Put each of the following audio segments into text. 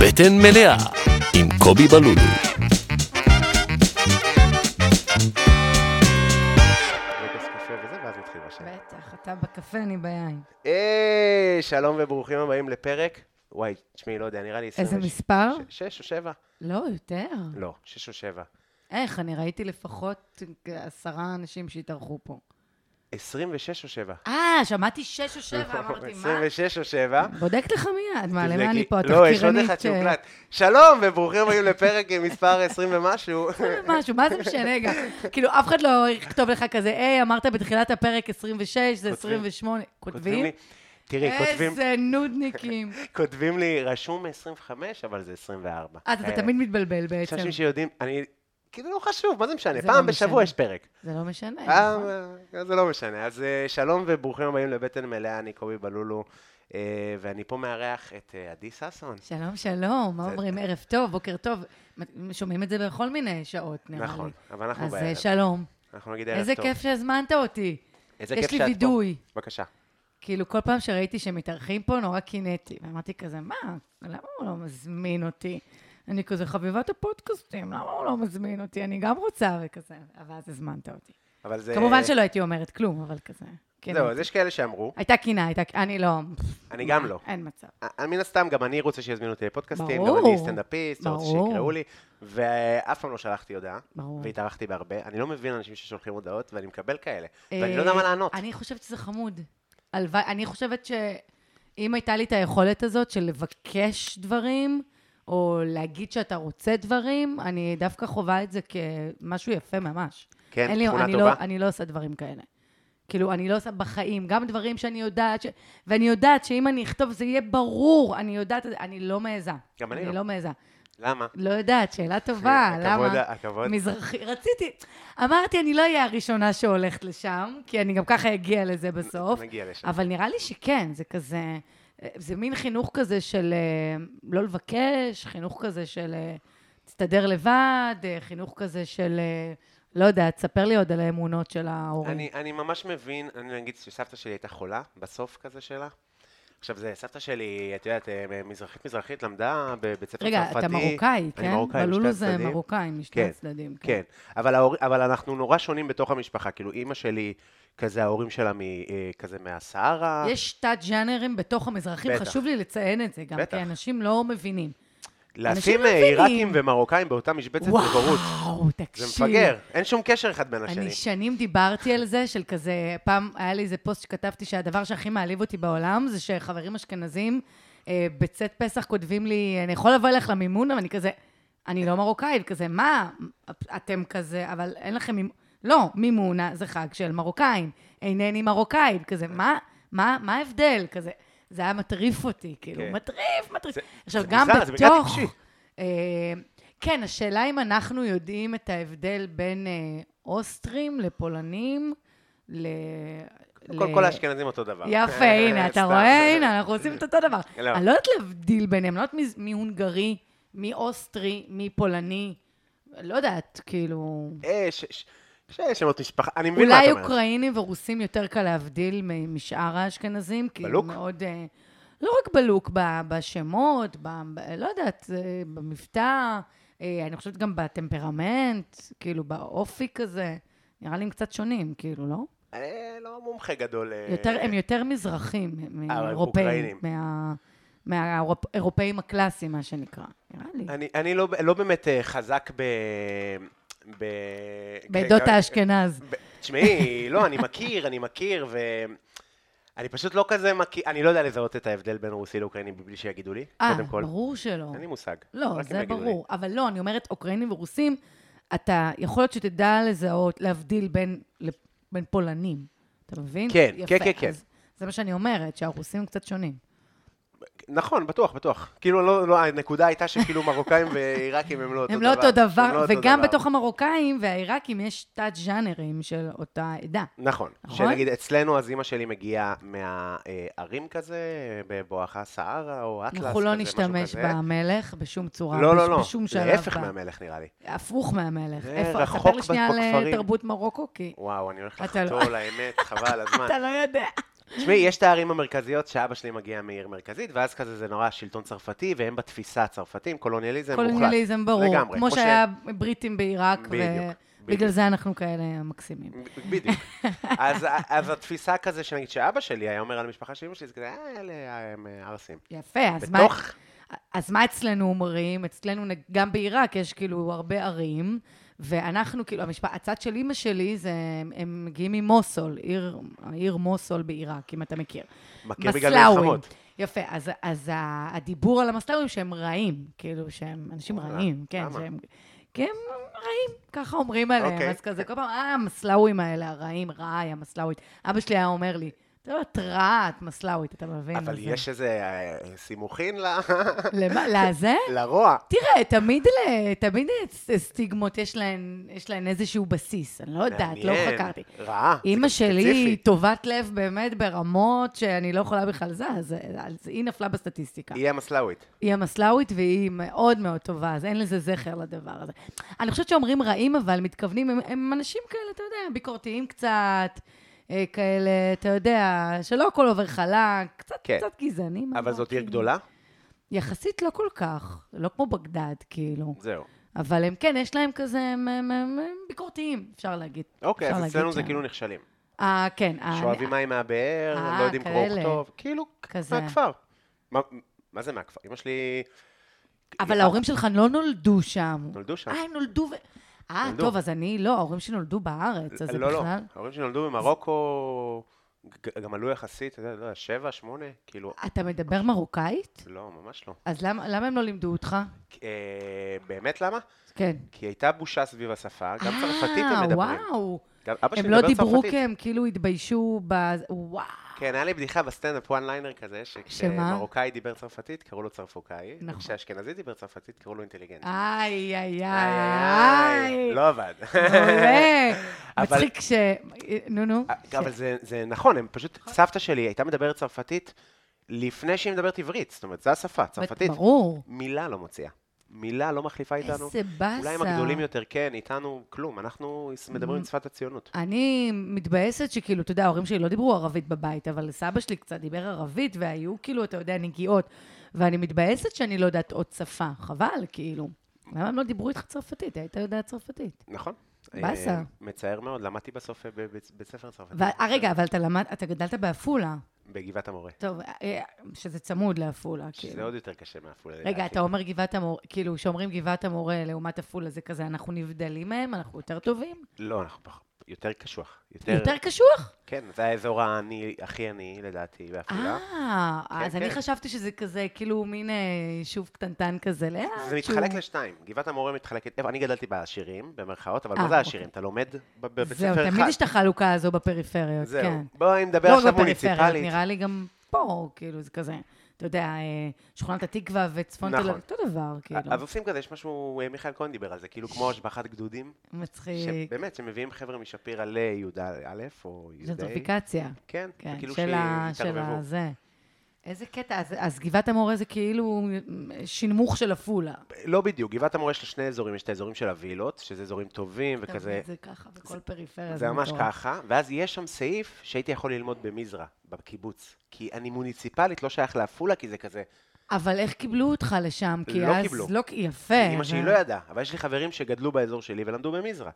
בטן מלאה עם קובי בלולו. רגע, קפה וזה, ואז נתחיל בשם. בטח, אתה בקפה, אני ביין. היי, אה, שלום וברוכים הבאים לפרק. וואי, תשמעי, לא יודע, נראה לי... איזה 26 מספר? ש- שש או שבע? לא, יותר. לא, שש או שבע. איך, אני ראיתי לפחות עשרה אנשים שהתארחו פה. 26 או שבע? אה, שמעתי שש או שבע, אמרתי, מה? 26 או שבע? בודקת לך מיד, מה, תבדקי. למה אני פה? אה? לא, יש עוד התחקירנית אחד ש- שהוקלט. שלום וברוכים הבאים לפרק מספר 20 ומשהו. משהו, מה זה משנה גם? כאילו, אף אחד לא יכתוב לך כזה, היי, אמרת בתחילת הפרק 26, זה כותבים. 28. כותבים? לי- תראי, כותבים- איזה נודניקים. כותבים לי, רשום 25, אבל זה 24. אז אתה אה, תמיד מתבלבל בעצם. יש אנשים שיודעים, אני... כאילו לא חשוב, מה זה משנה? זה פעם לא בשבוע משנה. יש פרק. זה לא משנה, אה, נכון? אה, זה לא משנה. אז אה, שלום וברוכים הבאים לבטן מלאה, אני קובי בלולו, אה, ואני פה מארח את אה, עדי ששון. שלום, שלום, מה זה- אומרים? ערב טוב, בוקר טוב. שומעים את זה בכל מיני שעות, נראה לי. נכון, אבל אנחנו אז אה, בערב. שלום. אנחנו נגיד ערב טוב. איזה כיף שהזמנת אותי. איזה כיף יש לי שאת פה. וידוי. בבקשה. כאילו, כל פעם שראיתי שמתארחים פה, נורא קינאתי. ואמרתי כזה, מה, למה הוא לא מזמין אותי? אני כזה חביבת הפודקאסטים, למה הוא לא מזמין אותי? אני גם רוצה וכזה. ואז הזמנת אותי. אבל זה... כן, כמובן שלא הייתי אומרת כלום, אבל כזה. זהו, קינאתי. אז יש כאלה שאמרו, הייתה קינה, הייתה... אני לא... אני גם לא. אין מצב. אה, מן הסתם, גם אני רוצה שיזמינו אותי לפודקאסטים, גם ברור. אני סטנדאפיסט, רוצה ברור. שיקראו לי, ואף פעם לא שלחתי הודעה, ברור. והתארחתי בהרבה. אני לא מבין אנשים ששולחים הודעות, ואני מקבל כאלה, ואני לא יודע מה לענות. אה, אני חושבת שזה חמוד. הלוואי, אני חושבת שאם הייתה לי את היכולת הזאת של לבקש דברים, או להגיד שאתה רוצה דברים, אני דווקא חווה את זה כמשהו יפה ממש. כן, אין לי- תכונה אני טובה. לא, אני לא עושה דברים כאלה. כאילו, אני לא עושה בחיים, גם דברים שאני יודעת, ש... ואני יודעת שאם אני אכתוב זה יהיה ברור, אני יודעת, את זה, אני לא מעיזה. גם אני אני לא. לא מעיזה. למה? לא יודעת, שאלה טובה, הכבוד- למה? הכבוד. מזרחי, רציתי, אמרתי, אני לא אהיה הראשונה שהולכת לשם, כי אני גם ככה אגיע לזה בסוף, נגיע לשם. אבל נראה לי שכן, זה כזה, אה, זה מין חינוך כזה של אה, לא לבקש, חינוך כזה של אה, תסתדר לבד, אה, חינוך כזה של, אה, לא יודעת, ספר לי עוד על האמונות של ההורים. אני, אני ממש מבין, אני נגיד שסבתא שלי הייתה חולה, בסוף כזה שלה. עכשיו, זה סבתא שלי, את יודעת, אה, מזרחית-מזרחית, למדה בבית ספר רגע, צרפתי. אתה מרוקאי, אני כן? מרוקאי, משני בלולו זה הצדדים. מרוקאי משני כן, הצדדים. כן, אבל, ההור... אבל אנחנו נורא שונים בתוך המשפחה. כאילו, אימא שלי, כזה ההורים שלה מ... אה, כזה מהסהרה. יש תת-ג'אנרים בתוך המזרחים, אה. בטח. חשוב לי לציין את זה גם, בטח. כי אנשים לא מבינים. לשים אנשים אה, לא מבינים. עיראקים ומרוקאים באותה משבצת זה בורות. וואו, זה תקשיב. מפגר, אין שום קשר אחד בין השני. אני שנים דיברתי על זה, של כזה, פעם היה לי איזה פוסט שכתבתי שהדבר שהכי מעליב אותי בעולם זה שחברים אשכנזים אה, בצאת פסח כותבים לי, אני יכול לבוא אליך למימון, אבל אני כזה, אני לא מרוקאית, כזה, מה, אתם כזה, אבל אין לכם מימון, לא, מימונה זה חג של מרוקאים, אינני מרוקאית, כזה, מה, מה, מה ההבדל, כזה, זה היה מטריף אותי, כאילו, כן. מטריף, מטריף. זה- עכשיו, זה גם מוזר, זה בגלל בתוך... טיפשי. אה, כן, השאלה אם אנחנו יודעים את ההבדל בין אה, אוסטרים לפולנים ל... כל, ל- כל האשכנזים אותו דבר. יפה, הנה, אתה סתם. רואה? הנה, אנחנו עושים את אותו דבר. לא. אני לא יודעת להבדיל ביניהם, אני לא יודעת מי, מי הונגרי, מי אוסטרי, מי פולני. לא יודעת, כאילו... אה, ש- ש- ש- שמות משפחה, אני מבין מה את אולי אומרת. אוקראינים ורוסים יותר קל להבדיל מ- משאר האשכנזים, כי בלוק? הם מאוד... אה, לא רק בלוק, ב- בשמות, ב, ב, לא יודעת, אה, במבטא, אה, אני חושבת גם בטמפרמנט, כאילו באופי כזה. נראה לי הם קצת שונים, כאילו, לא? אה, לא מומחה גדול. אה, יותר, הם יותר מזרחים אבל מאירופאים, אוקראינים. מה- מהאירופאים הקלאסיים, מה שנקרא, נראה לי. אני, אני לא, לא באמת אה, חזק ב... ב... בעדות ב- האשכנז. ב- תשמעי, לא, אני מכיר, אני מכיר, ו... אני פשוט לא כזה מכיר, אני לא יודע לזהות את ההבדל בין רוסי לאוקראיני בלי שיגידו לי, אה, קודם כל. ברור שלא. אין לי מושג. רק לא, אם זה יגידו לי. ברור. אבל לא, אני אומרת, אוקראינים ורוסים, אתה, יכול להיות שתדע לזהות, להבדיל בין, לפ- בין פולנים. אתה מבין? כן, יפה, כן, כן, כן. אז זה מה שאני אומרת, שהרוסים קצת שונים. נכון, בטוח, בטוח. כאילו, לא, לא, הנקודה הייתה שכאילו מרוקאים ועיראקים הם לא אותו דבר. הם לא אותו הם לא דבר, אותו וגם דבר. בתוך המרוקאים והעיראקים יש תת-ז'אנרים של אותה עדה. נכון. נכון? שנגיד, אצלנו, אז אימא שלי מגיעה מהערים כזה, בבואכה סהרה או אטלס, אנחנו כזה, לא משהו נשתמש כזה. במלך בשום צורה, לא, לא, בש- לא. בשום שלב. להפך ב- מהמלך נראה לי. הפוך מהמלך. זה איפה, ספר רחוק לי שנייה על בכפרים. תרבות מרוקו, כי וואו, אני הולך אתה לא- לחתור לאמת, חבל על הזמן. אתה לא יודע. תשמעי, יש את הערים המרכזיות שאבא שלי מגיע מעיר מרכזית, ואז כזה זה נורא שלטון צרפתי, והם בתפיסה הצרפתים, קולוניאליזם מוחלט. קולוניאליזם ברור. לגמרי, כמו ש- שהיה בריטים בעיראק, בדיוק, ובגלל בדיוק. זה אנחנו כאלה מקסימים. בדיוק. אז, אז התפיסה כזה, שנגיד שאבא שלי היה אומר על המשפחה של אמא שלי, זה כזה, אה, אלה הם אה, ערסים. יפה, אז מה... בתוך, אז מה אצלנו אומרים? אצלנו, נג- גם בעיראק יש כאילו הרבה ערים, ואנחנו כאילו, המשפט, הצד של אימא שלי זה, הם- הם מגיעים ממוסול, עיר, העיר מוסול בעיראק, אם אתה מכיר. מכיר בגלל מסלאוים. מלחמות. יפה, אז, אז ה- הדיבור על המסלאוים שהם רעים, כאילו שהם אנשים וואלה, רעים, כן, למה? שהם... כי הם רעים, ככה אומרים עליהם, אוקיי. אז כזה כל פעם, אה, המסלאוים האלה, הרעים, רעי, המסלאוית. אבא שלי היה אומר לי, "טוב, את רעה, את מסלאוית, אתה מבין? אבל אז- יש איזה אה, סימוכין ל- למה, לזה? לרוע. תראה, תמיד, ל- תמיד ס- סטיגמות יש להן, יש להן איזשהו בסיס, אני לא יודעת, לא מעניין. חקרתי. רעה. זה אימא גם שלי היא ספציפי. טובת לב באמת ברמות שאני לא יכולה בכלל זה, אז, אז היא נפלה בסטטיסטיקה. היא המסלאווית. היא המסלאווית והיא מאוד מאוד טובה, אז אין לזה זכר לדבר הזה. אני חושבת שאומרים רעים, אבל מתכוונים, הם, הם אנשים כאלה, אתה יודע, ביקורתיים קצת, אה, כאלה, אתה יודע, שלא הכל עובר חלק, קצת, כן. קצת גזענים. אבל אני זאת לא- עיר גדולה? יחסית לא כל כך, לא כמו בגדד, כאילו. זהו. אבל הם כן, יש להם כזה, הם, הם, הם, הם ביקורתיים, אפשר להגיד. אוקיי, אפשר אז להגיד אצלנו זה שהם- כאילו נכשלים. אה, כן. אה, שואבים אה, מים מהבאר, אה, לא יודעים קרוא כאלה. וכתוב. כאילו, כזה. מהכפר. מה- מה זה מהכפר? אמא שלי אבל ההורים שלך לא נולדו שם. נולדו שם. אה, הם נולדו ו... אה, נולדו. טוב, אז אני לא, ההורים שלי נולדו בארץ, אז זה לא, לא, בכלל... ההורים שלי נולדו במרוקו, ג- גם עלו יחסית, אתה יודע, לא יודע, שבע, שמונה, כאילו, אתה מדבר מרוקאית? לא, ממש לא. אז למה למה הם לא לימדו אותך? אה, באמת למה? כן. כי הייתה בושה סביב השפה, גם צרפתית אה, הם מדברים. וואו. גם אבא הם שלי לא מדבר דיברו צרפתית. כי הם כאילו התביישו ב... וואו. כן, היה לי בדיחה בסטנדאפ וואן ליינר כזה, שכשמרוקאי דיבר צרפתית, קראו לו צרפוקאי, נכון. וכשאשכנזי דיבר צרפתית, קראו לו אינטליגנט. איי, איי, איי, איי, איי. איי, לא עבד. מעולה. אבל- מצחיק ש... אה, נו, נו. כן. ש- אה, אבל זה- זה נכון, הם פשוט, סבתא שלי הייתה מדברת צרפתית לפני שהיא מדברת עברית, זאת אומרת, זו השפה, צרפתית. ברור. מילה לא מוציאה. מילה לא מחליפה איתנו. איזה באסה. אולי עם הגדולים יותר, כן, איתנו כלום. אנחנו Mm-hmm. מדברים את שפת הציונות. אני מתבאסת שכאילו, אתה יודע, ההורים שלי לא דיברו ערבית בבית, אבל סבא שלי קצת דיבר ערבית, והיו כאילו, אתה יודע, נגיעות. ואני מתבאסת שאני לא יודעת עוד שפה. חבל, כאילו. למה הם לא דיברו איתך צרפתית? היית יודע צרפתית. נכון. באסה. אה, מצער מאוד, למדתי בסוף אה, בבית בית ספר צרפתי. ו- אה, רגע, אבל אתה למד, אתה גדלת בעפולה. בגבעת המורה. טוב, אה, שזה צמוד לעפולה, שזה כאילו. עוד אה, יותר קשה מעפולה. רגע, לדעתי. אתה אומר גבעת המורה, כאילו, כשאומרים גבעת המורה לעומת עפולה, זה כזה, אנחנו נבדלים מהם, אנחנו יותר טובים? לא, אנחנו פח- יותר קשוח. יותר קשוח? כן, זה האזור העני, הכי עני, לדעתי, בעפולה. אה, אז כן, אני כן. חשבתי שזה כזה, כאילו, מין אה, יישוב קטנטן כזה, לאט זה אה, שהוא- מתחלק לשתיים. גבעת המורה מתחלקת, איפה- אני גדלתי בעשירים, במרכאות, אבל אה, מה זה אוקיי. העשירים? אתה לומד ב- בבית ספר זהו, אחד. תמיד יש את החלוקה הזו בפריפריות, זהו. כן. בואי נדבר לא רק עכשיו בפריפריות, מוניציפלית. נראה לי גם פה, כאילו, זה כזה, אתה יודע, אה, שכונת התקווה וצפון תל נכון. אביב, אותו דבר, כאילו. אז עושים כזה, יש משהו, אה, מיכאל כהן דיבר על זה, כאילו כמו השבחת גדודים, מצחיק. שבאמת, שמביאים חבר'ה משפירא לי"א או י"א, ג'נטריפיקציה. כן, כן, וכאילו של ה... של שיתערבבו. הזה. איזה קטע, אז, אז גבעת המורה זה כאילו שינמוך של עפולה. לא בדיוק, גבעת המורה יש לה שני אזורים, יש את האזורים של הווילות, שזה אזורים טובים וכזה, תמיד זה ככה, בכל פריפריה. זה ממש מטורף. ככה, ואז יש שם סעיף שהייתי יכול ללמוד במזרע, בקיבוץ, כי אני מוניציפלית לא שייך לעפולה, כי זה כזה, אבל איך קיבלו אותך לשם? כי לא אז קיבלו. לא, יפה. אמא שלי אבל- לא ידעה, אבל יש לי חברים שגדלו באזור שלי ולמדו במזרע.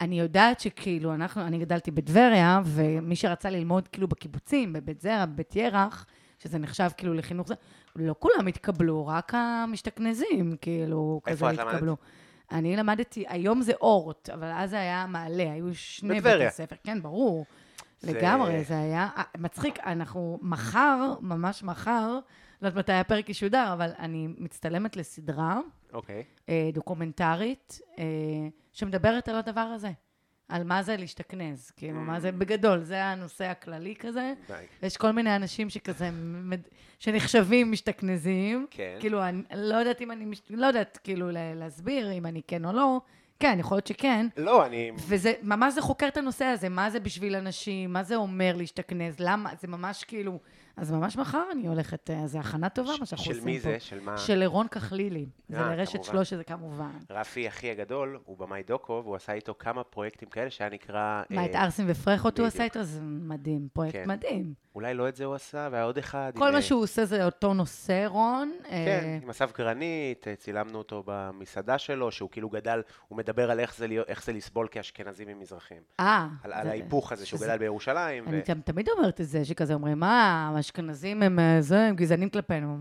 אני יודעת שכאילו, אנחנו, אני גדלתי בטבריה, ומי שרצה ללמוד כאילו בקיבוצים, בבית זרע, בבית ירח, שזה נחשב כאילו לחינוך זה, לא כולם התקבלו, רק המשתכנזים, כאילו, איפה כזה את למדת? התקבלו. אני למדתי, היום זה אורט, אבל אז זה היה מעלה, היו שני בטבריה. בתי ספר, כן, ברור. זה- לגמרי, זה היה... אה, מצחיק, אנחנו מחר, ממש מחר, לא יודעת מתי הפרק ישודר, אבל אני מצטלמת לסדרה. אוקיי. אה, דוקומנטרית, אה, שמדברת על הדבר הזה, על מה זה להשתכנז, כאילו, מה Mm. זה בגדול, זה הנושא הכללי כזה. די. יש כל מיני אנשים שכזה, מד- שנחשבים משתכנזים. כן. כאילו, אני לא יודעת אם אני, מש- לא יודעת כאילו לה- להסביר אם אני כן או לא. כן, יכול להיות שכן. לא, אני... וזה, ממש זה חוקר את הנושא הזה, מה זה בשביל אנשים, מה זה אומר להשתכנז, למה, זה ממש כאילו, אז ממש מחר אני הולכת, אה, זה הכנה טובה, מה שאנחנו של עושים פה. מי זה? של מה? של אירון כחלילי. זה אה, לרשת כמובן. שלוש, זה כמובן. רפי, אחי הגדול, הוא במאי דוקו, והוא עשה איתו כמה פרויקטים כאלה שהיה נקרא... מה, אה, את ארסים ופרחות הוא עשה בדיוק. איתו? זה מדהים, פרויקט כן. מדהים. אולי לא את זה הוא עשה, והיה עוד אחד. כל עם, מה אה, שהוא עושה זה אותו נושא, רון. אה, כן, עם אסף גרנית, אה, צילמנו אותו במסעדה שלו, שהוא כאילו גדל, הוא מדבר על איך זה, להיות- איך זה לסבול כאשכנזים ממזרחים. אה. על, על זה- ההיפוך הזה שהוא שזה- גדל בירושלים. אני גם תמיד אומרת את זה, שכזה אומרים, מה, האשכנזים הם אה, זה, הם גזענים כלפינו.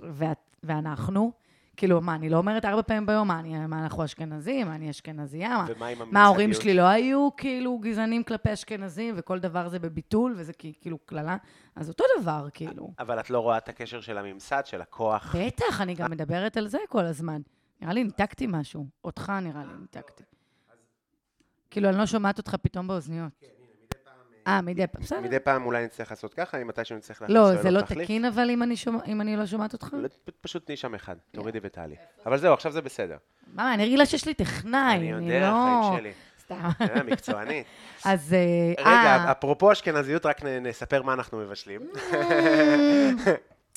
ואת- ואנחנו? כאילו, מה, אני לא אומרת ארבע פעמים ביום, מה, אני- מה, אנחנו אשכנזים? מה, אני אשכנזייה? מה, ומה עם מה, ההורים הממסדיות? שלי לא היו כאילו גזענים כלפי אשכנזים, וכל דבר זה בביטול, וזה כי- כאילו קללה? אז אותו דבר, כאילו. אבל את לא רואה את הקשר של הממסד, של הכוח. בטח, אני גם מדברת על זה כל הזמן. נראה לי ניתקתי משהו. אותך נראה לי ניתקתי. כאילו, אני לא שומעת אותך פתאום באוזניות. כן, הנה, מדי פעם... אה, מדי פעם, בסדר. מדי פעם אולי נצטרך לעשות ככה, אם מתישהו נצטרך לעשות לא, זה לא תקין, אבל אם אני שומע- אם אני לא שומעת אותך? פשוט תני שם אחד, כן. תורידי ותעלי. אבל זהו, עכשיו זה בסדר. מה, אני רגילה שיש לי טכנאי, אני אני לא... יודע, החיים שלי. סתם. אני יודע, מקצוענית. אז... אה, רגע, אה, אפרופו אשכנזיות, רק נ- נספר מה אנחנו מבשלים.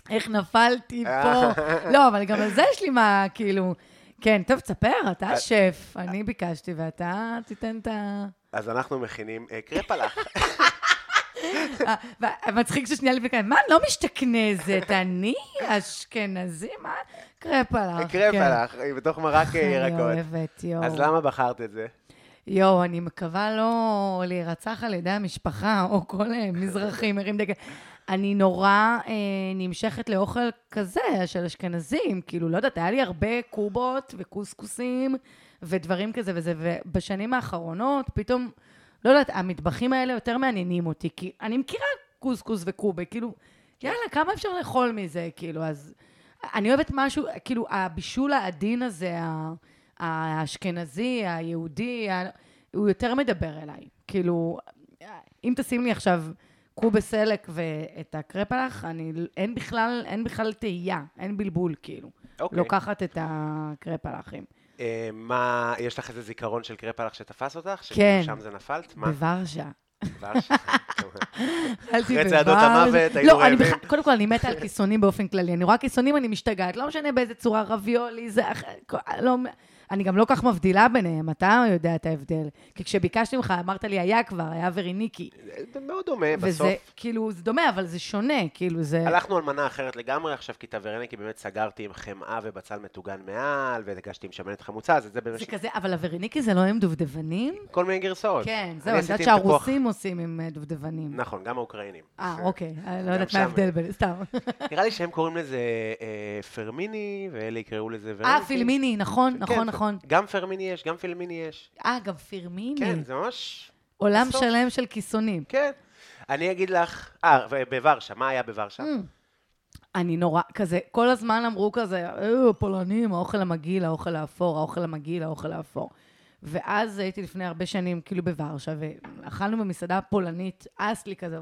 איך נפלתי פה. לא, אבל גם על זה יש לי מה, כאילו... כן, טוב, תספר, אתה השף. אני ביקשתי, ואתה תיתן את ה... אז אנחנו מכינים אה, קרפלח. אה, ומצחיק ששנייה לפני כאן, מה, לא משתכנזת, אני אשכנזי, מה? קרפלח. קרפלח, היא בתוך מרק אה, כן. אני ירקות. אוהבת, יואו. אז למה בחרת את זה? יואו, אני מקווה לא להירצח על ידי המשפחה, או כל אה, מזרחי מרים דגל. אני נורא אה, נמשכת לאוכל כזה של אשכנזים, כאילו, לא יודעת, היה לי הרבה קובות וקוסקוסים ודברים כזה וזה, ובשנים האחרונות פתאום, לא יודעת, המטבחים האלה יותר מעניינים אותי, כי אני מכירה קוסקוס וקובה, כאילו, יאללה, כמה אפשר לאכול מזה, כאילו, אז... אני אוהבת משהו, כאילו, הבישול העדין הזה, ה- האשכנזי, היהודי, ה- הוא יותר מדבר אליי. כאילו, אם תשים לי עכשיו קובה סלק ואת הקרפלח, אני, אין בכלל, אין בכלל תהייה, אין בלבול, כאילו. אוקיי. לוקחת את הקרפלחים. אה, מה, יש לך איזה זיכרון של קרפלח שתפס אותך? כן. ששם זה נפלת? מה? בוורשה. ורשה. אכלתי אחרי בוורשה. צעדות המוות, היינו לא, אני רעבים. בכלל- קודם כל, אני מתה על כיסונים באופן כללי. אני רואה כיסונים, אני משתגעת. לא משנה באיזה צורה, רביולי, זה... אח- כל- לא... אני גם לא כך מבדילה ביניהם, אתה יודע את ההבדל. כי כשביקשתי ממך, אמרת לי, היה כבר, היה וריניקי. זה מאוד דומה, אה, בסוף. וזה, כאילו, זה דומה, אבל זה שונה, כאילו, זה... הלכנו על מנה אחרת לגמרי עכשיו, כי טברניקי באמת סגרתי עם חמאה ובצל מטוגן מעל, והגשתי עם שמנת חמוצה, אז את זה באמת... זה כזה, אבל הווריניקי זה לא עם דובדבנים? כל מיני גרסאות. כן, אני זהו, אני יודעת עשיתי עם תפוח. שהרוסים עושים עם אה, דובדבנים. נכון, גם האוקראינים. אה, אוקיי, אני לא יודעת שם. מה ההבדל בין... סתם. נראה לי שהם קוראים לזה אה, פרמיני, ואלה יקראו לזה אה, ורניקי. פילמיני, נכון, כן, נכון, זה- נכון. גם פרמיני יש, גם פילמיני יש. אה, גם פירמיני. כן, זה ממש... עולם בסוף. שלם של כיסונים. כן. אני אגיד לך... אה, בוורשה, מה היה בוורשה? אני נורא, כזה, כל הזמן אמרו כזה, אה, פולנים, האוכל המגעיל, האוכל האפור, האוכל המגעיל, האוכל האפור. ואז הייתי לפני הרבה שנים, כאילו בוורשה, ואכלנו במסעדה פולנית, אסלי כזה,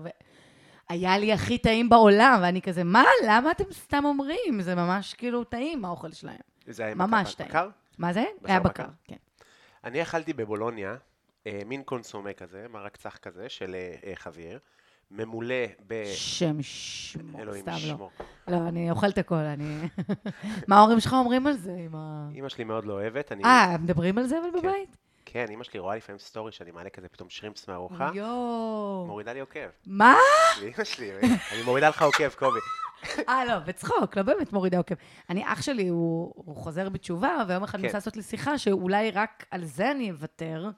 והיה לי הכי טעים בעולם, ואני כזה, מה, למה אתם סתם אומרים? זה ממש כאילו טעים, האוכל שלהם. זה היה עם ממש בקר- טעים. בקר? מה זה? בשר היה בקר. בקר, כן. אני אכלתי בבולוניה אה, מין קונסומה כזה, מרק צח כזה של אה, אה, חביר, ממולא ב... שם שמור, אה, אלוהים סתם לא. ישמור. לא, אני אוכלת הכל, אני... מה ההורים שלך אומרים על זה עם ה... אימא שלי מאוד לא אוהבת, אני... אה, מדברים על זה אבל כן. בבית? כן, אימא שלי רואה לפעמים סטורי שאני מעלה כזה פתאום שרימפס מהארוחה, יואו. מורידה לי עוקב. מה? לאימא שלי, אה, אני מורידה לך עוקב, קובי. אה, לא, בצחוק, לא באמת מורידה עוקב. אני, אח שלי, הוא, הוא חוזר בתשובה, ויום אחד כן. כן. מנסה לעשות לי שיחה, שאולי רק על זה אני אוותר,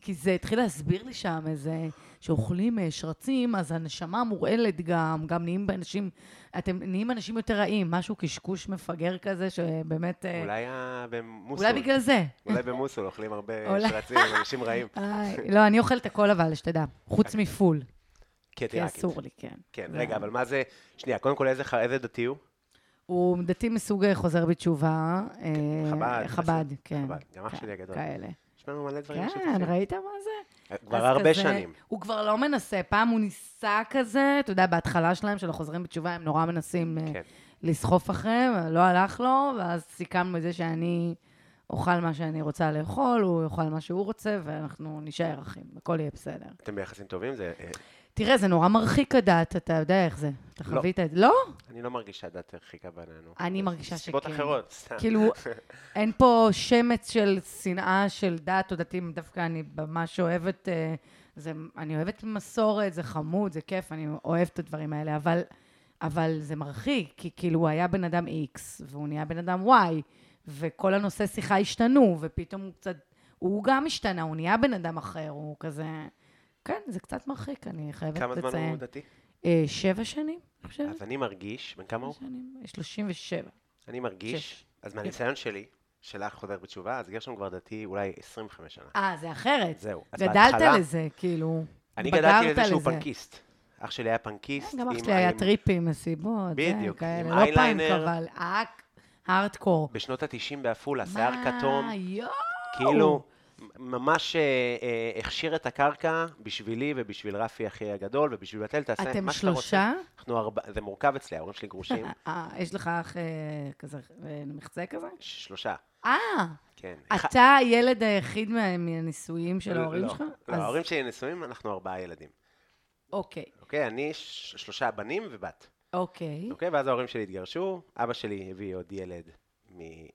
כי זה התחיל להסביר לי שם איזה, שאוכלים אה, שרצים, אז הנשמה מורעלת גם, גם נהיים אנשים, אתם נהיים אנשים יותר רעים, משהו קשקוש מפגר כזה, שבאמת... אה, אולי ה- במוסול. אולי בגלל זה. אולי במוסול אוכלים הרבה אולי. שרצים, אנשים רעים. אה, לא, אני אוכלת הכל אבל, שתדע, חוץ אוקיי. מפול, כי את כי עיראקית. אסור לי, כן. כן, זה- רגע, אבל מה זה... שנייה, קודם כל, איזה ח- איזה דתי הוא? הוא דתי מסוג אה, חוזר בתשובה. אה, חב"ד, חב"ד, מסוג- כן. חב"ד, גם אח כן, שלי הגדול. כאלה. יש לנו מלא דברים כן, משותפים. ראית מה זה? כבר אז הרבה כזה- שנים. הוא כבר לא מנסה, פעם הוא ניסה כזה, אתה יודע, בהתחלה שלהם, של החוזרים בתשובה, הם נורא מנסים אה, כן. לסחוף אחריהם, אבל לא הלך לו, ואז סיכמנו את זה שאני אוכל מה שאני רוצה לאכול, הוא יאכל מה שהוא רוצה, ואנחנו נישאר אחים, הכל יהיה בסדר. אתם ביחסים טובים? זה... אה, תראה, זה נורא מרחיק הדעת, אתה יודע איך זה. אתה לא. חווית את זה. לא? אני לא מרגישה דת הרחיקה בינינו. אני מרגישה סיבות שכן. אחרות, סתם. כאילו, אין פה שמץ של שנאה, של דת או דתיים, דווקא אני ממש אוהבת, אה, זה, אני אוהבת מסורת, זה חמוד, זה כיף, אני אוהבת את הדברים האלה, אבל, אבל זה מרחיק, כי כאילו הוא היה בן אדם X, והוא נהיה בן אדם Y, וכל הנושא שיחה השתנו, ופתאום הוא קצת, הוא גם השתנה, הוא נהיה בן אדם אחר, הוא כזה... כן, זה קצת מרחיק, אני חייבת כמה לציין. זמן הוא אה, דתי? אה, שבע שנים, אני חושבת. אז אני מרגיש, בן כמה הוא? שנים, 37. אני מרגיש, שש. אז מהניסיון שלי, שלך חוזר בתשובה, אז גרשון כבר דתי אולי 25 שנה. אה, זה אחרת. זהו. אז גדלת בהתחלה- לזה, כאילו. אני בגרת גדלתי לזה שהוא לזה. פנקיסט. אח שלי היה פנקיסט. כן, גם אח עם- שלי היה עם- טריפים, מסיבות, זה, בדיוק, עם כאלה. לא פאנק, אייליינר. אבל האק, הארדקור. בשנות ה-90 בעפולה, שיער מה, כתום, יואו. כאילו, ממש אה, אה, הכשיר את הקרקע בשבילי ובשביל רפי אחי הגדול ובשביל בתל, תעשה מה שאתה אתם רוצה. כן. שלושה? אנחנו ארבע, זה מורכב אצלי, ההורים שלי גרושים. אה, יש לך אח אה, כזה, אה, מחצה כזה? ש- שלושה, אה, כן. אחד- אתה הילד היחיד מה- מהנישואים של ההורים לא, שלך? לא, אז- ההורים שלי נשואים, אנחנו ארבעה ילדים. אוקיי, אוקיי, אני ש- שלושה בנים ובת. אוקיי. אוקיי, ואז ההורים שלי התגרשו, אבא שלי הביא עוד ילד מ-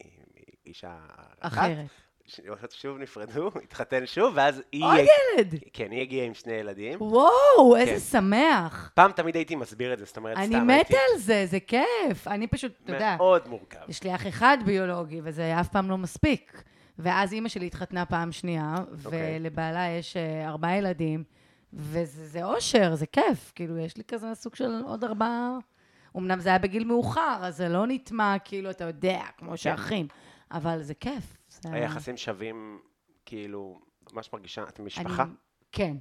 מאישה אחת. אחרת. ש- שוב נפרדו, התחתן שוב, ואז היא... עוד הג- ילד! כן, היא הגיעה עם שני ילדים. וואו, כן. איזה שמח. פעם תמיד הייתי מסביר את זה, זאת אומרת, סתם אני הייתי... מתה על זה, זה כיף. אני פשוט, אתה יודע, מאוד מורכב. יש לי אח אחד ביולוגי, וזה אף פעם לא מספיק. ואז אימא שלי התחתנה פעם שנייה, אוקיי. ולבעלה יש אה, ארבעה ילדים, וזה זה אושר, זה כיף. כאילו, יש לי כזה סוג של עוד ארבעה... אמנם זה היה בגיל מאוחר, אז זה לא נטמע, כאילו, אתה יודע, כמו שאחים, אבל זה כיף. זה- היחסים שווים, כאילו, ממש מרגישה, את אני- משפחה? כן.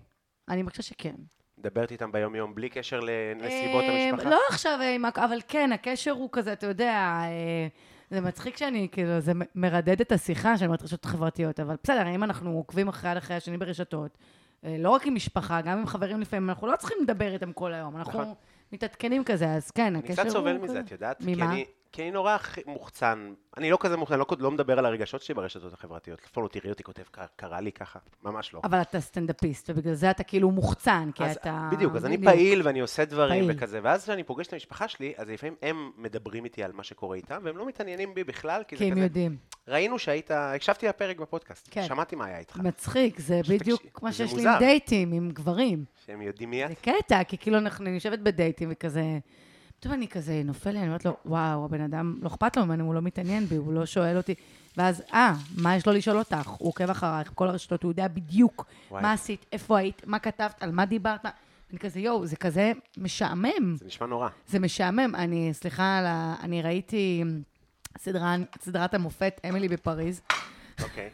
אני מרגישה שכן. מדברת איתם ביום-יום בלי קשר לנסיבות המשפחה? אה, לא עכשיו, אה, עם הק- אבל כן, הקשר הוא כזה, אתה יודע, אה, זה מצחיק שאני, כאילו, זה מ- מרדד את השיחה של רשתות חברתיות, אבל בסדר, אם אנחנו עוקבים אחד אחרי השני ברשתות, אה, לא רק עם משפחה, גם עם חברים לפעמים, אנחנו לא צריכים לדבר איתם כל היום, נכון. אנחנו מתעדכנים כזה, אז כן, אני הקשר הוא... קצת סובל כזה. מזה, את יודעת? כי ממה? אני- כי אני נורא הכי מוחצן. אני לא כזה מוחצן, לא- לא מדבר על הרגשות שלי ברשתות החברתיות. אפילו לא תראי אותי כותב, "ק- קרה לי ככה. ממש לא. אבל אתה סטנדאפיסט, ובגלל זה אתה כאילו מוחצן, כי אז- אתה... בדיוק, אז אני פעיל ואני עושה דברים פעיל. וכזה, ואז כשאני פוגש את המשפחה שלי, אז לפעמים הם מדברים איתי על מה שקורה איתם, והם לא מתעניינים בי בכלל, כי זה כי הם כזה, יודעים. ראינו שהיית, הקשבתי לפרק בפודקאסט, כן. שמעתי מה היה איתך, מצחיק, זה שתקשיב, בדיוק מה אה, זה שיש לי מוזר. עם דייטים, עם גברים. שהם יודעים מי את. זה קטע, כי כאילו אנחנו, אני יושבת בדייטים וכזה, פתאום אני כזה נופל לי, אני אומרת לו, וואו, הבן אדם, לא אכפת לו ממנו, הוא לא מתעניין בי, הוא לא שואל אותי. ואז, אה, מה יש לו לשאול אותך? הוא עוקב אחרייך, כל הרשתות, הוא יודע בדיוק וואי. מה עשית, איפה היית, מה כתבת, על מה דיברת. מה- אני כזה, יואו, זה כזה משעמם. זה נשמע נורא. זה משעמם. אני, סליחה על ה... אני ראיתי סדרה, סדרת המופת, אמילי בפריז. אוקיי.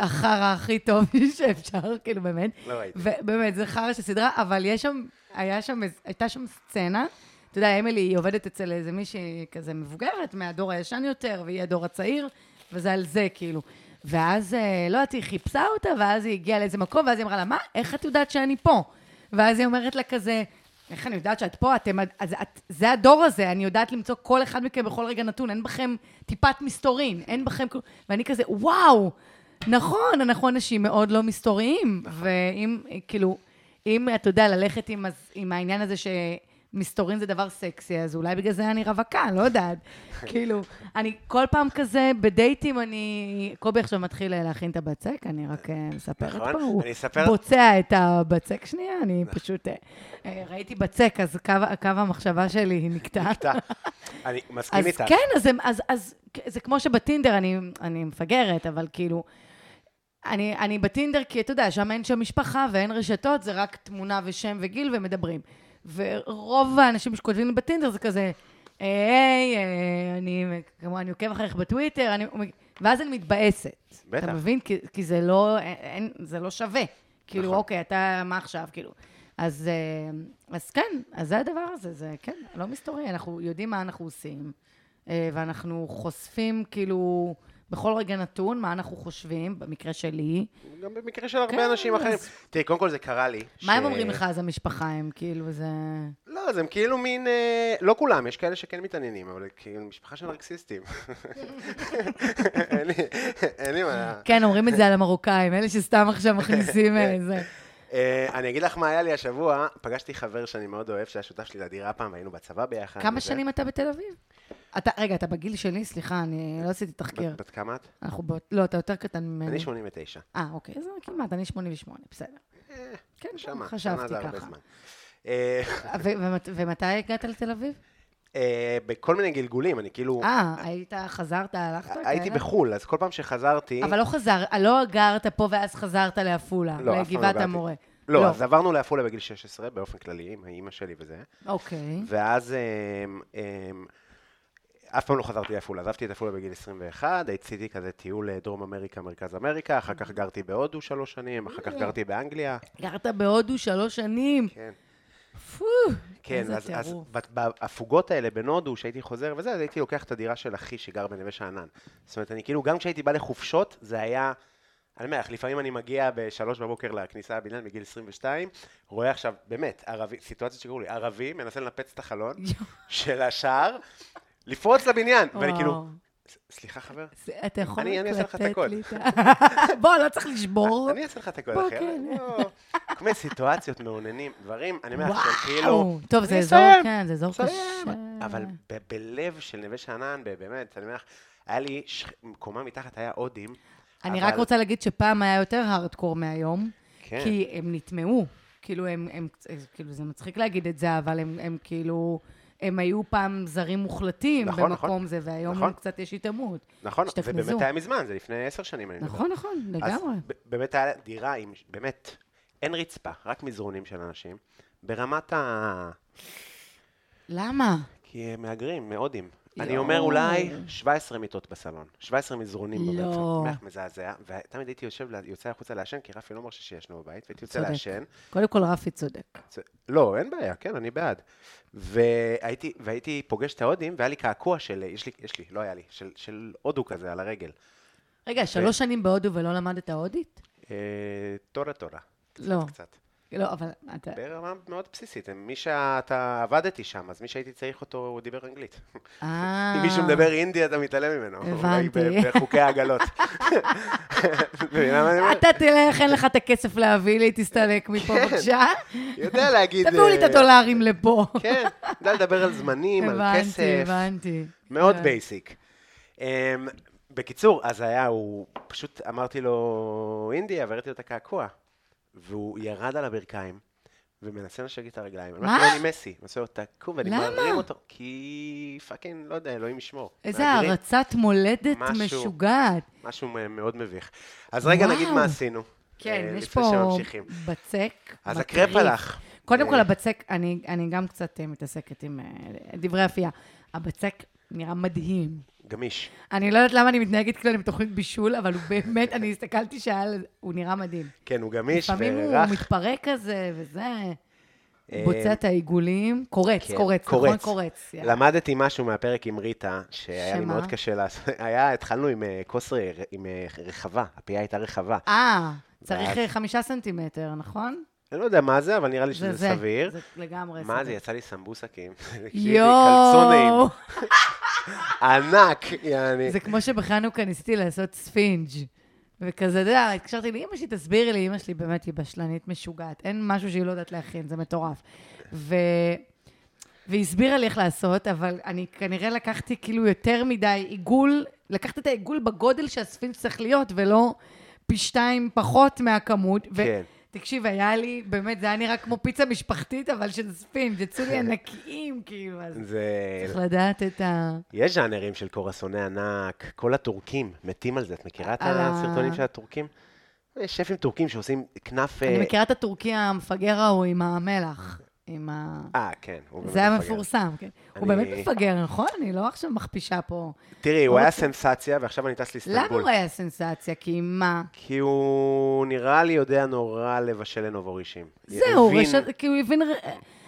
החרא הכי טוב שאפשר, כאילו, באמת. לא ראיתי. ובאמת, זה חרא של סדרה, אבל יש שם, היה שם, איז- הייתה שם סצנה, אתה יודע, אמילי, היא עובדת אצל איזה מישהי כזה מבוגרת, מהדור הישן יותר, והיא הדור הצעיר, וזה על זה, כאילו. ואז, אה, לא יודעת, היא חיפשה אותה, ואז היא הגיעה לאיזה מקום, ואז היא אמרה לה, מה, איך את יודעת שאני פה? ואז היא אומרת לה כזה, איך אני יודעת שאת פה? אתם, אז את, זה הדור הזה, אני יודעת למצוא כל אחד מכם בכל רגע נתון, אין בכם טיפת מסתורין, אין בכם כלום. ואני כזה, וואו, נכון, אנחנו אנשים מאוד לא מסתוריים. נכון. ואם, כאילו, אם, אתה יודע, ללכת עם, הז- עם העניין הזה שמסתורין זה דבר סקסי, אז אולי בגלל זה אני רווקה, לא יודעת. כאילו, אני כל פעם כזה, בדייטים אני... קובי עכשיו מתחיל אה, להכין את הבצק, אני רק אה, מספרת נכון, פה. הוא אני אספר- בוצע את הבצק שנייה, אני פשוט... אה, אה, ראיתי בצק, אז קו, קו המחשבה שלי נקטע. אתה. אני מסכים אז איתך. כן, אז, הם- אז, אז זה כמו שבטינדר, אני, אני מפגרת, אבל כאילו... אני, אני בטינדר כי אתה יודע, שם אין שם משפחה ואין רשתות, זה רק תמונה ושם וגיל ומדברים. ורוב האנשים שכותבים לי בטינדר זה כזה, היי, אה, אני, כמו, אני עוקב אחריך בטוויטר, אני, ואז אני מתבאסת. בטח. אתה מבין? כי, כי זה, לא, אין, זה לא שווה. כאילו, נכון. אוקיי, אתה, מה עכשיו? כאילו. אז, אה, אז כן, אז זה הדבר הזה, זה כן, לא מסתורי, אנחנו יודעים מה אנחנו עושים, אה, ואנחנו חושפים כאילו בכל רגע נתון מה אנחנו חושבים, במקרה שלי. גם במקרה של הרבה כן, אנשים אז- אחרים. תראי, קודם כל זה קרה לי. מה ש- הם אומרים לך אז המשפחה, הם כאילו, זה... לא, אז הם כאילו מין... אה, לא כולם, יש כאלה שכן מתעניינים, אבל כאילו משפחה של נרקסיסטים. אין לי- אין לי מה... כן, אומרים את זה על המרוקאים, אלה שסתם עכשיו מכניסים אה, זה. אה, אה, אני אגיד לך מה היה לי השבוע, פגשתי חבר שאני מאוד אוהב, שהיה שותף שלי לדירה פעם, והיינו בצבא ביחד. כמה וזה. שנים אתה בתל אביב? אתה, רגע, אתה בגיל שלי? סליחה, אני לא עשיתי בת- תחקיר. בת כמה את? אנחנו באות... לא, אתה יותר קטן ממני. אני 89. אה, אוקיי, אז כמעט, אני 88, בסדר. אה, כן, שמה, שנה חשבתי זה הרבה ככה. זמן. אה, ו- ומת- ומתי הגעת לתל אביב? אה, בכל מיני גלגולים, אני כאילו... אה, היית, חזרת, הלכת? הייתי כאלה? בחו"ל, אז כל פעם שחזרתי... אבל לא חזר, לא גרת פה ואז חזרת לעפולה, לא, אף פעם לא לגבעת גרתי. המורה. לא, אז עברנו לעפולה בגיל 16, באופן כללי, עם האימא שלי וזה. אוקיי. ואז אמ, אמ, אף פעם לא חזרתי לעפולה, עזבתי את עפולה בגיל 21, עשיתי כזה טיול אה, דרום אמריקה, מרכז אמריקה, אחר אוקיי. כך גרתי בהודו שלוש שנים, אחר כך אה. גרתי באנגליה. גרת בהודו שלוש שנים. כן. פו, כן, איזה אז, אז טירוף. בת- בהפוגות האלה בין הודו, שהייתי חוזר וזה, אז הייתי לוקח את הדירה של אחי שגר בנווה שאנן. זאת אומרת, אני כאילו, גם כשהייתי בא לחופשות, זה היה... אני אומר לך, לפעמים אני מגיע בשלוש בבוקר לכניסה לבניין בגיל 22, רואה עכשיו, באמת, ערבי, סיטואציות שקראו לי, ערבי, מנסה לנפץ את החלון של השער, לפרוץ לבניין, ואני כאילו, וואו. "ס- סליחה חבר, זה- אתה יכול אני- אני אעשה לך את לתת הכל. לי את ה- בוא, לא צריך לשבור. אני אעשה לך את הכל בוא, אחר. כן. כל מיני סיטואציות מעוננים, דברים, אני אומר לך, כאילו, שכאילו... וואו. טוב, זה אני אזור, אסיים. כן, זה אזור בסדר, קשה. אבל ב- בלב של נווה שאנן, ב- באמת, אני אומר לך, היה לי שכ- קומה מתחת היה הודים. אני אבל- רק רוצה להגיד שפעם היה יותר הארדקור מהיום, כן. כי הם נטמעו. כאילו, הם, הם, כאילו, זה מצחיק להגיד את זה, אבל הם, הם כאילו, הם היו פעם זרים מוחלטים נכון, במקום נכון. זה, והיום נכון. הם קצת יש התאמות. נכון, זה השתכנזו. באמת היה מזמן, זה לפני עשר שנים. אני מדבר. נכון, נכון, אה, אז לגמרי. ב- באמת היה דירה עם, באמת, אין רצפה, רק מזרונים של אנשים. ברמת ה... למה? כי הם מהגרים, מהודים. יואו. אני אומר אולי 17 מיטות בסלון, 17 מזרונים לא. בבית, מח מזעזע, ותמיד הייתי יושב, לה- יוצא החוצה לעשן, כי רפי לא מרשה שישנו בבית, והייתי יוצא צודק. לעשן, קודם כל, רפי צודק. זה- לא, אין בעיה, כן, אני בעד. והייתי, והייתי פוגש את ההודים, והיה לי קעקוע של, יש לי, יש לי, לא היה לי, של, של הודו כזה על הרגל. אוקיי. רגע, שלוש שנים בהודו ולא למדת הודית? אה, תורה תורה, לא. קצת. לא, אבל אתה... ברמה מאוד בסיסית, אה, מי שאתה עבדתי שם, אז מי שהייתי צריך אותו, הוא דיבר אנגלית. אה... אם מישהו מדבר אינדי, אתה מתעלם ממנו. אולי ב- הבנתי. בחוקי העגלות. מבינה מה אני אומר? אתה תלך, אין לך את הכסף להביא לי, תסתלק מפה כן. בבקשה. יודע להגיד... תביאו לי את אה, הדולרים לפה. כן, יודע לדבר על זמנים, על כסף. הבנתי, הבנתי. מאוד כן. בייסיק. Um, בקיצור, אז היה, הוא פשוט אמרתי לו, אינדיה, והראיתי לו את הקעקוע. והוא ירד על הברכיים, ומנסה לשגע את הרגליים. אני אומר, מה? אני מסי. אני עושה לו, תקום, ואני למה? מרים אותו. כי פאקינג, לא יודע, אלוהים ישמור. איזה מהגרים, הערצת מולדת משהו. אה, משוגעת. משהו מ- מאוד מביך. אז רגע, וואו. נגיד מה עשינו. כן, אה, יש לפני פה שממשיכים. בצק. אז מטריף. הקרפ הלך. קודם אה, כל, הבצק, אני אני גם קצת אה, מתעסקת עם אה, דברי אפייה. הבצק נראה מדהים. גמיש. אני לא יודעת למה אני מתנהגת כאילו אני בתוכנית בישול, אבל הוא באמת, אני הסתכלתי שהיה, לזה- הוא נראה מדהים. כן, הוא גמיש לפעמים הוא ורך. מתפרק כזה, וזה... אה, בוצע את העיגולים, קורץ, כן, קורץ, נכון? קורץ. יאללה. למדתי משהו מהפרק עם ריטה, שהיה לי שמה? מאוד קשה לעשות. היה, התחלנו עם אה, כוס ר- עם אה, רחבה, הפייה הייתה רחבה. אה, צריך ואז- אה, חמישה סנטימטר, נכון? אני לא יודע מה זה, אבל נראה לי שזה סביר. זה לגמרי סביר. מה זה, יצא לי סמבוסקים. יואו! יואו! ענק, יעני. זה כמו שבחנוכה ניסיתי לעשות ספינג'. וכזה, אתה יודע, התקשרתי לאמא שלי, תסבירי לי, אמא שלי באמת היא בשלנית משוגעת, אין משהו שהיא לא יודעת להכין, זה מטורף. ו... והיא הסבירה לי איך לעשות, אבל אני כנראה לקחתי כאילו יותר מדי עיגול, לקחתי את העיגול בגודל שהספינג' צריך להיות, ולא פי שתיים פחות מהכמות. ו... כן. תקשיב, היה לי, באמת, זה היה נראה כמו פיצה משפחתית, אבל של ספינג', יצאו לי ענקיים, כאילו, אז זה... צריך לדעת את ה... יש ז'אנרים של קורסוני ענק, כל הטורקים מתים על זה. את מכירה את על ה- הסרטונים של הטורקים? יש שפים טורקים שעושים כנף... אני אה, מכירה את הטורקי המפגר ההוא עם המלח. עם ה... אה, כן. הוא באמת זה היה מפגר. מפורסם, כן. הוא אני- באמת מפגר, נכון? אני לא עכשיו מכפישה פה. תראי, הוא לא היה רוצה- סנסציה, ועכשיו אני טס לאיסטנבול. למה הוא היה סנסציה? כי מה? כי הוא נראה לי יודע נורא לבשל לנובורישים. זהו, הבין רשת- כאילו, הבין... ר-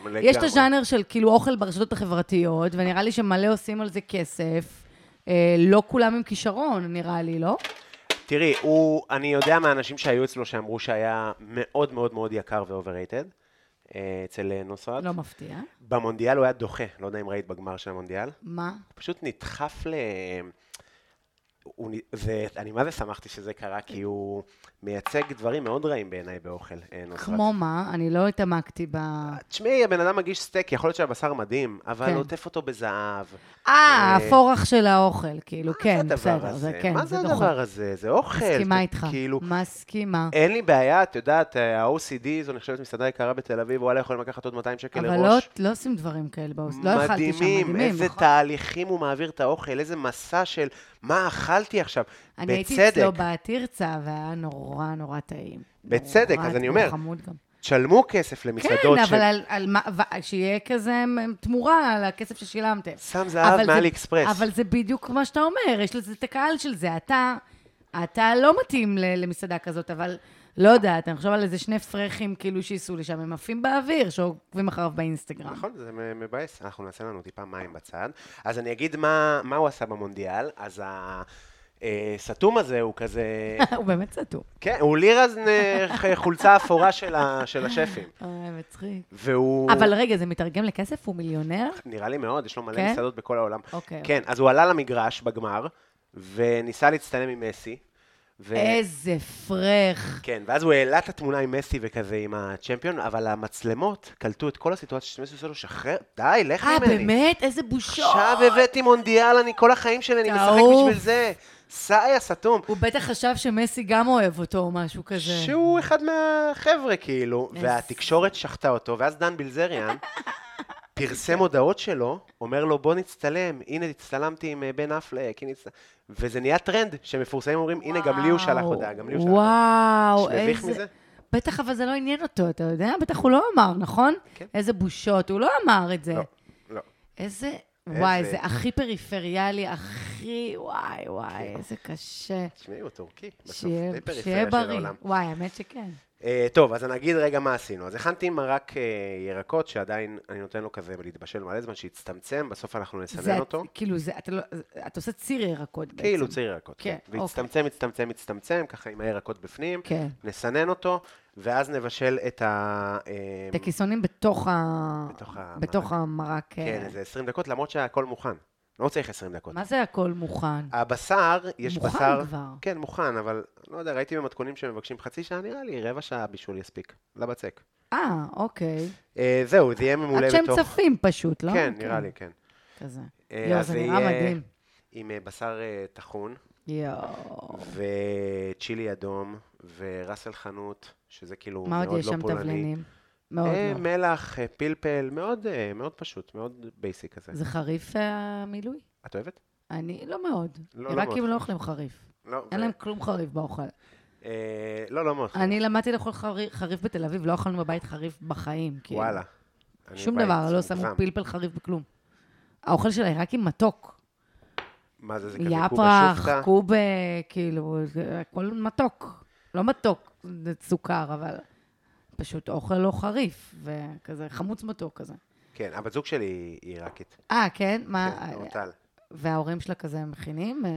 לגמרי. יש את הז'אנר של כאילו אוכל ברשתות החברתיות, ונראה לי שמלא עושים על זה כסף. אה, לא כולם עם כישרון, נראה לי, לא? תראי, הוא, אני יודע מהאנשים שהיו אצלו שאמרו שהיה מאוד מאוד מאוד יקר ואוברייטד, אה, אצל אה, נוסרת. לא מפתיע. במונדיאל הוא היה דוחה, לא יודע אם ראית בגמר של המונדיאל. מה? הוא פשוט נדחף ל... הוא, נ- זה, אני מה זה שמחתי שזה קרה, כי הוא מייצג דברים מאוד רעים בעיניי באוכל, אה, נוסרת. כמו מה? אני לא התעמקתי ב... תשמעי, הבן אדם מגיש סטייק, יכול להיות שהבשר מדהים, אבל כן. עוטף אותו בזהב. אה, אה, הפורח של האוכל, כאילו, מה כן, הדבר בסדר, הזה? זה כן, מה זה זה נכון. הדבר הזה? זה אוכל. מסכימה זה- איתך, כאילו, מסכימה. אין לי בעיה, את יודעת, ה-OCD, זו נחשבת מסעדה יקרה בתל אביב, וואלה, יכולים לקחת עוד 200 שקל אבל אוקיי, לראש. לא- לא עושים דברים כאלה באוסט, לא אכלתי שם מדהימים. איזה נכון? תהליכים הוא מעביר את האוכל, איזה מסע של מה אכלתי עכשיו. אני הייתי בצדק, אצלו בתרצה, והיה נורא נורא טעים. בצדק, נורא אז אני טעים, אומר, חמוד גם. תשלמו כסף כן, למסעדות אבל של על- על מה- ו- שיהיה כזה מ- תמורה על הכסף ששילמתם. שם זהב אבל זה- מאלי אקספרס. אבל זה בדיוק מה שאתה אומר, יש לזה את הקהל של זה. אתה, אתה לא מתאים ל- למסעדה כזאת, אבל לא יודעת, אני חושב על איזה שני פרחים כאילו שייסעו לשם, הם עפים באוויר, שעוקבים אחריו באינסטגרם. נכון, זה מ- מבאס. אנחנו נעשה לנו טיפה מים בצד. אז אני אגיד מה, מה הוא עשה במונדיאל. אז הסתום הזה הוא כזה... הוא באמת סתום. כן, הוא לירז נ- ח- חולצה אפורה של, ה, של השפים. אוי, אה, מצחיק. והוא... אבל רגע, זה מתרגם לכסף? הוא מיליונר? נראה לי מאוד, יש לו מלא כן? מסעדות בכל העולם. אוקיי. כן, אז הוא עלה למגרש בגמר, וניסה להצטלם עם מסי. ו... איזה פרח. כן, ואז הוא העלה את התמונה עם מסי וכזה עם הצ'מפיון, אבל המצלמות קלטו את כל הסיטואציה שמסי עושה לו, שחרר, די, לך אה, ממני. באמת? איזה בושות. עכשיו הבאתי מונדיאל, אני כל החיים שלי, אני משחק תעוף. בשביל זה. סאי הסתום. הוא בטח חשב שמסי גם אוהב אותו או משהו כזה. שהוא אחד מהחבר'ה, כאילו, איזה- והתקשורת שחטה אותו, ואז דן בילזריאן פרסם הודעות שלו, אומר לו, בוא נצטלם, הנה הצטלמתי עם אה, בן אפלק, הנה הצטלם... וזה נהיה טרנד, שמפורסמים אומרים, הנה, גם לי הוא שלח הודעה, גם לי הוא שלח הודעה. וואו, יש מביך איזה... מזה? בטח, אבל זה לא עניין אותו, אתה יודע? בטח הוא לא אמר, נכון? כן. איזה בושות, הוא לא אמר את זה. לא, לא. איזה... איזה- וואי, זה הכי פריפריאלי, הכי... וואי, וואי, איזה קשה. תשמעי, הוא טורקי, בסוף, שיהיה די שיהיה פריפריה של בריא. העולם. וואי, האמת שכן. אה, טוב, אז אני אגיד רגע מה עשינו. אז הכנתי מרק אה, ירקות, שעדיין אני נותן לו כזה להתבשל מלא זמן, שיצטמצם, בסוף אנחנו נסנן זה- אותו. כאילו, זה- אתה לא- זה- אתה עושה ציר ירקות בעצם. כאילו צעיר ירקות. כן, כן. אוקיי. והצטמצם, הצטמצם, הצטמצם, ככה עם הירקות בפנים. כן. נסנן אותו, ואז נבשל את ה... אה, את הכיסונים בתוך ה... בתוך המרק. בתוך המרק. אה. כן, איזה 20 דקות, למרות שהכל מוכן. לא צריך 20 דקות. מה זה הכל מוכן? הבשר, אה, יש מוכן בשר... כבר. כן, מוכן, אבל לא יודע, ראיתי במתכונים שמבקשים חצי שעה, נראה לי רבע שעה בישול יספיק, לבצק. אה, אוקיי. אה, זהו, זה יהיה ממולא עד בתוך... שהם צפים פשוט, לא? כן, נראה לי, כן. כזה. אה, יואו, אז זה נראה יהיה מדהים. עם אה, בשר אה, טחון, יואו. וצ'ילי אדום, וראסל חנות, שזה כאילו מה מאוד עוד יש לא שם פולני. תבלינים? מאוד אה, לא. מלח, אה, פלפל, מאוד, אה, מאוד פשוט, מאוד בייסי כזה. זה חריף אה, המילוי? את אוהבת? אני לא מאוד. לא, לא רק מאוד אם לא חריף. אוכלים חריף. לא. אין ו- להם כלום חריף באוכל. אה, לא, לא מאוד. אני למדתי לאכול חרי- חריף בתל אביב, לא אכלנו בבית חריף בחיים. כאילו. כן. וואלה. אני שום בית, דבר, לא מוגזם. שמו פלפל חריף בכלום. האוכל שלה היא רק עם מתוק. מה זה, זה כזה קובה יפרח, שופטה? קוב, אה, כאילו, זה הכל מתוק. לא מתוק, זה סוכר, אבל פשוט אוכל לא חריף, וכזה חמוץ מתוק כזה. כן, הבת זוג שלי היא עיראקית. אה, כן? מה, כן, אורטל. וההורים שלה כזה מכינים אה,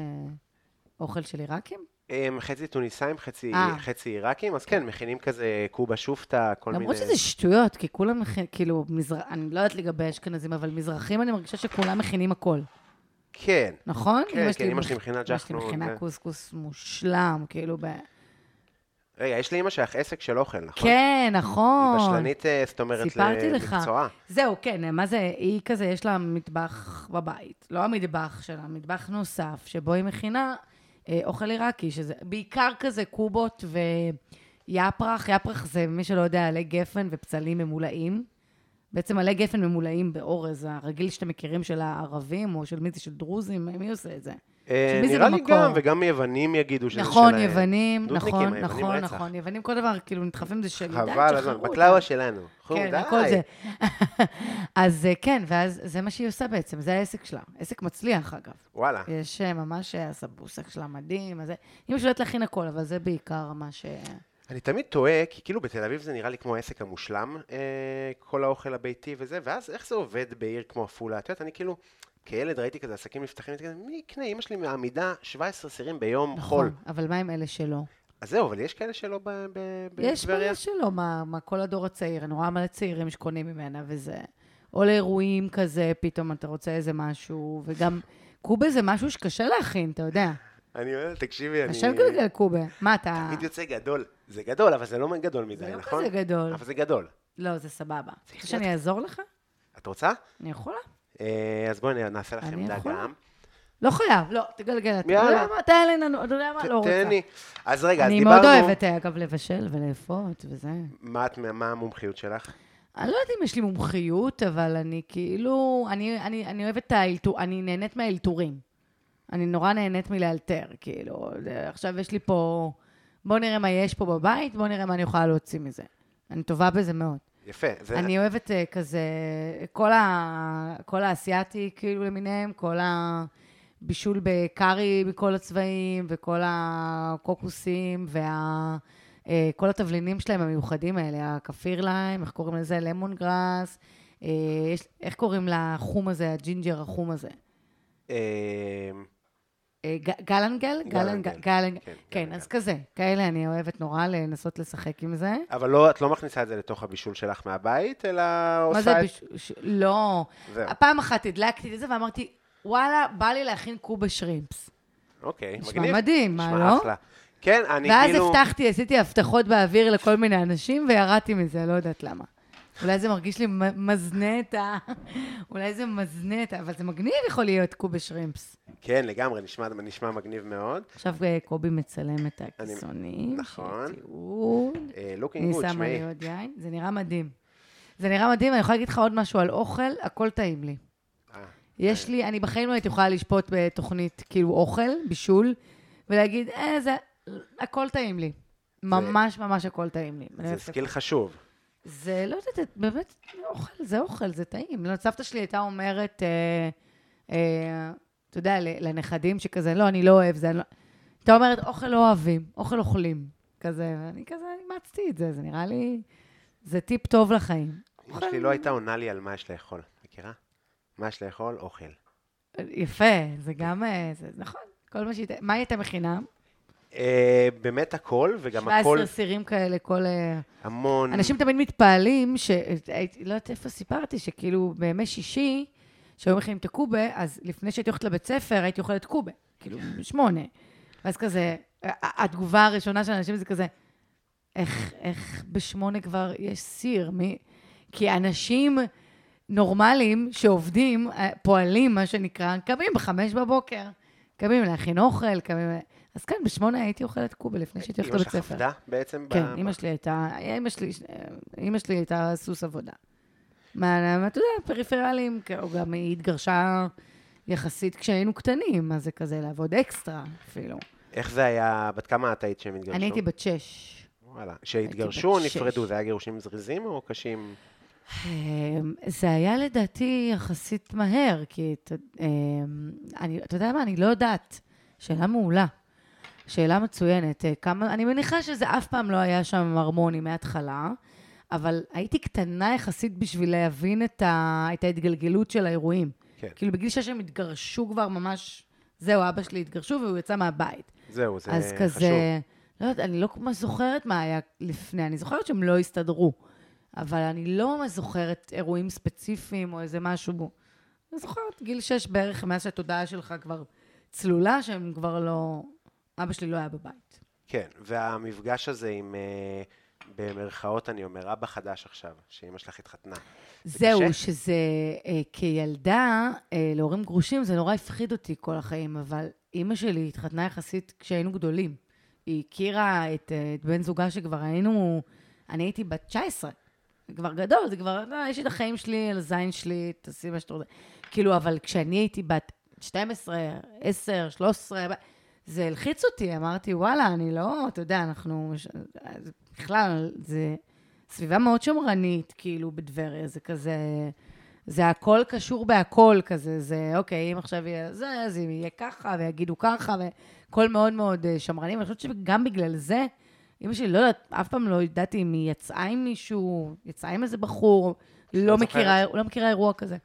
אוכל של עיראקים? הם חצי טוניסאים, חצי אה. חצי עיראקים, אז כן, מכינים כזה קובה שופטה, כל מיני... למרות שזה שטויות, כי כולם מכינים, כאילו, מזר... אני לא יודעת לגבי אשכנזים, אבל מזרחים אני מרגישה שכולם מכינים הכל, כן. נכון? כן, אמא כן, אמא שלי מכ- מכינה אמא שלי ג'חנון, כן. מכינה זה. קוסקוס מושלם, כאילו, ב... רגע, יש לאמא שלך עסק של אוכל, נכון? כן, נכון. היא בשלנית, אה, זאת אומרת, סיפרתי לך. למקצועה. זהו, כן, מה זה, היא כזה, יש לה מטבח בבית. לא המטבח שלה, מטבח נוסף, שבו היא מכינה אה, אוכל עיראקי, שזה בעיקר כזה קובות ויפרח. יפרח זה, מי שלא יודע, עלי גפן ופצלים ממולאים. בעצם עלי גפן ממולאים באורז הרגיל שאתם מכירים של הערבים, או של מי זה, של דרוזים, מי עושה את זה? אה, של מי זה נראה לי במקור? גם, וגם יוונים יגידו שזה שלהם. נכון, יוונים, דודניקים, נכון, אה, היוונים נכון, רצח. נכון. יוונים כל דבר, כאילו, נדחפים זה של... די, חבל, תשחררו הזמן, אותם. בקלאווה שלנו. חום, כן, די. הכל זה. אז אה, כן, ואז זה מה שהיא עושה בעצם, זה העסק שלה. עסק מצליח, אגב. וואלה. יש אה, ממש, אה, הסבוסק שלה מדהים, אז זה... היא משולמת להכין הכל, אבל זה בעיקר מה ש... אני תמיד תוהה, כי כאילו בתל אביב זה נראה לי כמו העסק המושלם, אה, כל האוכל הביתי וזה, ואז איך זה עובד בעיר כמו עפולה? את יודעת, אני כאילו, כילד ראיתי כזה עסקים נפתחים, הייתי כזה, מי יקנה? אמא שלי מעמידה 17 סירים ביום חול. נכון, אבל מה עם אלה שלא? אז זהו, אבל יש כאלה שלא ב- ב- יש בטבריה? בעיה שלא, מה, מה כל הדור הצעיר, אני רואה מלא צעירים שקונים ממנה, וזה... או לאירועים כזה, פתאום אתה רוצה איזה משהו, וגם קובה זה משהו שקשה להכין, אתה יודע. אני אומר, תקשיבי, כן, אני... השם גלגל קובה. מה אתה... תמיד יוצא גדול. זה גדול, אבל זה לא גדול מדי, זה לא נכון? כזה גדול. אבל זה גדול. לא, זה סבבה. רוצה שאני אעזור לך? את רוצה? אני יכולה? אה, אז בואי נעשה לך אני עמדה יכולה. גם. לא חייב, לא, תגלגל. אתה. יאללה. אתה יודע מה, תעלה לנו, אתה יודע מה, לא ת- רוצה. תהני. אז רגע, אז אני דיברנו... מאוד אוהבת, אה, אגב, לבשל ולאפות וזה. מה את- מה המומחיות שלך? אני לא יודעת אם יש לי מומחיות, אבל אני כאילו, אני, אני, אני אוהבת את האלתור, אני נהנית מהאלתורים. אני נורא נהנית מלאלתר, כאילו, זה- עכשיו יש לי פה, בוא נראה מה יש פה בבית, בוא נראה מה אני יכולה להוציא מזה. אני טובה בזה מאוד. יפה. זה- אני אוהבת אה, כזה, כל, ה, כל האסייתי כאילו למיניהם, כל הבישול בקארי מכל הצבעים, וכל הקוקוסים, וה... אה, כל התבלינים שלהם המיוחדים האלה, הכפיר ליים, איך קוראים לזה? למון גראס, אה, יש- איך קוראים לחום הזה, הג'ינג'ר החום הזה? אה, אה, ג- גלנגל? גלנגל. גלנגל. גלנגל. כן, כן, גלנגל. אז כזה. כאלה אני אוהבת נורא לנסות לשחק עם זה. אבל לא, את לא מכניסה את זה לתוך הבישול שלך מהבית, אלא עושה מה את... זה בישול? לא. זהו. פעם אחת הדלקתי את זה ואמרתי, וואלה, בא לי להכין קובה שרימפס. אוקיי, נשמע מגניב. מדהים, מה, נשמע לא? אחלה. כן, אני ואז כאילו... הבטחתי, עשיתי הבטחות באוויר לכל מיני אנשים וירדתי מזה, לא יודעת למה. אולי זה מרגיש לי מ- מזנה את ה... אולי זה מזנה את ה... אבל זה מגניב יכול להיות קובה שרימפס. כן, לגמרי, נשמע, נשמע מגניב מאוד. עכשיו אה, קובי מצלם את הכיסונים. נכון. שתיעוד. אה, looking אני good, שמה שמעי. לי עוד יין. זה נראה מדהים. זה נראה מדהים, אני יכולה להגיד לך עוד משהו על אוכל, הכל טעים לי. אה, יש לי, אני בחיים לא הייתי יכולה לשפוט בתוכנית כאילו אוכל, בישול, ולהגיד, אה, זה, הכל טעים לי. ממש ממש הכל טעים לי. אני זה אוהבת סקיל חשוב. הכל. זה, לא יודעת, באמת, אוכל, זה אוכל, זה טעים. לא, סבתא שלי הייתה אומרת, אה, אה, אתה יודע, ל- לנכדים שכזה, לא, אני לא אוהב זה, אני לא... הייתה אומרת, אוכל לא אוהבים, אוכל אוכלים. כזה, ואני כזה אימצתי את זה, זה נראה לי, זה טיפ טוב לחיים. אמא שלי נכון. לא הייתה עונה לי על מה יש לאכול, מכירה? מה יש לאכול? אוכל. יפה, זה גם, אה, זה נכון, כל מה שהיא... מה היא הייתה מכינה? אה, באמת הכל, וגם הכל 17 סירים כאלה, כל... אה, המון... אנשים תמיד מתפעלים, ש... הייתי- לא יודעת איפה סיפרתי, שכאילו בימי שישי, שהיו מכינים את הקובה, אז לפני שהייתי הולכת לבית ספר, הייתי אוכלת קובה, כאילו, שמונה. ואז כזה, ה- התגובה הראשונה של אנשים זה כזה, איך, איך בשמונה כבר יש סיר? מי... כי אנשים נורמליים שעובדים, אה, פועלים, מה שנקרא, קמים בחמש בבוקר. קמים להכין אוכל, קמים... אז כן, בשמונה הייתי אוכלת קובה לפני שהייתי הולכת אמא לבית שלך ספר. עבדה בעצם? ב- כן, אימא שלי הייתה, אימא שלי, אימא שלי הייתה סוס עבודה. מה, מה, אתה יודע, פריפרלים, כאילו, גם היא התגרשה יחסית כשהיינו קטנים, אז זה כזה לעבוד אקסטרה אפילו. איך זה היה? בת כמה את היית שהם התגרשו? אני הייתי בת שש. וואלה. הייתי שהתגרשו בת או שש. נפרדו? זה היה גירושים זריזים או קשים? אמ, זה היה לדעתי יחסית מהר, כי אתה- אמ, אני- אתה יודע מה, אני לא יודעת. שאלה מעולה. שאלה מצוינת. אה, כמה, אני מניחה שזה אף פעם לא היה שם הרמוני מההתחלה, אבל הייתי קטנה יחסית בשביל להבין את, ה, את ההתגלגלות של האירועים. כן. כאילו, בגיל שש הם התגרשו כבר ממש, זהו, אבא שלי התגרשו והוא יצא מהבית. זהו, זה אז חשוב. כזה, לא יודעת, אני לא ממש זוכרת מה היה לפני, אני זוכרת שהם לא הסתדרו, אבל אני לא ממש זוכרת אירועים ספציפיים או איזה משהו. אני זוכרת גיל שש בערך, מאז שהתודעה שלך כבר צלולה, שהם כבר לא... אבא שלי לא היה בבית. כן, והמפגש הזה עם, אה, במרכאות אני אומר, אבא חדש עכשיו, שאימא שלך התחתנה. זהו, קשה? שזה אה, כילדה, אה, להורים גרושים, זה נורא הפחיד אותי כל החיים, אבל אימא שלי התחתנה יחסית כשהיינו גדולים. היא הכירה את, אה, את בן זוגה שכבר היינו, אני הייתי בת 19. זה כבר גדול, זה כבר, לא, יש לי את החיים שלי, על הזין שלי, תעשי מה שאתה רוצה. כאילו, אבל כשאני הייתי בת 12, 10, 13, ב- זה הלחיץ אותי, אמרתי, וואלה, אני לא, אתה יודע, אנחנו, אז בכלל, זה סביבה מאוד שמרנית, כאילו, בטבריה, זה כזה, זה הכל קשור בהכל כזה, זה אוקיי, אם עכשיו יהיה זה, אז אם יהיה ככה, ויגידו ככה, והכל מאוד מאוד אה, שמרני, ואני חושבת שגם בגלל זה, אמא שלי, לא יודעת, אף פעם לא ידעתי אם היא יצאה עם מישהו, יצאה עם איזה בחור, לא זוכרת. מכירה, לא מכירה אירוע כזה.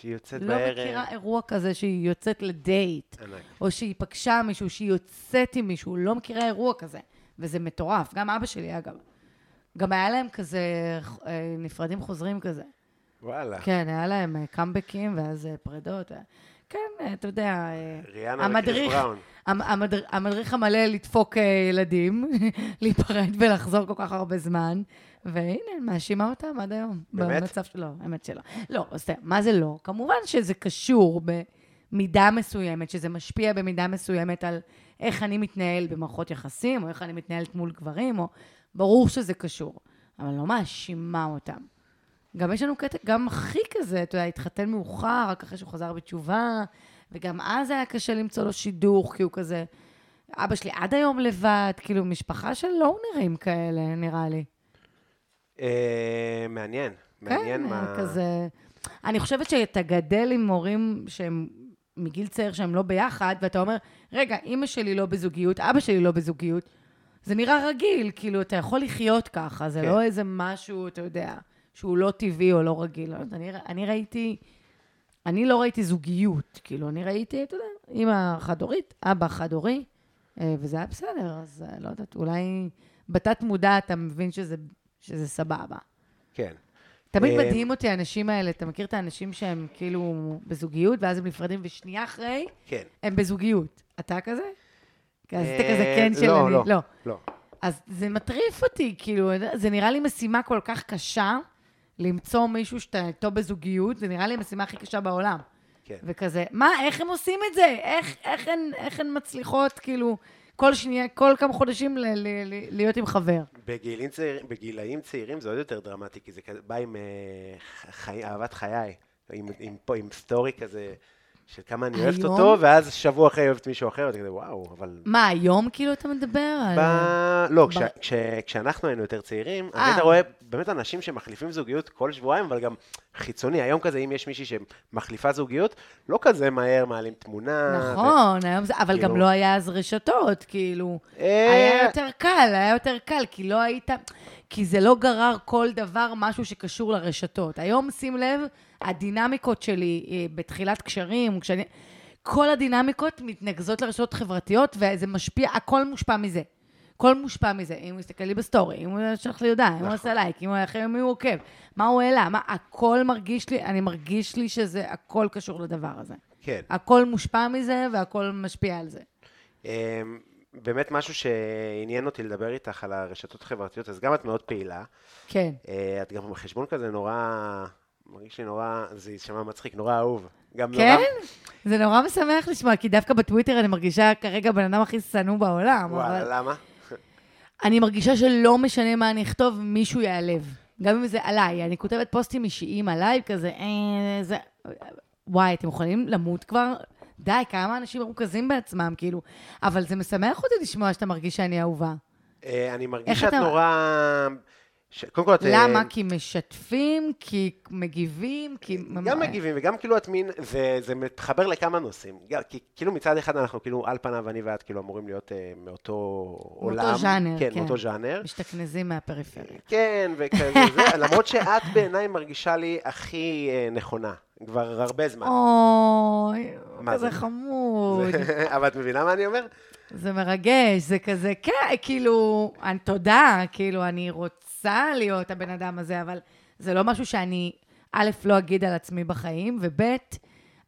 שהיא יוצאת לא בערב. מכירה אירוע כזה שהיא יוצאת לדייט, ענק. או שהיא פגשה מישהו, שהיא יוצאת עם מישהו, לא מכירה אירוע כזה. וזה מטורף, גם אבא שלי אגב. גם היה להם כזה אה, נפרדים חוזרים כזה. וואלה. כן, היה להם אה, קאמבקים ואז אה, פרדות. אה, כן, אה, אתה יודע, אה, ריאנה וקיס בראון. המ- המדר- המדריך המלא לדפוק אה, ילדים, להיפרד ולחזור כל כך הרבה זמן, והנה, מאשימה אותם עד היום. באמת? במצב שלא, האמת שלא. לא, סתם, מה זה לא? כמובן שזה קשור במידה מסוימת, שזה משפיע במידה מסוימת על איך אני מתנהל במערכות יחסים, או איך אני מתנהלת מול גברים, או... ברור שזה קשור, אבל לא מאשימה אותם. גם יש לנו קטע, גם אחי כזה, אתה יודע, התחתן מאוחר, רק אחרי שהוא חזר בתשובה, וגם אז היה קשה למצוא לו שידוך, כי הוא כזה... אבא שלי עד היום לבד, כאילו, משפחה של לונרים כאלה, נראה לי. אה, מעניין. מעניין כן, מה... כזה... אני חושבת שאתה גדל עם הורים שהם מגיל צעיר שהם לא ביחד, ואתה אומר, רגע, אימא שלי לא בזוגיות, אבא שלי לא בזוגיות. זה נראה רגיל, כאילו, אתה יכול לחיות ככה, זה כן. לא איזה משהו, אתה יודע, שהוא לא טבעי או לא רגיל. אני, אני ראיתי, אני לא ראיתי זוגיות, כאילו, אני ראיתי, אתה יודע, אימא חד-הורית, אבא חד-הורי, אה, וזה היה בסדר, אז אה, לא יודעת, אולי בתת מודע אתה מבין שזה, שזה סבבה. כן. תמיד אה, מדהים אותי האנשים האלה, אתה מכיר את האנשים שהם כאילו בזוגיות, ואז הם נפרדים, ושנייה אחרי, כן. הם בזוגיות. אתה כזה? אז אתה אה, כזה כן של לא, אני... לא, לא. לא. אז זה מטריף אותי, כאילו, זה נראה לי משימה כל כך קשה, למצוא מישהו שאתה איתו בזוגיות, זה נראה לי המשימה הכי קשה בעולם. כן. וכזה, מה, איך הם עושים את זה? איך, איך, הן, איך הן מצליחות, כאילו, כל שנייה, כל כמה חודשים ל- ל- ל- להיות עם חבר? בגילים, צעיר, בגילאים צעירים זה עוד יותר דרמטי, כי זה כזה, בא עם אה, חי, אהבת חיי, עם, עם, פה, עם סטורי כזה, של כמה אני אוהבת היום? אותו, ואז שבוע אחרי אוהבת מישהו אחר, ואתה כזה, וואו, אבל... מה, היום כאילו אתה מדבר על... ב... לא, ב- כש, כש, כשאנחנו היינו יותר צעירים, אה. היית רואה באמת אנשים שמחליפים זוגיות כל שבועיים, אבל גם חיצוני, היום כזה, אם יש מישהי שמחליפה זוגיות, לא כזה מהר מעלים תמונה. ו- נכון, היום זה, אבל גם כאילו- לא היה אז רשתות, כאילו. אה. היה יותר קל, היה יותר קל, כי לא היית... כי זה לא גרר כל דבר משהו שקשור לרשתות. היום, שים לב, הדינמיקות שלי אה, בתחילת קשרים, כשאני... כל הדינמיקות מתנקזות לרשתות חברתיות, וזה משפיע, הכל מושפע מזה. הכל מושפע מזה. אם הוא הסתכל לי בסטורי, אם הוא שלח לי הודעה, אם הוא נכון. עשה לייק, אם הוא אחרי מי הוא עוקב, מה הוא העלה, מה, הכל מרגיש לי, אני מרגיש לי שזה, הכל קשור לדבר הזה. כן. הכל מושפע מזה והכל משפיע על זה. אמ, באמת משהו שעניין אותי לדבר איתך על הרשתות החברתיות, אז גם את מאוד פעילה, כן. אה, את גם עם החשבון כזה נורא, מרגיש לי נורא, זה יישמע מצחיק, נורא אהוב. גם כן? נורא, זה נורא משמח לשמוע, כי דווקא בטוויטר אני מרגישה כרגע בן אדם הכי שנוא בעולם. וואלה, אבל למה? אני מרגישה שלא משנה מה אני אכתוב, מישהו ייעלב. גם אם זה עליי. אני כותבת פוסטים אישיים עליי, כזה, אה, זה... וואי, אתם יכולים למות כבר? די, כמה אנשים מרוכזים בעצמם, כאילו. אבל זה משמח אותי לשמוע שאתה מרגיש שאני אהובה. אה, אני איך מרגיש שאת אתה- נורא... ש- קודם כל את... אה, למה? כי משתפים, כי מגיבים, כי... גם מגיבים וגם כאילו את מין, זה, זה מתחבר לכמה נושאים. גם- כי כאילו מצד אחד אנחנו כאילו על פניו אני ואת כאילו אמורים להיות אה, מאותו עולם. ז'אנר, כן. כן, מאותו ז'אנר. משתכנזים מהפריפריה. כן, וכזה זה, למרות שאת בעיניי מרגישה לי הכי אה, נכונה, כבר הרבה זמן. אוי, מה כזה זה? חמוד. אבל את מבינה מה אני אומר? זה מרגש, זה כזה, כן, כאילו, אני- תודה, כאילו, אני רוצה להיות הבן אדם הזה, אבל זה לא משהו שאני, א', לא אגיד על עצמי בחיים, וב',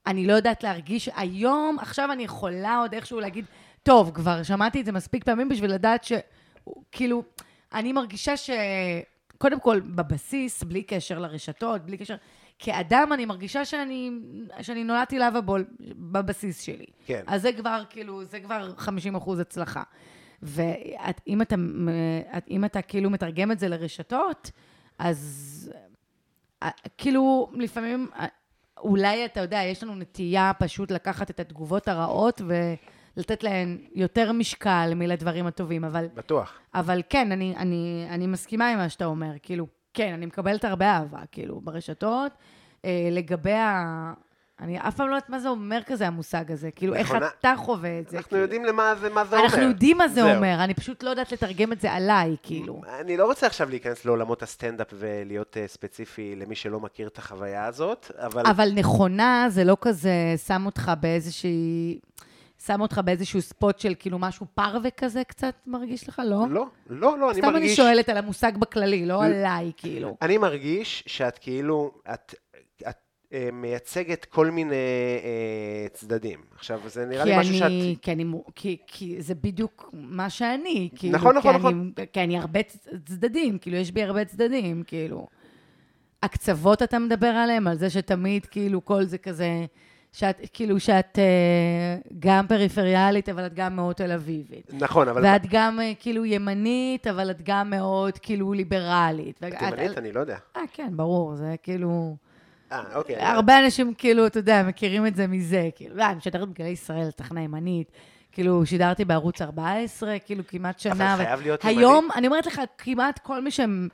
אני לא יודעת להרגיש, היום, עכשיו אני יכולה עוד איכשהו להגיד, טוב, כבר שמעתי את זה מספיק פעמים בשביל לדעת ש... כאילו, אני מרגישה ש... קודם כל, בבסיס, בלי קשר לרשתות, בלי קשר... כאדם, אני מרגישה שאני, שאני נולדתי להב הבול בבסיס שלי. כן. אז זה כבר, כאילו, זה כבר 50 אחוז הצלחה. ואם אתה, מ- את- אם אתה כאילו מתרגם את זה לרשתות, אז אה, כאילו, לפעמים, אה, אולי, אתה יודע, יש לנו נטייה פשוט לקחת את התגובות הרעות ולתת להן יותר משקל מלדברים הטובים, אבל בטוח. אבל כן, אני, אני, אני מסכימה עם מה שאתה אומר. כאילו, כן, אני מקבלת הרבה אהבה, כאילו, ברשתות. אה, לגבי ה... אני אף פעם לא יודעת מה זה אומר כזה, המושג הזה. כאילו, איך נכונה. אתה חווה את זה. אנחנו כאילו. יודעים למה זה, מה זה אומר. אנחנו יודעים מה זה זהו. אומר, אני פשוט לא יודעת לתרגם את זה עליי, כאילו. אני לא רוצה עכשיו להיכנס לעולמות הסטנדאפ ולהיות אה, ספציפי למי שלא מכיר את החוויה הזאת, אבל... אבל נכונה, זה לא כזה שם אותך באיזושהי... שם אותך באיזשהו ספוט של כאילו משהו פרווה כזה קצת מרגיש לך, לא? לא, לא, לא, אני סתם אני מרגיש... שואלת על המושג בכללי, לא ל- עליי, כאילו. אני מרגיש שאת כאילו, את, את, אה, מייצגת כל מיני אה, צדדים. עכשיו, זה נראה כי לי משהו שאת... אני, כי אני, מו- כי, כי זה בדיוק מה שאני, כאילו, נכון, נכון, כי נכון. אני, כי אני הרבה צ- צדדים, כאילו, יש בי הרבה צדדים, כאילו. הקצוות אתה מדבר עליהם, על זה שתמיד, כאילו, כל זה כזה, שאת, כאילו, שאת אה, גם פריפריאלית, אבל את גם מאוד תל אביבית. נכון, אבל... ואת גם, אה, כאילו, ימנית, אבל את גם מאוד, כאילו, ליברלית. ואת- תימנית, אני לא יודע. אה, כן, ברור, זה כאילו... אה, אוקיי. הרבה אנשים, כאילו, אתה יודע, מכירים את זה מזה. כאילו, לא, אני משדרת בגלי ישראל, תחנה ימנית. כאילו, שידרתי בערוץ 14, כאילו, כמעט שנה. חייב להיות היום, אני אומרת לך, כמעט כל מי שהם...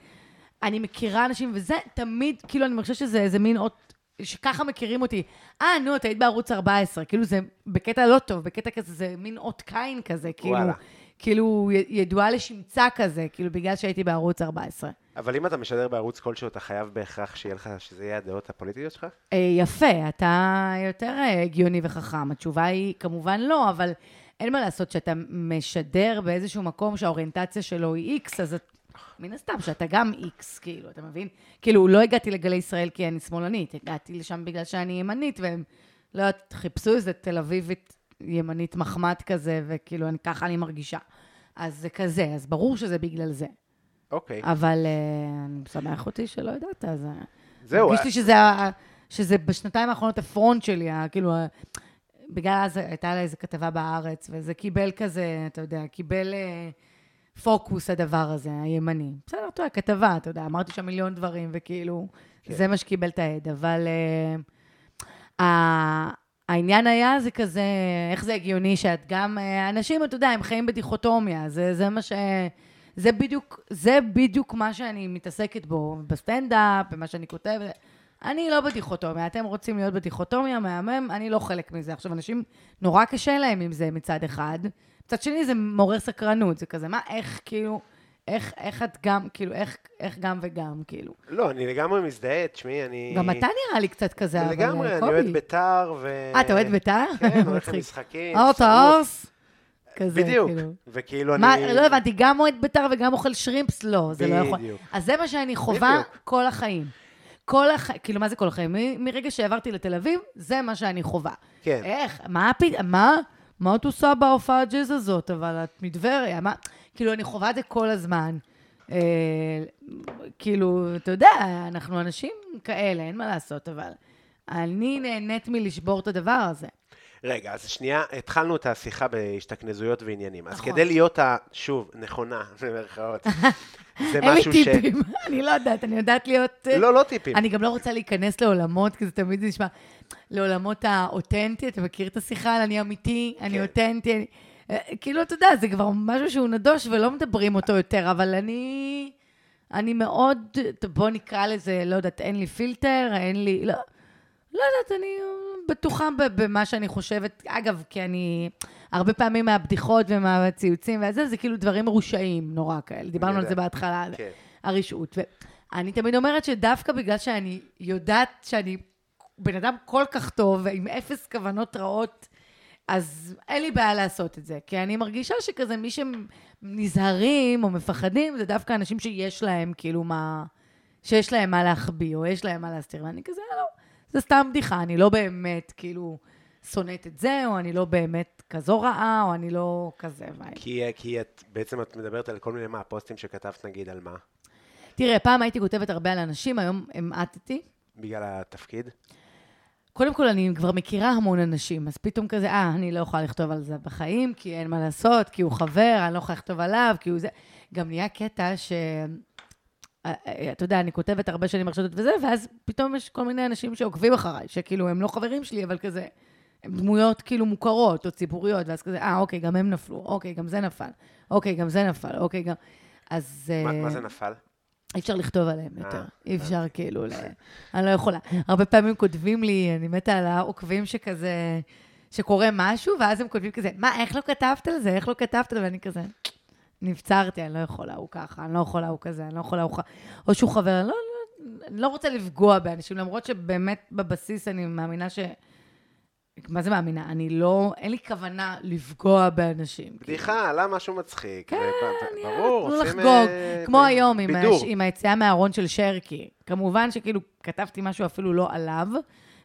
אני מכירה אנשים, וזה תמיד, כאילו, אני חושבת שזה איזה מין אות... שככה מכירים אותי. אה, נו, את היית בערוץ 14. כאילו, זה בקטע לא טוב, בקטע כזה, זה מין אות קין כזה, כאילו. וואלה. כאילו, י- ידועה לשמצה כזה, כאילו, בגלל שהייתי בערוץ 14. אבל אם אתה משדר בערוץ כלשהו, אתה חייב בהכרח שיהיה לך, שזה יהיה הדעות הפוליטיות שלך? אה, יפה, אתה יותר אה, הגיוני וחכם. התשובה היא כמובן לא, אבל אין מה לעשות שאתה משדר באיזשהו מקום שהאוריינטציה שלו היא איקס, אז את... מן הסתם שאתה גם איקס, כאילו, אתה מבין? כאילו, לא הגעתי לגלי ישראל כי אני שמאלנית, הגעתי לשם בגלל שאני ימנית, והם, לא יודעת, חיפשו איזה תל אביבית ימנית מחמד כזה, וכאילו, אני, ככה אני מרגישה. אז זה כזה, אז ברור שזה בגלל זה. אוקיי. אבל אה, אני משמח אותי שלא ידעת, אז... אה, זהו, מרגיש אה, לי שזה, ה- שזה בשנתיים האחרונות הפרונט שלי, ה- כאילו, ה- בגלל אז הייתה לה איזו כתבה בארץ, וזה קיבל כזה, אתה יודע, קיבל אה, פוקוס הדבר הזה, הימני. בסדר, אתה יודע, כתבה, אתה יודע, אמרתי שם מיליון דברים, וכאילו, כן. כן. זה מה שקיבל את ההד, אבל... אה, ה- העניין היה זה כזה, איך זה הגיוני שאת גם, אה, אנשים, אתה יודע, הם חיים בדיכוטומיה, זה, זה מה ש... זה בדיוק, זה בדיוק מה שאני מתעסקת בו, בסטנדאפ, במה שאני כותבת. אני לא בדיכוטומיה, אתם רוצים להיות בדיכוטומיה, מהמם, אני לא חלק מזה. עכשיו, אנשים, נורא קשה להם עם זה מצד אחד, מצד שני זה מעורר סקרנות, זה כזה, מה, איך, כאילו, איך, איך את גם, כאילו, איך, איך גם וגם, כאילו. לא, אני לגמרי מזדהה, תשמעי, אני... גם אתה נראה לי קצת כזה, אבל אה, אה, לגמרי, אני קובי. אוהד בית"ר ו... אה, אתה אוהד בית"ר? כן, הולך מצחיק. למשחקים. אורט שרוף. האורס? כזה, בדיוק. כאילו. וכאילו אני... מה, לא הבנתי, גם אוהד בית"ר וגם אוכל שרימפס? לא, זה לא יכול. בדיוק. אז זה מה שאני חווה בדיוק. כל החיים. כל החיים, כאילו, מה זה כל החיים? מ- מרגע שעברתי לתל אביב, זה מה שאני חווה. כן. איך? מה הפ... מה? מה את עושה בהופעת ג'אז הזאת? אבל את מטבריה, מה? כאילו, אני חווה את זה כל הזמן. אה, כאילו, אתה יודע, אנחנו אנשים כאלה, אין מה לעשות, אבל אני נהנית מלשבור את הדבר הזה. רגע, אז שנייה, התחלנו את השיחה בהשתכנזויות ועניינים. אז נכון. כדי להיות, ה- שוב, נכונה, במרכאות, זה אין לי משהו ש... טיפים, אני לא יודעת, אני יודעת להיות... אה, לא, לא טיפים. אני גם לא רוצה להיכנס לעולמות, כי זה תמיד נשמע... לעולמות האותנטי, אתה מכיר את השיחה על אני אמיתי, כן. אני אותנטי, אני... אה, כאילו, אתה יודע, זה כבר משהו שהוא נדוש ולא מדברים אותו יותר, אבל אני... אני מאוד, בוא נקרא לזה, לא יודעת, אין לי פילטר, אין לי... לא, לא יודעת, אני בטוחה ב- במה שאני חושבת. אגב, כי אני... הרבה פעמים מהבדיחות ומהציוצים והזה, זה כאילו דברים מרושעים נורא כאלה. דיברנו על יודע. זה בהתחלה. כן. הרשעות. ואני תמיד אומרת שדווקא בגלל שאני יודעת שאני בן אדם כל כך טוב, עם אפס כוונות רעות, אז אין לי בעיה לעשות את זה. כי אני מרגישה שכזה מי שנזהרים או מפחדים, זה דווקא אנשים שיש להם כאילו מה... שיש להם מה להחביא, או יש להם מה להסתיר, ואני כזה, "אה, לא, זה סתם בדיחה, אני לא באמת, כאילו, שונאת את זה, או אני לא באמת כזו רעה, או אני לא כזה. וואי. כי, אה, כי את, בעצם את מדברת על כל מיני מה, פוסטים שכתבת נגיד על מה? תראה, פעם הייתי כותבת הרבה על אנשים, היום המעטתי. בגלל התפקיד? קודם כל, אני כבר מכירה המון אנשים, אז פתאום כזה, אה, אני לא יכולה לכתוב על זה בחיים, כי אין מה לעשות, כי הוא חבר, אני לא יכולה לכתוב עליו, כי הוא זה... גם נהיה קטע ש... אה, אה, אתה יודע, אני כותבת הרבה שנים הרשתות וזה, ואז פתאום יש כל מיני אנשים שעוקבים אחריי, שכאילו, הם לא חברים שלי, אבל כזה, הם דמויות כאילו מוכרות או ציבוריות, ואז כזה, אה, אוקיי, גם הם נפלו, אוקיי, גם זה נפל, אוקיי, גם זה נפל, אוקיי, גם... אז... מה, אה, מה זה נפל? אי אפשר לכתוב עליהם יותר. אי אפשר הבנתי. כאילו, ל- אני לא יכולה. הרבה פעמים כותבים לי, אני מתה על העוקבים שכזה, שקורה משהו, ואז הם כותבים כזה, מה, איך לא כתבת על זה? איך לא כתבת על זה? ואני כזה, נבצרתי, אני לא יכולה, הוא ככה, אני לא יכולה, הוא כזה, אני לא יכולה, הוא ככה. או שהוא חבר, אני לא, לא, אני לא רוצה לפגוע באנשים, למרות שבאמת בבסיס אני מאמינה ש... מה זה מאמינה? אני לא, אין לי כוונה לפגוע באנשים. בדיחה, עלה משהו מצחיק. כן, וב- יאללה, ברור, תנו עושים, לחגוג. אה, כמו ב- היום עם, בידור. הש... עם היציאה מהארון של שרקי. כמובן שכאילו כתבתי משהו אפילו לא עליו,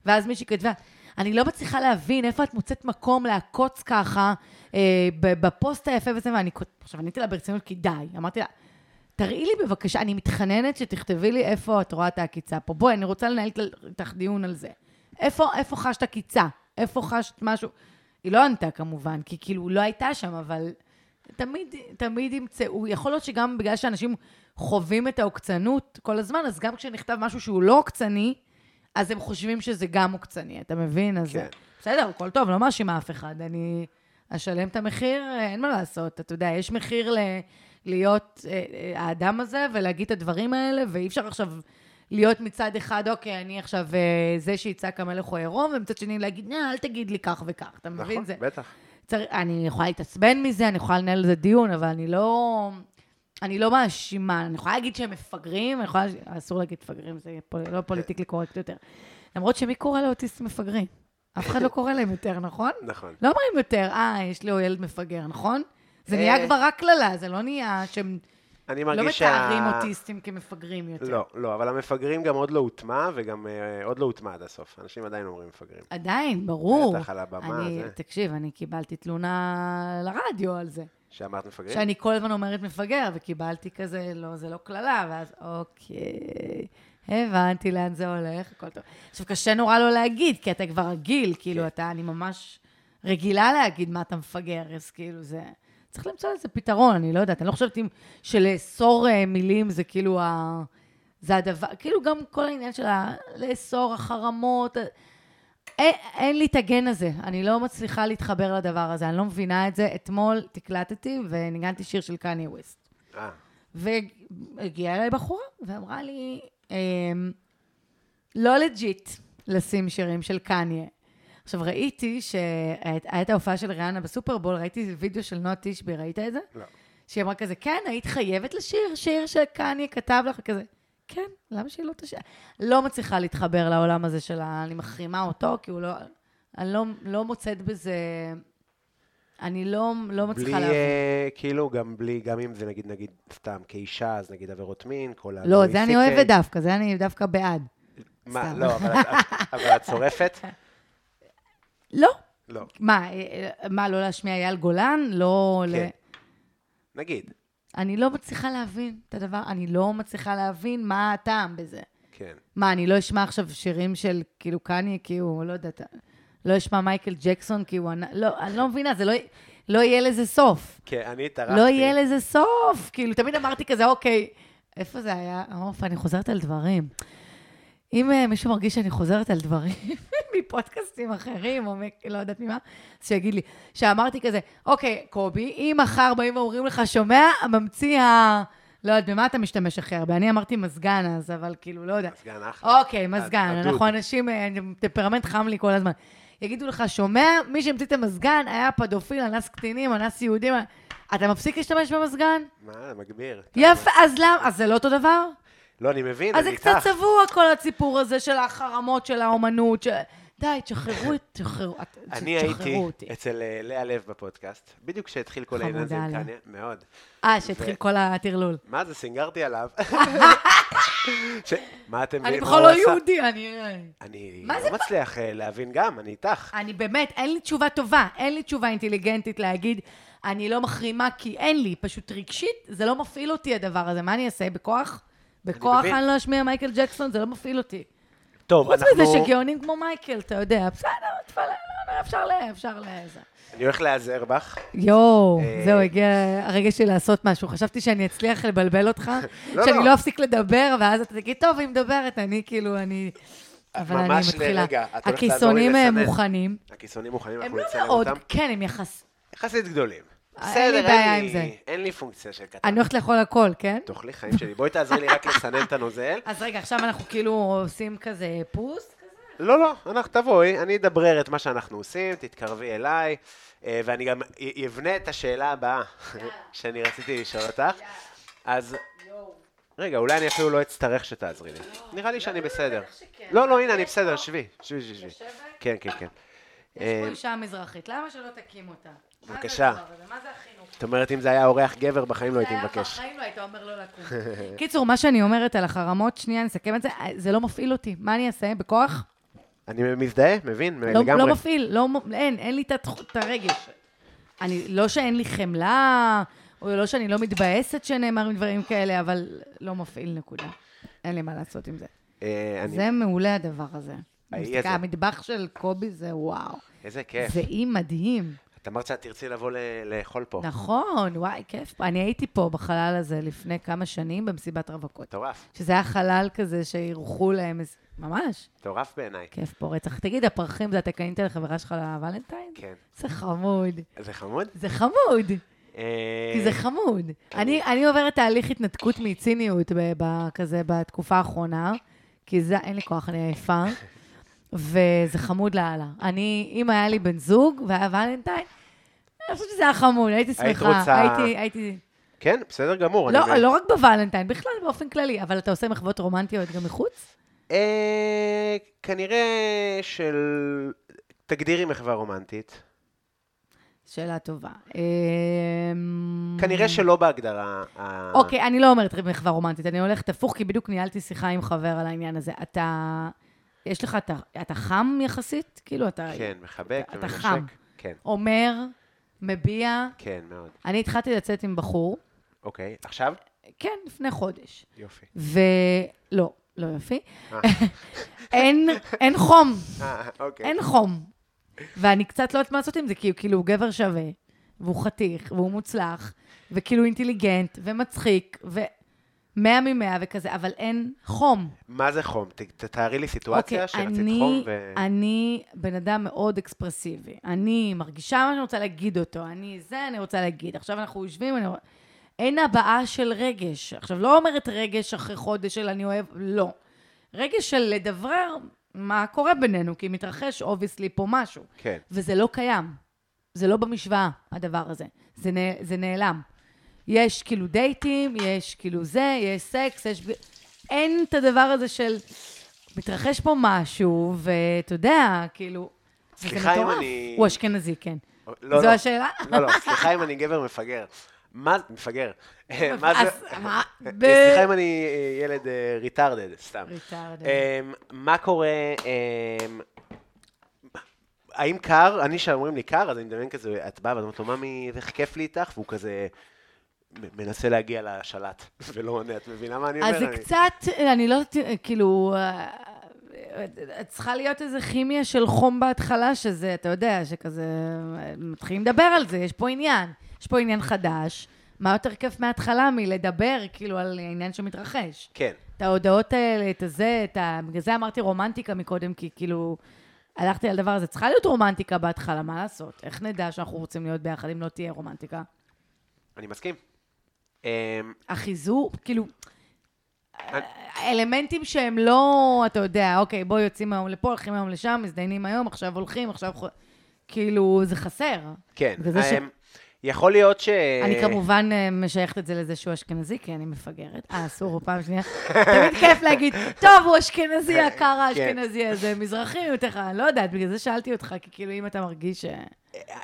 ואז מישהי כתבה, אני לא מצליחה להבין איפה את מוצאת מקום לעקוץ ככה אה, ב- בפוסט היפה וזה, ואני כות- עכשיו עניתי לה ברצינות, כי די, אמרתי לה, תראי לי בבקשה, אני מתחננת שתכתבי לי איפה את רואה את העקיצה פה. בואי, אני רוצה לנהל איתך דיון על זה. איפה, איפה חשת עקיצה? איפה חשת משהו? היא לא ענתה כמובן, כי כאילו לא הייתה שם, אבל תמיד, תמיד ימצאו, יכול להיות שגם בגלל שאנשים חווים את העוקצנות כל הזמן, אז גם כשנכתב משהו שהוא לא עוקצני, אז הם חושבים שזה גם עוקצני, אתה מבין? אז כן. כן. בסדר, הכל טוב, לא מאשימה אף אחד. אני אשלם את המחיר, אה, אין מה לעשות. אתה יודע, יש מחיר ל... להיות אה, אה, האדם הזה ולהגיד את הדברים האלה, ואי אפשר עכשיו להיות מצד אחד, אוקיי, אני עכשיו אה, זה שיצעק המלך הוא עירום, ומצד שני להגיד, "נה, אל תגיד לי כך וכך, אתה מבין? נכון, זה, בטח. צריך, אני יכולה להתעצבן מזה, אני יכולה לנהל על זה דיון, אבל אני לא... אני לא מאשימה, אני יכולה להגיד שהם מפגרים, אני יכולה... אסור להגיד מפגרים, זה פול- לא פוליטיקלי קורקט יותר. למרות שמי קורא לאוטיסט מפגרים? אף אחד לא קורא להם יותר, נכון? נכון. לא אומרים יותר, אה, יש לי ילד מפגר, נכון? זה נהיה אה. כבר רק קללה, זה לא נהיה שהם אני לא מרגיש שה... מתארים אוטיסטים כמפגרים יותר. לא, לא, אבל המפגרים גם עוד לא הוטמע, וגם אה, עוד לא הוטמע עד הסוף. אנשים עדיין אומרים מפגרים. עדיין, ברור. בטח, על הבמה, אני- זה. תקשיב, אני קיבלתי תלונה לרדיו על זה. שאמרת מפגרים? שאני כל הזמן אומרת מפגר, וקיבלתי כזה, לא, זה לא קללה, ואז אוקיי, הבנתי לאן זה הולך, הכל טוב. עכשיו, קשה נורא לא להגיד, כי אתה כבר רגיל, כאילו, אתה, אני ממש רגילה להגיד מה אתה מפגר, אז כאילו, זה... צריך למצוא לזה פתרון, אני לא יודעת, אני לא חושבת אם שלאסור אה, מילים זה כאילו ה... זה הדבר, כאילו גם כל העניין של ה... לאסור החרמות, אה, אין, אין לי את הגן הזה, אני לא מצליחה להתחבר לדבר הזה, אני לא מבינה את זה. אתמול תקלטתי וניגנתי שיר של קניה ווסט. אה, והגיעה אליי בחורה ואמרה לי, אמ, לא לג'יט לשים שירים של קניה. עכשיו, ראיתי שהייתה ההופעה של ריאנה בסופרבול, ראיתי וידאו של נועה תשבי, ראית את זה? לא. שהיא אמרה כזה, כן, היית חייבת לשיר, שיר שקניה כתב לך, כזה, כן, למה שהיא לא תשאיר? לא מצליחה להתחבר לעולם הזה של ה... אני מחרימה אותו, כי הוא לא... אני לא, לא מוצאת בזה... אני לא, לא בלי, מצליחה להבין. אה, כאילו, גם בלי, גם אם זה נגיד, נגיד, סתם, כאישה, אז נגיד עבירות מין, כל ה... לא, זה אני CK. אוהבת דווקא, זה אני דווקא בעד. מה, סתם. לא, אבל את- אבל את צורפת? לא. לא. מה, אה, אה, מה, לא להשמיע אייל גולן? לא... כן. ל... נגיד, אני לא מצליחה להבין את הדבר, אני לא מצליחה להבין מה הטעם בזה. כן. מה, אני לא אשמע עכשיו שירים של כאילו קניה, כי הוא, לא יודעת, לא אשמע מייקל ג'קסון, כי הוא... ענה- לא, אני לא מבינה, זה לא, לא יהיה לזה סוף. כן, אני טרחתי. לא יהיה לזה סוף. כאילו, תמיד אמרתי כזה, אוקיי, איפה זה היה? אוף, אני חוזרת על דברים. אם אה, מישהו מרגיש שאני חוזרת על דברים מפודקאסטים אחרים, או מ- לא יודעת ממה, אז שיגיד לי. שאמרתי כזה, אוקיי, קובי, אם מחר באים ואומרים לך, שומע, ממציא ה... לא יודעת, במה אתה משתמש הכי הרבה? אני אמרתי מזגן אז, אבל כאילו, לא יודעת. מזגן אחלה. אוקיי, מזגן. הדוד. אנחנו אנשים, אה, טמפרמנט חם לי כל הזמן. יגידו לך, שומע, מי שהמציא את המזגן היה פדופיל, אנס קטינים, אנס יהודים. אה, אתה מפסיק להשתמש במזגן? מה, מגביר. אתה יפה, אז למה? אז זה לא אותו דבר? אומר- לא, אני מבין, אז אני זה איתך. קצת צבוע כל הסיפור הזה של החרמות, של האומנות, של... די, תשחררו את- תשחררו- את- אני תשחררו אותי. הייתי אצל אה, לאה לב בפודקאסט, בדיוק כשהתחיל כל העניין הזה עם חמודה קניה, מאוד. אה, שהתחיל כל הטרלול. מה זה, סינגרתי עליו. ש- מה אתם אני מבינים? מה בכלל הוא לא עשה? יהודי, אני... אני מה זה לא מצליח אה, להבין גם, אני איתך. אני באמת, אין לי תשובה טובה, אין לי תשובה אינטליגנטית להגיד, אני לא מחרימה כי אין לי, פשוט רגשית, זה לא מפעיל אותי הדבר הזה, מה אני אעשה? בכוח? בכוח מבין. אני לא אשמיע מייקל ג'קסון, זה לא מפעיל אותי. טוב, חוץ אנחנו... מזה שגאונים כמו מייקל, אתה יודע, בסדר, תפלא, לא, לא, אפשר ל... אפשר ל... זה. אני הולך להיעזר בך. יואו, אה, זהו, הגיע הרגע שלי לעשות משהו. חשבתי שאני אצליח לבלבל אותך, לא, שאני לא. לא אפסיק לדבר, ואז אתה תגיד, טוב, היא מדברת, אני כאילו, אני... אבל אני ממש מתחילה. לרגע, את הולכת לעזור לי הכיסונים אה, לסנן. מוכנים. הכיסונים מוכנים, הם אנחנו לא נצלם מאוד, אותם. כן, הם יחס... יחסית גדולים. לי בסדר, בעיה עם לי- זה. אין לי פונקציה של קטן. אני הולכת לאכול הכל, כן? תאכלי חיים שלי. בואי תעזרי לי רק לסנן את הנוזל. אז רגע, עכשיו אנחנו כאילו עושים כזה פוס. כזה. לא, לא, אנחנו תבואי, אני אדברר את מה שאנחנו עושים, תתקרבי אליי, אה, ואני גם י- אבנה את השאלה הבאה שאני רציתי לשאול אותך. אז... רגע, אולי אני אפילו לא אצטרך שתעזרי לי. לא, נראה לי שאני בסדר. שכן. לא, לא, הנה, אני בסדר, שבי, שבי, שבי. שבי. יושבת? כן, כן, כן. יש אה, פה אישה מזרחית, למה שלא תקים אותה? מה זה בבקשה. הדבר הזה? מה זה החינוך? זאת אומרת, אם זה היה אורח גבר, בחיים לא הייתי זה היה מבקש. בחיים לא היית אומר לא לקום. אה, קיצור, מה שאני אומרת על החרמות, שנייה, נסכם את זה, זה לא מפעיל אותי. מה אני אעשה? בכוח? אני מזדהה, מבין, לא, לגמרי. לא מפעיל, לא, מ- אין, אין לי את התח- את הרגש. אני, לא שאין לי חמלה, או לא שאני לא מתבאסת שנאמרים דברים כאלה, אבל לא מפעיל, נקודה. אין לי מה לעשות עם זה. אה, אני- זה מעולה הדבר הזה. האי מסתכל, הזה. המטבח של קובי זה וואו. איזה כיף. זה אי מדהים. את אמרת שאת תרצי לבוא ל- לאכול פה. נכון, וואי, כיף. אני הייתי פה בחלל הזה לפני כמה שנים במסיבת רווקות. מטורף, שזה היה חלל כזה שאירחו להם, איזה- ממש, מטורף בעיניי. כיף פה רצח. תגיד, הפרחים זה אתה קנית לחברה שלך לוולנטיין? כן. זה חמוד. זה חמוד? זה חמוד, אה, כן. כי זה חמוד. אני, אני עוברת תהליך התנתקות מציניות ב, ב, כזה בתקופה האחרונה, כי זה, אין לי כוח, אני עייפה, וזה חמוד לאללה. אני, אם היה לי בן זוג והיה ולנטיין, אני חושבת שזה היה חמוד, הייתי שמחה. היית רוצה- הייתי, הייתי... כן, בסדר גמור. לא, אני- לא רק בוולנטיין, בכלל באופן כללי, אבל אתה עושה מחוות רומנטיות גם מחוץ? אה, כנראה של... תגדירי מחווה רומנטית. Mm. שאלה טובה. אמ, כנראה שלא בהגדרה. ה- אוקיי, אני לא אומרת מחווה רומנטית, אני הולכת הפוך, כי בדיוק ניהלתי שיחה עם חבר על העניין הזה. אתה, יש לך, אתה, אתה חם יחסית? כאילו, אתה כן, מחבק אתה- אתה ומנשק. חם. כן, אומר, מביע. כן, מאוד. אני התחלתי לצאת עם בחור, אוקיי, עכשיו? כן, לפני חודש. יופי. ולא, לא יופי. אה. אין, אין חום, אה, אוקיי. אין חום. ואני קצת לא יודעת מה לעשות עם זה, כי הוא כאילו גבר שווה, והוא חתיך, והוא מוצלח, וכאילו אינטליגנט, ומצחיק, ו... מאה ממאה וכזה, אבל אין חום. מה זה חום? ת- תתארי לי סיטואציה שרצית אוקיי, אני- חום ו... אני בן אדם מאוד אקספרסיבי. אני מרגישה מה שאני רוצה להגיד אותו. אני זה, אני רוצה להגיד. עכשיו אנחנו יושבים, אני... אין הבעה של רגש. עכשיו, לא אומרת רגש אחרי חודש של אני אוהב, לא. רגש של לדברר מה קורה בינינו, כי מתרחש אובייסלי פה משהו. כן. וזה לא קיים. זה לא במשוואה, הדבר הזה. זה, נ... זה נעלם. יש כאילו דייטים, יש כאילו זה, יש סקס, יש... אין את הדבר הזה של... מתרחש פה משהו, ואתה יודע, כאילו... וזה סליחה אם מטורף. אני- הוא אשכנזי, כן. לא, זו לא. השאלה? לא, לא, סליחה אם אני גבר מפגר. מה, מפגר. מה אז זה... אה, מה? ב- סליחה אם אני אה, ילד ריטרדד, סתם. retarded. אמ, מה קורה, אמ, האם קר, אני שאומרים לי קר, אז אני מדמיין כזה, את באה ואת אומרת לו, ממי, איך כיף לי איתך, והוא כזה מ- מנסה להגיע לשלט, ולא עונה, את מבינה מה אני אומר? אז זה אני- קצת, אני לא, יודעת, כאילו, אה, אה, צריכה להיות איזו כימיה של חום בהתחלה, שזה, אתה יודע, שכזה, אה, מתחילים לדבר על זה, יש פה עניין, יש פה עניין חדש. מה יותר כיף מההתחלה מלדבר, כאילו, על העניין שמתרחש? כן, את ההודעות האלה, את הזה, את ה... בגלל זה אמרתי רומנטיקה מקודם, כי כאילו, הלכתי על דבר הזה. צריכה להיות רומנטיקה בהתחלה, מה לעשות? איך נדע שאנחנו רוצים להיות ביחד אם לא תהיה רומנטיקה? אני מסכים. אמ, החיזור, כאילו, אלמנטים שהם לא, אתה יודע, אוקיי, בוא יוצאים היום לפה, הולכים היום לשם, מזדיינים היום, עכשיו הולכים, עכשיו... חו- כאילו, זה חסר. כן, בגלל זה ש- אמ, יכול להיות ש... אני כמובן אה, משייכת את זה לזה שהוא אשכנזי, כי אני מפגרת. אה, אסור, הוא פעם שנייה. תמיד כיף להגיד, טוב, הוא אשכנזי, הקר האשכנזי הזה, מזרחי, הוא יותר חם." לא יודעת, בגלל זה שאלתי אותך, כי כאילו, אם אתה מרגיש ש...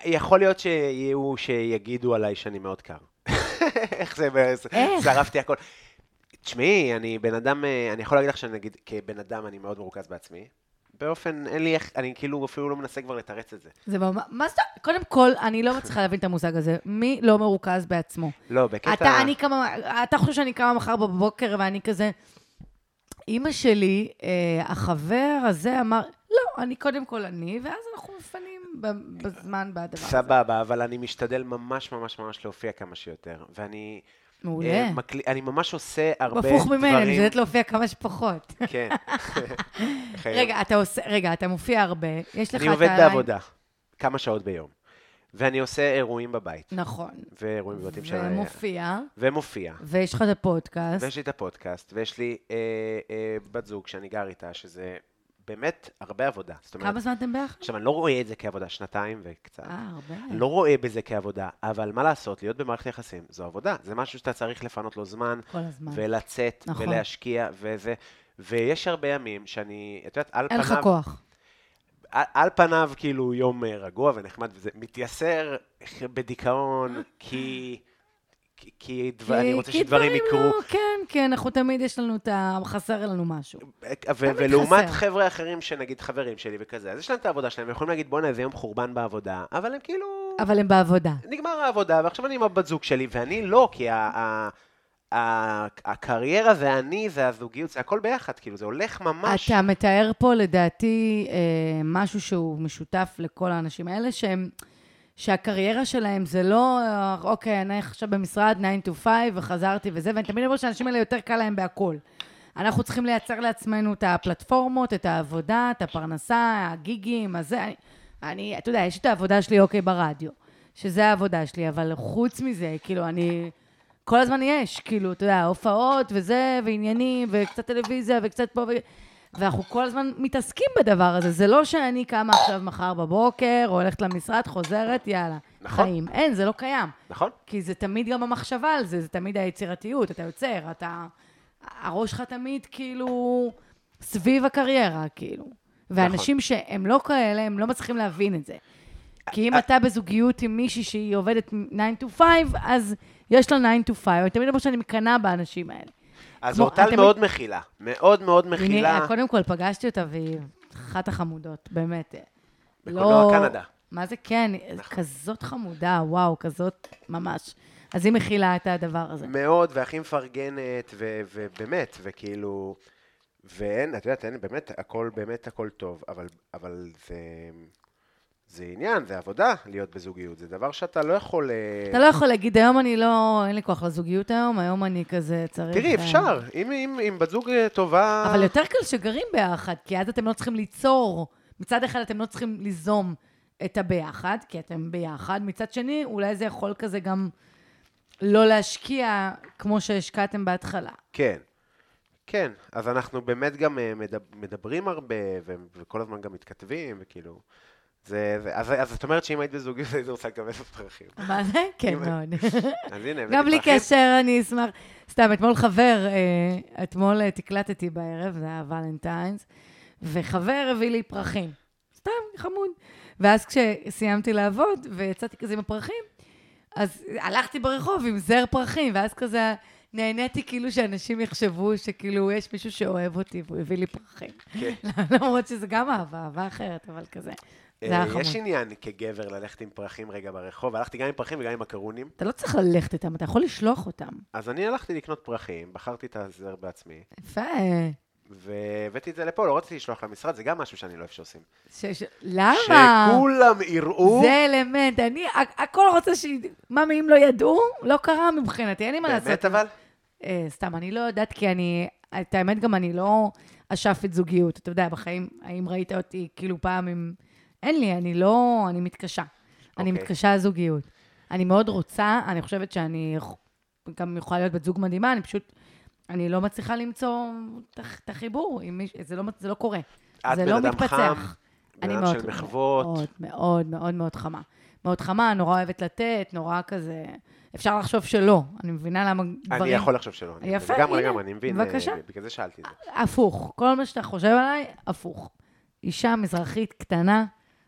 יכול להיות שיהיו שיגידו עליי שאני מאוד קר. איך זה, איך? שרפתי הכל. תשמעי, אני בן אדם, אה, אני יכול להגיד לך שאני נגיד, כבן אדם אני מאוד מרוכז בעצמי. באופן, אין לי איך, אני כאילו אפילו לא מנסה כבר לתרץ את זה. זה ממש... מה זאת... קודם כל, אני לא מצליחה להבין את המושג הזה. מי לא מרוכז בעצמו? לא, בקטע... אתה, אני קמה, אתה חושב שאני קמה מחר בבוקר ואני כזה... אימא שלי, אה, החבר הזה אמר, לא, אני קודם כל אני, ואז אנחנו מפנים ב- בזמן בדבר הזה. סבבה, אבל אני משתדל ממש ממש ממש להופיע כמה שיותר. ואני... מעולה. אה, מקלי- אני ממש עושה הוא הרבה דברים... הפוך ממני, אני לא- משתדלת להופיע כמה שפחות. כן. חייב. רגע, אתה עושה, רגע, אתה מופיע הרבה, יש לך אני את עובד הליין- בעבודה, כמה שעות ביום. ואני עושה אירועים בבית. נכון. ואירועים בבתים של... אה, ומופיע, ומופיע. ויש לך את הפודקאסט. ויש לי את הפודקאסט, ויש לי אה, אה, בת זוג שאני גר איתה, שזה באמת הרבה עבודה. זאת אומרת, כמה זמן אתם ביחד? עכשיו, אני לא רואה את זה כעבודה, שנתיים וקצת. אה, הרבה. אני לא רואה בזה כעבודה, אבל מה לעשות, להיות במערכת יחסים זו עבודה. זה משהו שאתה צריך לפנות לו זמן, כל הזמן. ולצאת, נכון. ולהשקיע, וזה. ויש הרבה ימים שאני, את יודעת, על אין פניו... לך כוח. על, על פניו, כאילו, יום אה, רגוע ונחמד, וזה מתייסר בדיכאון, כי, כי- כי דבר- אני רוצה שדברים כי יקרו. דברים לא, כן, כן, אנחנו תמיד יש לנו את ה... חסר לנו משהו. אה, ו- תמיד ולעומת חסר. חבר'ה אחרים, שנגיד חברים שלי וכזה, אז יש להם את העבודה שלהם, ויכולים להגיד, בואנה, איזה יום חורבן בעבודה, אבל הם כאילו... אבל הם בעבודה. נגמר העבודה, ועכשיו אני עם הבת זוג שלי, ואני לא, כי ה- ה- ה- הקריירה זה אני, זה הזוגיות, זה הכל ביחד, כאילו, זה הולך ממש... אתה מתאר פה לדעתי אה, משהו שהוא משותף לכל האנשים האלה, שהם, שהקריירה שלהם זה לא, אה, אוקיי, אני עכשיו במשרד 9 to 5 וחזרתי וזה, ואני תמיד אומר שהאנשים האלה יותר קל להם בהכול. אנחנו צריכים לייצר לעצמנו את הפלטפורמות, את העבודה, את הפרנסה, הגיגים, הזה. אני, אני, אתה יודע, יש את העבודה שלי, אוקיי, ברדיו, שזה העבודה שלי, אבל חוץ מזה, כאילו, אני... כל הזמן יש, כאילו, אתה יודע, הופעות וזה, ועניינים, וקצת טלוויזיה, וקצת פה, ו... ואנחנו כל הזמן מתעסקים בדבר הזה. זה לא שאני קמה עכשיו מחר בבוקר, הולכת למשרד, חוזרת, יאללה. נכון. חיים. אין, זה לא קיים. נכון? כי זה תמיד גם המחשבה על זה, זה תמיד היצירתיות, אתה יוצר, אתה... הראש שלך תמיד כאילו סביב הקריירה, כאילו. ואנשים נכון. שהם לא כאלה, הם לא מצליחים להבין את זה. כי אה, אם אתה בזוגיות עם מישהי שהיא עובדת 9 to 5, אז יש לה 9 to 5, אני תמיד אומר שאני מקנאה באנשים האלה. אז כמו- אורטל אתם- מאוד מכילה, מאוד מאוד מכילה. הנה, קודם כל פגשתי אותה והיא אחת החמודות, באמת. לא, בקולנוע קנדה. נכון. מה זה כן? כזאת חמודה, וואו, כזאת ממש. אז היא מכילה את הדבר הזה. מאוד, והכי מפרגנת, ו- ובאמת, וכאילו... ואין, את יודעת, אין, באמת, הכל, באמת הכל טוב, אבל, אבל זה, זה עניין, זה עבודה להיות בזוגיות, זה דבר שאתה לא יכול... אה, אתה לא יכול להגיד, היום אני לא, אין לי כוח לזוגיות היום, היום אני כזה צריך... תראי, אה, אפשר, אם, אם, אם בת זוג אה, טובה... אבל יותר קל שגרים ביחד, כי אז אתם לא צריכים ליצור. מצד אחד אתם לא צריכים ליזום את הביחד, כי אתם ביחד. מצד שני, אולי זה יכול כזה גם לא להשקיע כמו שהשקעתם בהתחלה. כן. כן, אז אנחנו באמת גם אה, מדב- מדברים הרבה, ו- וכל הזמן גם מתכתבים, וכאילו... זה, זה, אז, אז את אומרת שאם היית בזוגיות, היית רוצה לקבל פרחים. מה זה? כן, אם- מאוד. אז הנה, הבאתי גם בלי פרחים. קשר, אני אשמח. סתם, אתמול חבר, אה, אתמול אה, תקלטתי בערב, זה היה ולנטיינס, וחבר הביא לי פרחים. סתם, חמוד. ואז כשסיימתי לעבוד, ויצאתי כזה עם הפרחים, אז הלכתי ברחוב עם זר פרחים, ואז כזה נהניתי כאילו שאנשים יחשבו שכאילו יש מישהו שאוהב אותי והוא הביא לי פרחים. כן. למרות שזה גם אהבה, אהבה אחרת, אבל כזה. זה אה, היה חמוד. יש עניין כגבר ללכת עם פרחים רגע ברחוב, הלכתי גם עם פרחים וגם עם מקרונים, אתה לא צריך ללכת איתם, אתה יכול לשלוח אותם. אז אני הלכתי לקנות פרחים, בחרתי את הזר בעצמי, יפה. והבאתי את זה לפה, לא רציתי לשלוח למשרד, זה גם משהו שאני לא אוהב שעושים. ש... ש... למה? שכולם יראו, אה! זה אלמנט, אני, הכ- הכל רוצה ש... מה, אם לא ידעו? לא קרה מבחינתי, אין לי מה לעשות. באמת אבל, אה, סתם, אני לא יודעת, כי אני... את האמת, גם אני לא אשאפת זוגיות. אתה יודע, בחיים, האם ראית אותי כאילו פעם עם... אין לי, אני לא... אני מתקשה. אני אוקיי. מתקשה על זוגיות. אני מאוד רוצה, אני חושבת שאני יכ- גם יכולה להיות בת זוג מדהימה, אני פשוט... אני לא מצליחה למצוא את הח- את החיבור. עם מיש... זה, לא, מצ- זה לא קורה. את זה בן לא אדם מתפצח. חם, בן אני אדם מאוד- של מחוות. מאוד, מאוד, מאוד מאוד חמה. מאוד חמה, נורא אוהבת לתת, נורא כזה... אפשר לחשוב שלא. אני מבינה למה אני גברים... יכול לחשוב שלא, אני- יפה, לגמרי הנה, לגמרי, אני מבין, בבקשה. אה, בגלל זה שאלתי את זה. הפוך. כל מה שאתה חושב עליי, הפוך. אישה מזרחית קטנה,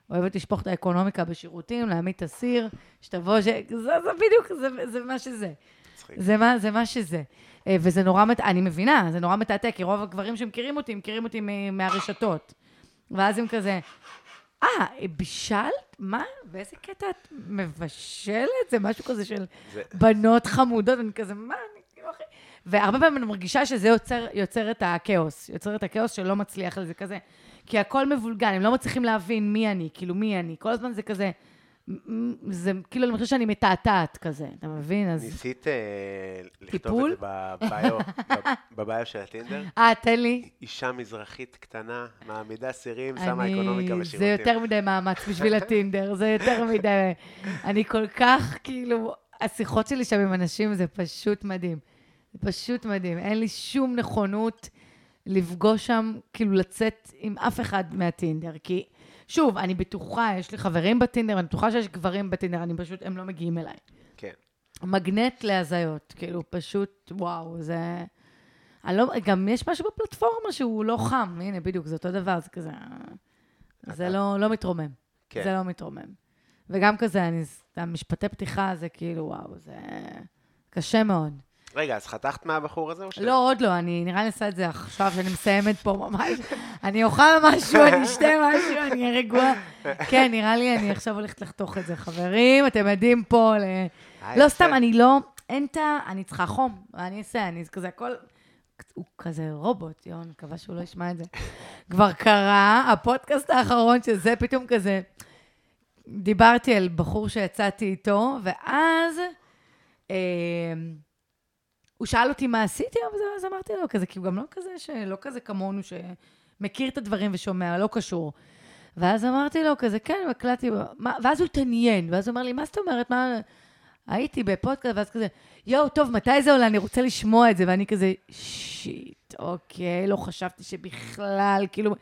אוהבת לשפוך את האקונומיקה בשירותים, להעמיד את הסיר, שתבוא, ש... זה, זה בדיוק, זה, זה מה שזה. מצחיק. זה מה, זה מה שזה. אה, וזה נורא, מת... אני מבינה, זה נורא מתעתע, כי רוב הגברים שמכירים אותי, מכירים אותי מ- מהרשתות. ואז הם כזה, אה, בישלת? מה? באיזה קטע את מבשלת? זה משהו כזה של זה- בנות חמודות, אני כזה, מה? אני כאילו הכי... והרבה פעמים אני מרגישה שזה יוצר, יוצר את הכאוס, יוצר את הכאוס שלא מצליח לזה כזה. כי הכל מבולגן, הם לא מצליחים להבין מי אני, כאילו מי אני. כל הזמן זה כזה, מ- מ- זה כאילו, אני חושבת שאני מתעתעת כזה, אתה מבין? אז... ניסית אה, לכתוב את טיפול? זה בביו- בב- בביו של הטינדר? אה, תן לי. אישה מזרחית קטנה, מעמידה סירים, שמה אקונומיקה אני, בשירותים. זה יותר מדי מאמץ בשביל הטינדר, זה יותר מדי... אני כל כך, כאילו, השיחות שלי שם עם אנשים זה פשוט מדהים. זה פשוט מדהים. אין לי שום נכונות לפגוש שם, כאילו לצאת עם אף אחד מהטינדר, כי... שוב, אני בטוחה, יש לי חברים בטינדר, אני בטוחה שיש גברים בטינדר, אני פשוט, הם לא מגיעים אליי. כן. מגנט להזיות, כאילו, פשוט, וואו, זה... אני לא, גם יש משהו בפלטפורמה שהוא לא חם, הנה, בדיוק, זה אותו דבר, זה כזה... זה לא, לא מתרומם. כן. זה לא מתרומם. וגם כזה, אני, המשפטי פתיחה זה כאילו, וואו, זה קשה מאוד. רגע, אז חתכת מהבחור הזה או ש... לא, עוד לא, אני נראה לי עושה את זה עכשיו, שאני מסיימת פה ממש. אני אוכל משהו, אני אשתה משהו, אני אהיה רגועה. כן, נראה לי, אני עכשיו הולכת לחתוך את זה, חברים, אתם עדים פה ל... אה, לא, יפה. סתם, אני לא... אין את ה... אני צריכה חום, מה אני אעשה? אני כזה הכל... הוא כזה רובוט, יון, מקווה שהוא לא ישמע את זה. כבר קרה, הפודקאסט האחרון שזה פתאום כזה... דיברתי על בחור שיצאתי איתו, ואז... אמ, הוא שאל אותי מה עשיתי, אבל זה- אז אמרתי לו כזה, כי הוא גם לא כזה, שלא כזה כמונו, שמכיר את הדברים ושומע, לא קשור. ואז אמרתי לו כזה, כן, הקלטתי, מה- ואז הוא התעניין, ואז הוא אמר לי, מה זאת אומרת, מה... הייתי בפודקאסט, ואז כזה, יואו, טוב, מתי זה עולה? אני רוצה לשמוע את זה. ואני כזה, שיט, אוקיי, לא חשבתי שבכלל, כאילו...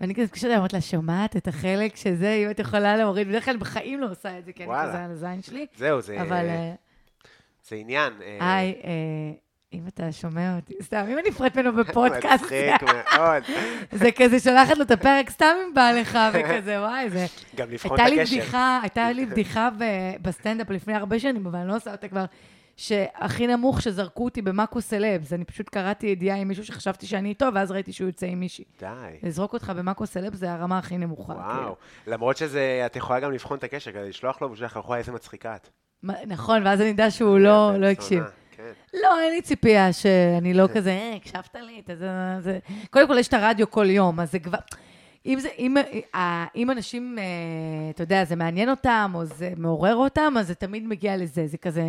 ואני כזה מתקשרת, אמרתי לה, שומעת את החלק שזה, אם את יכולה להוריד, בדרך כלל בחיים לא עושה את זה, כי אני וואלה. כזה על הזין שלי. זהו, זה... אבל... אה, זה עניין. אה, היי, אה, אם אתה שומע אותי, סתם, אם אני נפרדת ממנו בפודקאסט, מצחיק מאוד. זה כזה שולחת לו את הפרק סתם אם בא לך, וכזה, וואי, זה... גם לבחון את הייתה לי הקשר. בדיחה, הייתה לי בדיחה ב- בסטנדאפ לפני הרבה שנים, אבל אני לא עושה אותה כבר, שהכי נמוך שזרקו אותי במאקו סלבס, אני פשוט קראתי ידיעה עם מישהו שחשבתי שאני איתו, ואז ראיתי שהוא יוצא עם מישהי. די. לזרוק אותך במאקו סלבס זה הרמה הכי נמוכה. כאילו. וואו. למרות שזה, את יכולה גם לבחון את הקשר, כדי לשלוח לו ושלח לך, וואי, איזה מצחיקה את. מה- נכון, ואז אני אדע שהוא לא כן, לא הקשיב. שונא, כן. לא, אין לי ציפייה שאני לא כזה, אה, הקשבת לי, אתה זה, זה... קודם כל, יש את הרדיו כל יום, אז זה כבר... אם זה, אם, אה, אם אנשים, אה, אתה יודע, זה מעניין אותם, או זה מעורר אותם, אז זה תמיד מגיע לזה, זה כזה...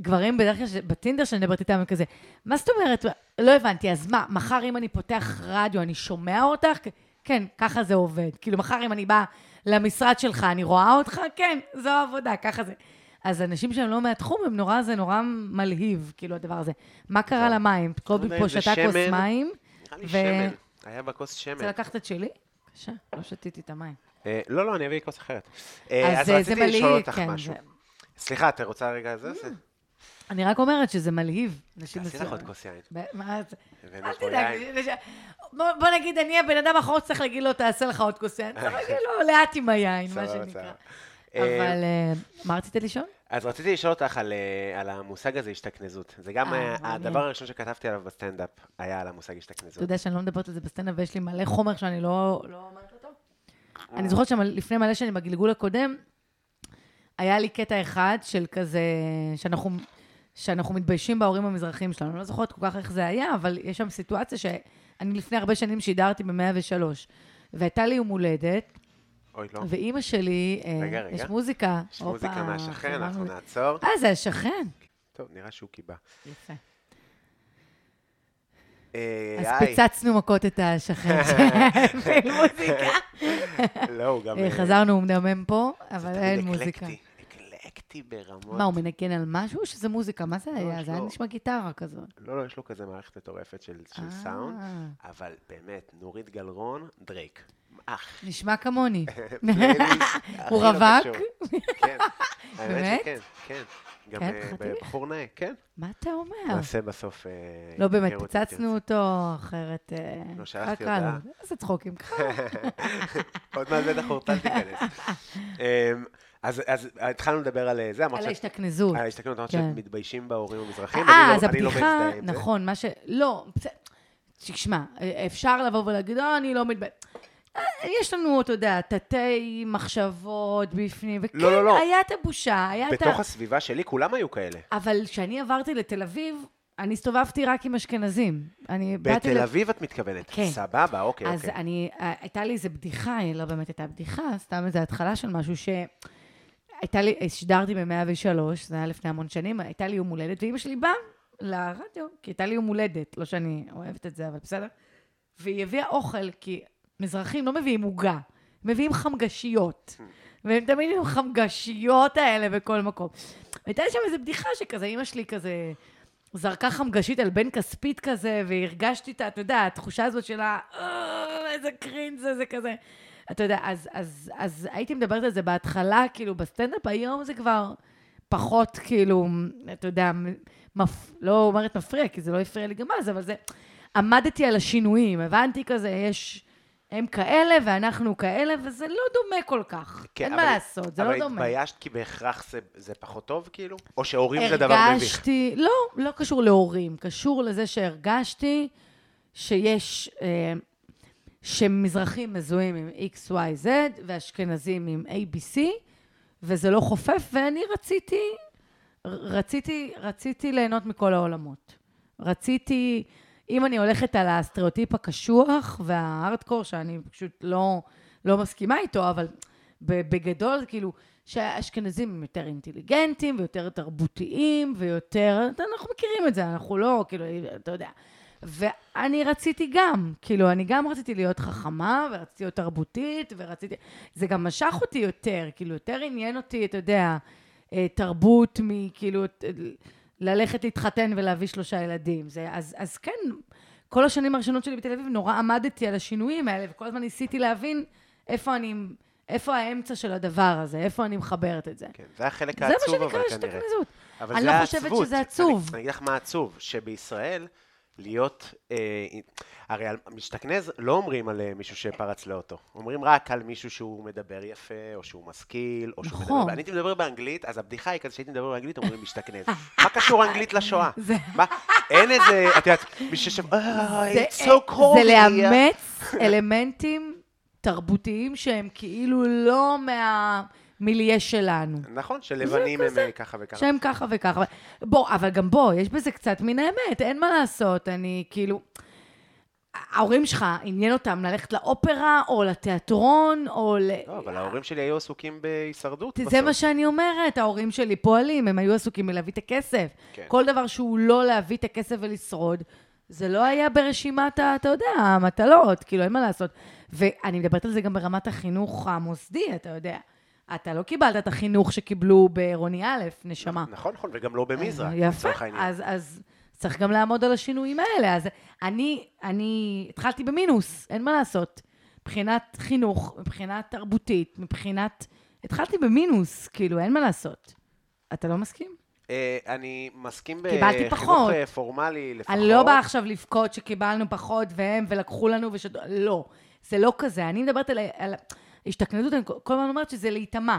גברים בדרך כלל, ש- בטינדר שאני מדברת איתם, הם כזה, מה זאת אומרת? לא הבנתי, אז מה, מחר אם אני פותח רדיו, אני שומע אותך? כן, ככה זה עובד. כאילו, מחר אם אני באה למשרד שלך, אני רואה אותך? כן, זו העבודה, ככה זה. אז אנשים שהם לא מהתחום, הם נורא, זה נורא מלהיב, כאילו, הדבר הזה. מה קרה נכון. למים? קובי יודע פה אם זה שתה כוס שמן. מים. נראה לי ו- שמן. היה בכוס רוצה שמן. לקחת את שלי? בבקשה, לא שתיתי את המים. אה, לא, לא, אני אביא כוס אחרת. אה, אז אה, זה רציתי לשאול מלהיב, אותך כן, משהו. זה- סליחה, את רוצה רגע זה? זה? אני רק אומרת שזה מלהיב. נשים תעשי לך מסוימות. עוד כוס יין. ב- מה זה? הבאנו אל פה תדאג. יין. לש- בוא בוא נגיד, אני הבן אדם האחרון שצריך להגיד לו, תעשה לך עוד כוס יין. צריך להגיד לו, לאט עם היין, מה סבבה, שנקרא. סבבה. אה, אבל אה, מה רצית לשאול? אז רציתי לשאול אותך על, אה, על המושג הזה, השתכנזות. זה גם אה, היה- מעניין. הדבר הראשון שכתבתי עליו בסטנדאפ, היה על המושג השתכנזות. אתה יודע שאני לא מדברת על זה בסצנה ויש לי מלא חומר שאני לא לא אומרת אותו? אה. אני זוכרת שלפני מלא שנים, בגלגול הקודם, היה לי קטע אחד של כזה, שאנחנו, שאנחנו מתביישים בהורים המזרחים שלנו. אני לא זוכרת כל כך איך זה היה, אבל יש שם סיטואציה שאני לפני הרבה שנים שידרתי ב-103, והייתה לי יום הולדת, אוי, לא. ואימא שלי, אה, רגע, רגע. יש מוזיקה. יש מוזיקה הופה, מהשכן, שמענו אנחנו את- נעצור. אה, זה השכן. טוב, נראה שהוא קיבה. יפה. אה, אז היי. פיצצנו מכות את השכן שהפעיל מוזיקה. לא, הוא גם... אה, אה, חזרנו, הוא מדמם פה, זה אבל תמיד אין מוזיקה. אקלקטי, אקלקטי ברמות. מה, הוא מנגן על משהו או שזה מוזיקה? מה זה לא, היה? יש זה היה לו- נשמע גיטרה כזאת. לא, לא, יש לו כזה מערכת מטורפת של של אה. סאונד, אבל באמת, נורית גלרון, דרייק. אח, נשמע כמוני. פלייליסט הכי הוא לא רווק? קשור. כן, האמת באמת? שכן, כן. גם כן, אה, חתיך? בחור נאה, כן. מה אתה אומר? נעשה בסוף... אה, לא באמת, היכרות, אם פצצנו אותו, אחרת... אה, לא, שלחתי ככה לא. הודעה. איזה צחוקים אה, ככה. תרצה. עוד מעט בטח אורטל תיכנס. אמ, אז אז התחלנו לדבר על אה, זה, אמרת על שאת... ההשתכנזות. על ההשתכנות, אמרת כן. שמתביישים בהורים המזרחים, אה, אה, אני אז לא- אני לא הבדיחה, מזדהה עם זה. נכון, מה ש... לא, בסדר. תשמע, אפשר לבוא ולהגיד, אה, אני לא מתבייש. יש לנו, אתה יודע, תתי מחשבות בפנים, וכן, לא, לא. היה את הבושה, היה את ה... בתוך הסביבה שלי כולם היו כאלה. אבל כשאני עברתי לתל אביב, אני הסתובבתי רק עם אשכנזים. אני באתי... בתל ל- אביב את מתכוונת. כן. סבבה, אוקיי, אז אוקיי. אני, אה, הייתה לי איזו בדיחה, היא לא באמת הייתה בדיחה, סתם איזו התחלה של משהו ש... הייתה לי, שידרתי ב-103, זה היה לפני המון שנים, הייתה לי יום הולדת, ואימא שלי באה לרדיו, כי הייתה לי יום הולדת, לא שאני אוהבת את זה, אבל בסדר. והיא הביאה אוכל, כי מזרחים לא מביאים עוגה, מביאים חמגשיות. והם תמיד עם החמגשיות האלה בכל מקום. הייתה לי שם איזו בדיחה שכזה, אימא שלי כזה זרקה חמגשית על בן כספית כזה, והרגשתי את, ה- אתה יודע, התחושה הזאת של ה... "אה, איזה קרינג' זה, זה כזה. אתה יודע, אז, אז, אז הייתי מדברת על זה בהתחלה, כאילו, בסטנדאפ היום זה כבר פחות, כאילו, אתה יודע, מפ... לא אומרת מפריע, כי זה לא הפריע לי גם אז, אבל זה... עמדתי על השינויים, הבנתי כזה, יש... הם כאלה ואנחנו כאלה, וזה לא דומה כל כך. כן, אין אבל- מה לעשות, זה לא דומה. אבל התביישת כי בהכרח זה, זה פחות טוב, כאילו? או שהורים זה דבר מביך. הרגשתי, לא, לא קשור להורים, קשור לזה שהרגשתי שיש, אה, שמזרחים מזוהים עם XYZ ואשכנזים עם ABC, וזה לא חופף, ואני רציתי, רציתי, רציתי ליהנות מכל העולמות. רציתי, אם אני הולכת על הסטריאוטיפ הקשוח וההארדקור, שאני פשוט לא, לא מסכימה איתו, אבל ב- בגדול, זה כאילו, שהאשכנזים הם יותר אינטליגנטים ויותר תרבותיים ויותר, אנחנו מכירים את זה, אנחנו לא, כאילו, אתה יודע. ואני רציתי גם, כאילו, אני גם רציתי להיות חכמה, ורציתי להיות תרבותית, ורציתי... זה גם משך אותי יותר, כאילו, יותר עניין אותי, אתה יודע, אה, תרבות מכאילו, ת- ללכת להתחתן ולהביא שלושה ילדים. זה, אז, אז כן, כל השנים הראשונות שלי בתל אביב, נורא עמדתי על השינויים האלה, וכל הזמן ניסיתי להבין איפה אני... איפה האמצע של הדבר הזה? איפה אני מחברת את זה? כן, זה החלק זה מה העצוב, אבל שנקרא כנראה. השתכנזות. אבל אני זה לא העצבות. חושבת שזה עצוב. אני, אני אגיד לך מה עצוב, שבישראל להיות... אה, הרי על משתכנז לא אומרים על אה, מישהו שפרץ לאוטו. אומרים רק על מישהו שהוא מדבר יפה, או שהוא משכיל, או שהוא נכון. מדבר... אני הייתי מדבר באנגלית, אז הבדיחה היא כזה שהייתי מדבר באנגלית, אומרים משתכנז. מה קשור אנגלית לשואה? זה- מה? אין איזה... את יודעת, מישהו ש... אה, זה- it's so cold זה here." לאמץ אלמנטים תרבותיים שהם כאילו לא מהמיליה שלנו. נכון, שלבנים הם אה, ככה וככה. שהם ככה וככה. בוא, אבל גם בוא, יש בזה קצת מן האמת, אין מה לעשות, אני כאילו... ההורים שלך, עניין אותם ללכת לאופרה, או לתיאטרון, או ל... לא, אבל ההורים שלי היו עסוקים בהישרדות בסוף. זה מה שאני אומרת, ההורים שלי פועלים, הם היו עסוקים בלהביא את הכסף. כן. כל דבר שהוא לא להביא את הכסף ולשרוד, זה לא היה ברשימת, ה- אתה יודע, המטלות, כאילו, אין מה לעשות. ואני מדברת על זה גם ברמת החינוך המוסדי, אתה יודע. אתה לא קיבלת את החינוך שקיבלו בעירוני א', נשמה. אה, נכון, נכון, וגם לא במזרע, יפה, לצורך העניין. אז, אז צריך גם לעמוד על השינויים האלה. אז אני, אני התחלתי במינוס, אין מה לעשות. מבחינת חינוך, מבחינת תרבותית, מבחינת... התחלתי במינוס, כאילו, אין מה לעשות. אתה לא מסכים? אה, אני מסכים קיבלתי בחינוך פחות. אה, פורמלי לפחות. אני לא באה עכשיו לבכות שקיבלנו פחות והם ולקחו לנו וש... לא, זה לא כזה. אני מדברת על, על השתכנזות, אני כל הזמן אומרת שזה להיטמע.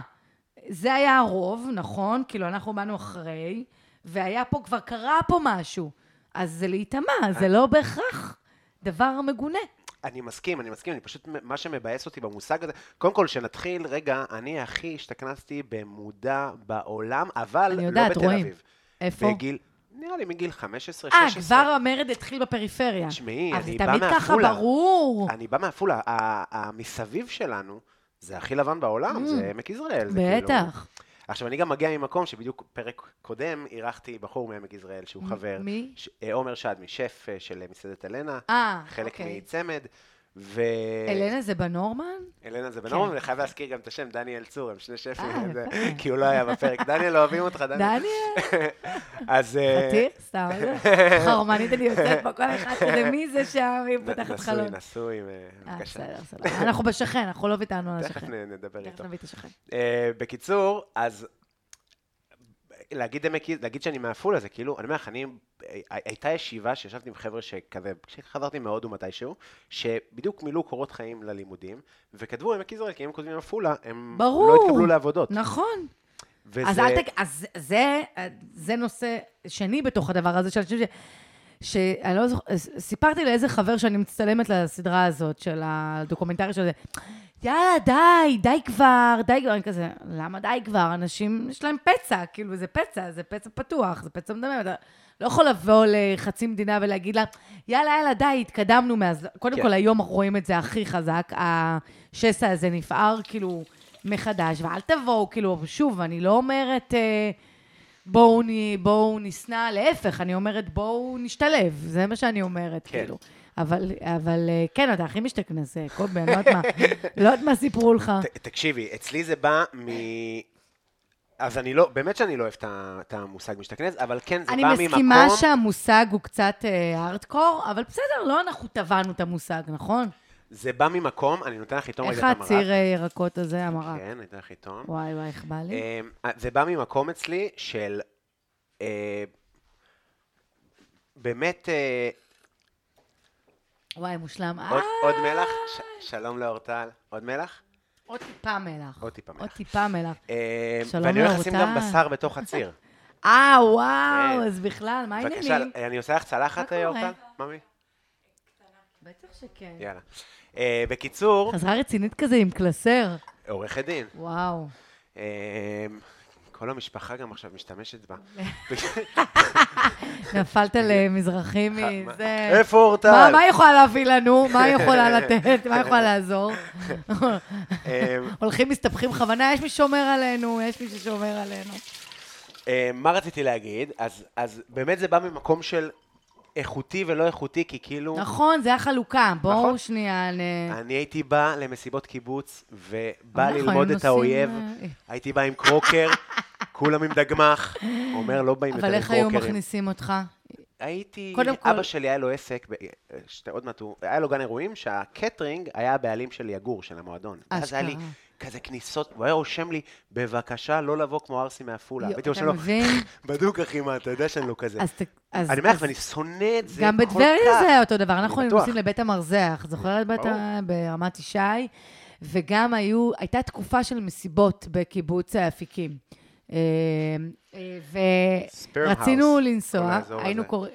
זה היה הרוב, נכון? כאילו, אנחנו באנו אחרי, והיה פה, כבר קרה פה משהו. אז זה להיטמע, זה לא בהכרח דבר מגונה. אני מסכים, אני מסכים, אני פשוט, מה שמבאס אותי במושג הזה, קודם כל, שנתחיל, רגע, אני הכי השתכנסתי במודע בעולם, אבל אני לא יודעת, בתל רואים. אביב. איפה? בגיל, נראה לי מגיל 15, אה, 16. כבר המרד התחיל בפריפריה. תשמעי, אבל אני זה בא תמיד ככה, מעפולה. ברור. אני בא מעפולה, ה- המסביב שלנו, זה הכי לבן בעולם, Mm. זה עמק יזרעאל. זה כאילו- בטח. עכשיו, אני גם מגיע ממקום שבדיוק פרק קודם אירחתי בחור מעמק יזרעאל Mm, שהוא חבר. מי? ש- אה, עומר שדמי, שף אה, של אה, מסעדת אלנה, אה, חלק אוקיי. מצמד. ו... אלנה זה בנורמן? אלנה זה כן. בנורמן, ואני חייב להזכיר גם את השם, דניאל צור, הם שני אה, שפים, זה- יפה. כי הוא לא היה בפרק. דניאל, אוהבים אותך, דניאל. דניאל? אז... אה, חתיך? סתם, חרמנית אני יוצאת פה, כל אחד כזה, מי זה שם, היא נ- פותחת נשוי, חלון. נשוי, אה, אה, בבקשה. בסדר, בסדר. אנחנו בשכן, אנחנו לא ויתרנו על תכף השכן. נ- נדבר תכף איתו. נביא את השכן. אה, בקיצור, אז להגיד, עמק, יז- להגיד שאני מעפולה זה כאילו, אני אומר לך, אני, הי- הייתה ישיבה שישבתי עם חבר'ה שכזה, כשחזרתי מהודו מתישהו, שבדיוק מילאו קורות חיים ללימודים, וכתבו עמק יזרעאל, כי אם הם כותבים עפולה, הם ברור. לא התקבלו לעבודות. נכון. וזה, אז אל תג... אז זה, זה נושא שני בתוך הדבר הזה של אנשים ש... שאני לא זוכרת, סיפרתי לאיזה חבר שאני מצטלמת לסדרה הזאת, של הדוקומנטרי של זה, יאללה, די, די כבר, די כבר, אני כזה, למה די כבר? אנשים, יש להם פצע, כאילו, זה פצע, זה פצע פתוח, זה פצע מדמם, אתה לא יכול לבוא לחצי מדינה ולהגיד לה, יאללה, יאללה, די, התקדמנו מאז. לא, קודם כן. כל, היום אנחנו רואים את זה הכי חזק, השסע הזה נפער, כאילו, מחדש, ואל תבואו, כאילו, שוב, אני לא אומרת... אה, בואו, נ, בואו נשנא, להפך, אני אומרת בואו נשתלב, זה מה שאני אומרת, כן. כן. כאילו. אבל, אבל אה, כן, אתה הכי משתכנס, אה, קובי, אני לא יודעת מה, לא יודעת מה סיפרו לך. ת- תקשיבי, אצלי זה בא מ... אז אני לא, באמת שאני לא אוהב את ה- את המושג משתכנז, אבל כן, זה בא אני ממקום... מסכימה שהמושג הוא קצת אה, הארדקור, אבל בסדר, לא אנחנו טבענו את המושג, נכון? זה בא ממקום, אני נותן לך לטעום רגע איך את המרק. הציר אה, ירקות הזה, המרק? כן, אני נותן לך לטעום. וואי, וואי, איך בא לי? אמ, זה בא ממקום אצלי של אה, באמת אה, וואי, מושלם. אה, עוד- עוד מלח? ש- שלום לאורטל. עוד מלח? עוד טיפה מלח. עוד טיפה מלח. עוד טיפה מלח. אה, שלום ואני הולך לשים גם לאורטל. בשר בתוך הציר. אה, וואו, כן. אז בכלל, מה בבקשה, אה, העניינים? אני עושה לך צלחת, מה אה, קורה? אורטל? ממי? בטח שכן. יאללה. אה, בקיצור, חזרה רצינית כזה עם קלסר. עורכת דין. וואו. אה, כל המשפחה גם עכשיו משתמשת בה. נפלת למזרחי מה- מזה. איפה אורטל? מה, מה היא יכולה להביא לנו? מה היא יכולה לתת? מה היא יכולה לעזור? אה, הולכים, מסתבכים בכוונה, יש מי שומר עלינו, יש מי ששומר עלינו. אה, מה רציתי להגיד? אז, אז באמת זה בא ממקום של איכותי ולא איכותי, כי כאילו... נכון, זה החלוקה. בואו נכון. שנייה, נ... אני הייתי בא למסיבות קיבוץ, ובא אנחנו ללמוד היינו את האויב, עושים, אה, הייתי בא עם קרוקר, כולם עם דגמח, אומר לא באים יותר אבל עם איך היו קרוקרים. מכניסים אותך? הייתי, קודם כל- אבא שלי היה לו עסק, ב- אה, שתי, עוד מעט, הוא- היה לו גן אירועים שהקטרינג היה הבעלים של יגור, של המועדון. ואז היה לי אשכרה. כזה כניסות, הוא היה רושם לי, בבקשה לא לבוא כמו ארסי מעפולה. יו, הייתי אתה רושם לו, מבין? בדוק אחי, מה, אתה יודע שאני לא כזה. אז ת- אז- אני אומר לך, אז- ואני שונא את זה גם כל בטבריה כך. זה היה אותו דבר, אני אנחנו היינו בטוח. נוסעים לבית המרזח, זוכרת בית ה- ברמת ישי? וגם היו, הייתה תקופה של מסיבות בקיבוץ האפיקים. אה, אה, ספרם ורצינו האוס, כל לנסוע, האזור היינו הזה. קוראים,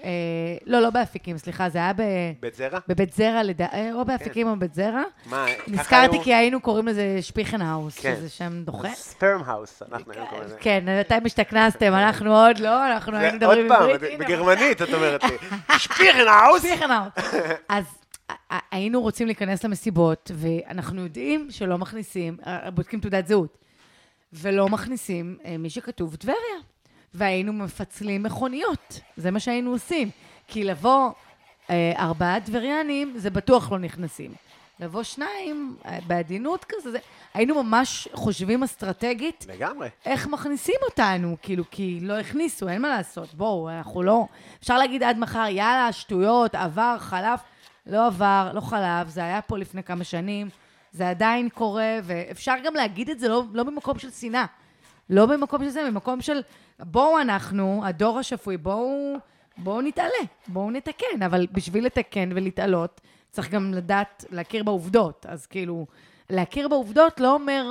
לא, לא באפיקים, סליחה, זה היה ב- בית זרע? בבית זרע, לדע- אה, או באפיקים או בבית זרע. כן. מה, ככה נזכרתי היו- כי היינו קוראים לזה שפיכנהאוס, כן. שזה שם דוחה. ספרם האוס, אנחנו היום קוראים לזה. כן, אתם השתכנסתם, אנחנו עוד לא, אנחנו זה היינו מדברים עוד פעם, עברית. הנה, בגרמנית את אומרת לי, שפירנהאוס. פיכנאוט. אז ה- ה- היינו רוצים להיכנס למסיבות, ואנחנו יודעים שלא מכניסים, אה, בודקים תעודת זהות, ולא מכניסים אה, מי שכתוב טבריה. והיינו מפצלים מכוניות, זה מה שהיינו עושים. כי לבוא אה, ארבעה טבריאנים, זה בטוח לא נכנסים. לבוא שניים, אה, בעדינות כזה, זה... היינו ממש חושבים אסטרטגית לגמרי. איך מכניסים אותנו, כאילו, כי לא הכניסו, אין מה לעשות, בואו, אנחנו לא... אפשר להגיד עד מחר, יאללה, שטויות, עבר, חלף. לא עבר, לא חלף, זה היה פה לפני כמה שנים, זה עדיין קורה, ואפשר גם להגיד את זה לא, לא במקום של שנאה. לא במקום של זה, במקום של בואו אנחנו, הדור השפוי, בואו, בואו נתעלה, בואו נתקן. אבל בשביל לתקן ולהתעלות, צריך גם לדעת להכיר בעובדות. אז כאילו, להכיר בעובדות לא אומר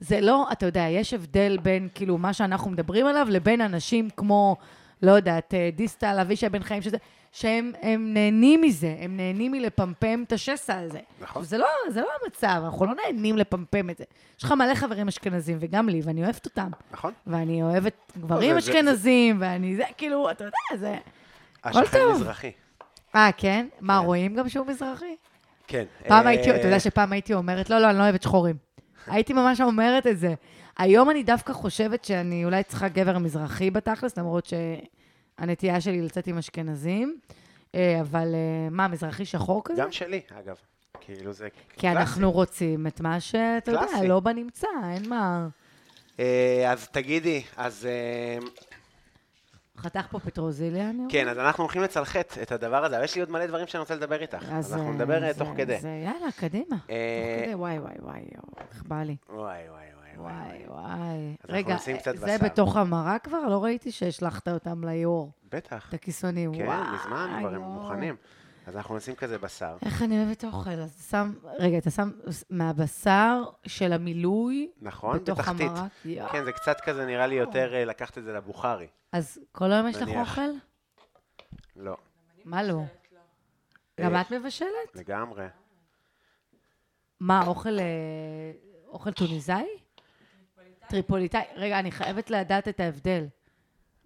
זה לא, אתה יודע, יש הבדל בין כאילו מה שאנחנו מדברים עליו לבין אנשים כמו, לא יודעת, אה, דיסטל, אבישי בן חיים, שזה, שהם הם נהנים מזה, הם נהנים מלפמפם את השסע הזה. נכון. זה לא, זה לא המצב, אנחנו לא נהנים לפמפם את זה. יש לך מלא חברים אשכנזים, וגם לי, ואני אוהבת אותם. נכון. ואני אוהבת גברים זה- זה- אשכנזים, ואני זה, כאילו, אתה יודע, זה... השכן טוב. מזרחי. אה, כן? מה, רואים גם שהוא מזרחי? כן. פעם אה, הייתי, אתה יודע שפעם הייתי אומרת, לא, לא, אני לא אוהבת שחורים. הייתי ממש אומרת את זה. היום אני דווקא חושבת שאני אולי צריכה גבר מזרחי בתכלס, למרות שהנטייה שלי לצאת עם אשכנזים. אה, אבל אה, מה, מזרחי שחור כזה? גם שלי, אגב. כאילו זה... כי אנחנו רוצים את מה שאתה יודע, קלאסי. לא בנמצא, אין מה. אה, אז תגידי, אז... אה, חתך פה פטרוזיליה, אני כן, אז אנחנו הולכים לצלחת את הדבר הזה, אבל יש לי עוד מלא דברים שאני רוצה לדבר איתך. אומרת? אז אנחנו אה, נדבר אה, זה- תוך כדי. זה יאללה, קדימה. תוך אה, כדי, וואי, וואי, וואי, יואו, איך בא לי. וואי, וואי, וואי, וואי. וואי, וואי. אנחנו רגע, נשים קצת זה בשר. בתוך המרק כבר? לא ראיתי שהשלכת אותם ליאור. בטח. את הכיסונים, וואי. כן, מזמן כבר הם יואו. מוכנים. אז אנחנו נשים כזה בשר. איך אני אוהבת אוכל, אז אתה שם, רגע, אתה שם מהבשר של המילוי, נכון, בתוך בתחתית. המרק, יואו. כן, זה קצת כזה נראה לי Oh. יותר אה, לקחת את זה לבוכרי. אז כל היום יש לך נניח. אוכל? לא, מה לא? גם אה, את מבשלת? לגמרי. מה, אוכל אה, אוכל טוניסאי? טריפוליטאי. רגע, אני חייבת לדעת את ההבדל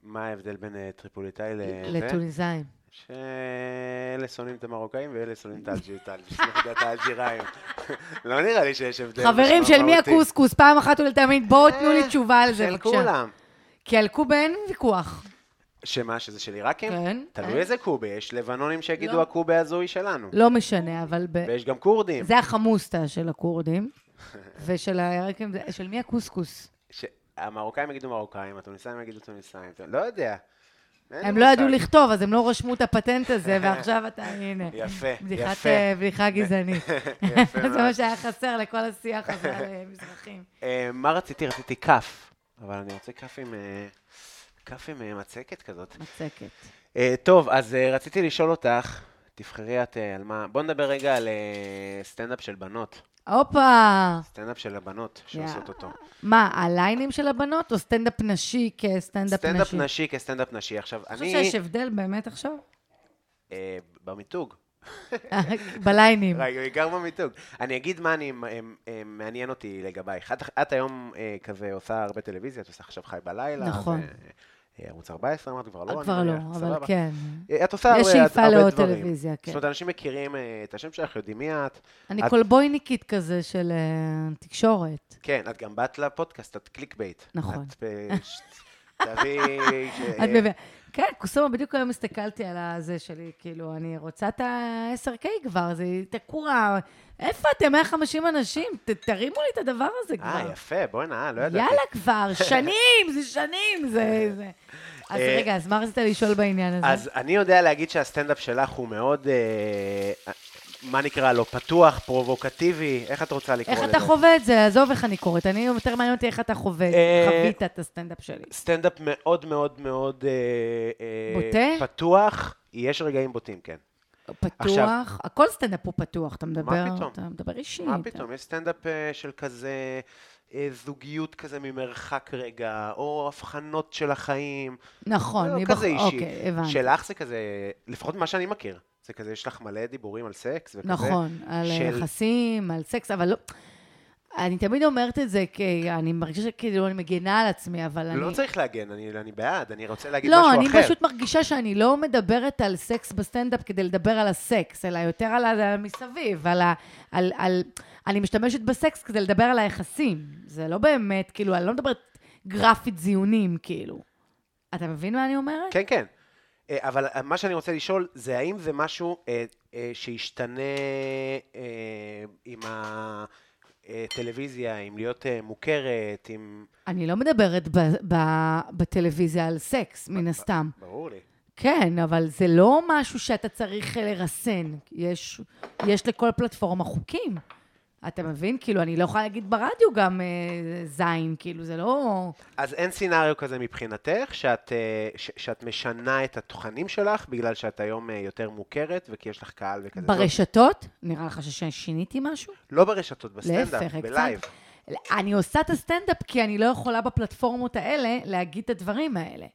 מה ההבדל בין אה, טריפוליטאי לזה? לטוניסאים. שאלה שונאים את המרוקאים ואלה שונאים את האלג'י- את האלג'י- את האלג'יראים. לא נראה לי שיש הבדל. חברים, של מי משמעותי. הקוסקוס? פעם אחת ולתמיד, בואו תנו לי אה, תשובה על זה, של בבקשה. כולם. כי על קובה אין ויכוח. שמה, שזה של עיראקים? כן, כן. תלוי איזה קובה, יש לבנונים לא. שיגידו הקובה הזוי שלנו. לא משנה, אבל... ב- ויש גם כורדים. זה החמוסטה של הכורדים, ושל הירקים, זה- של מי הקוסקוס? ש- המרוקאים יגידו מרוקאים, הטוניסאים יגידו טוניסאים. לא יודע. אין לי הם לא ידעו מושג. לכתוב, אז הם לא רשמו את הפטנט הזה, ועכשיו אתה, הנה. יפה, בדיחת, יפה. אה, בדיחה גזענית. יפה זה מה מאוד. שהיה חסר לכל השיח הזה על אה, מזרחים. אה, מה רציתי? רציתי כף. אבל אני רוצה כף עם... אה, כף עם אה, מצקת כזאת. מצקת. אה, טוב, אז אה, רציתי לשאול אותך, תבחרי את אה, על מה... בוא נדבר רגע על אה, סטנדאפ של בנות. הופה! סטנדאפ של הבנות שעושות אותו. מה, הליינים של הבנות או סטנדאפ נשי כסטנדאפ נשי? סטנדאפ נשי כסטנדאפ נשי. עכשיו, אני חושב אני... שיש הבדל באמת עכשיו? אה, במיתוג. בליינים. רגע, בעיקר במיתוג. אני אגיד מה אני, אה, אה, מעניין אותי לגבייך. את, את היום אה, כזה עושה הרבה טלוויזיה, את עושה עכשיו חי בלילה. נכון. ו- אה, ערוץ 14 אמרת כבר לא, אני כבר לא, מניח, אבל סבבה. כן. אה, את עושה יש הרבה, שאיפה הרבה לעוד דברים. טלוויזיה, כן. זאת אומרת, אנשים מכירים אה, את השם שלך, יודעים מי את. אני את- קולבויניקית כזה של אה, תקשורת. כן, את גם באת לפודקאסט, את קליק בייט. נכון. את, אה, ש- תביא... אה, את מבינה? כן, קוסומה, בדיוק היום הסתכלתי על הזה שלי, כאילו, אני רוצה את ה-10K כבר, זה תקוע. איפה אתם, 150 אנשים? ת- תרימו לי את הדבר הזה כבר. אה, יפה, בוא'נה, אה, לא ידעתי. יאללה כבר, שנים, זה שנים, זה... זה. אז אה, רגע, אז מה רצית לשאול בעניין הזה? אז אני יודע להגיד שהסטנדאפ שלך הוא מאוד, אה, מה נקרא לו, פתוח, פרובוקטיבי, איך את רוצה לקרוא איך לזה? אתה חווה את זה? עזוב איך אני קוראת, אני יותר מעניין אותי איך אתה חווה, את זה, אה, חווית את הסטנדאפ שלי. סטנדאפ מאוד מאוד מאוד... אה, אה, בוטה? פתוח, יש רגעים בוטים, כן. פתוח, הכל סטנדאפ הוא פתוח, אתה מדבר, פתאום? אתה מדבר אישית. מה פתאום, יש סטנדאפ אה, של כזה אה, זוגיות כזה ממרחק רגע, או הבחנות של החיים. נכון, לא, מבח- כזה אישי. אוקיי, הבנתי. שלך זה כזה, לפחות ממה שאני מכיר, זה כזה, יש לך מלא דיבורים על סקס וכזה. נכון, על של- של... יחסים, על סקס, אבל לא... אני תמיד אומרת את זה, כי אני מרגישה שכאילו אני מגינה על עצמי, אבל אני... לא צריך להגן, אני אני בעד, אני רוצה להגיד לא, משהו אני אחר. פשוט מרגישה שאני לא מדברת על סקס בסטנדאפ כדי לדבר על הסקס, אלא יותר על ה- מסביב, על ה... על, על... אני משתמשת בסקס כדי לדבר על היחסים. זה לא באמת, כאילו, אני לא מדברת גרפית זיונים, כאילו. אתה מבין מה אני אומרת? כן, כן. אה, אבל אה, מה שאני רוצה לשאול, זה האם זה משהו אה, אה, שהשתנה אה, עם הטלוויזיה, עם להיות אה, מוכרת, עם... אני לא מדברת ב- ב- בטלוויזיה על סקס, מן הסתם. ברור לי. כן, אבל זה לא משהו שאתה צריך אה, לרסן. יש, יש לכל פלטפורמה חוקים. אתה מבין? כאילו, אני לא יכולה להגיד ברדיו גם אה, זין, כאילו, זה לא... אז אין סינאריו כזה מבחינתך, שאת, אה, ש, שאת משנה את התכנים שלך בגלל שאת היום אה, יותר מוכרת וכי יש לך קהל וכזה. ברשתות? נראה לך ששיניתי משהו? לא, לא ברשתות, בסטנדאפ, להפך, הקצת. בלייב. אני עושה את הסטנדאפ כי אני לא יכולה בפלטפורמות האלה להגיד את הדברים האלה.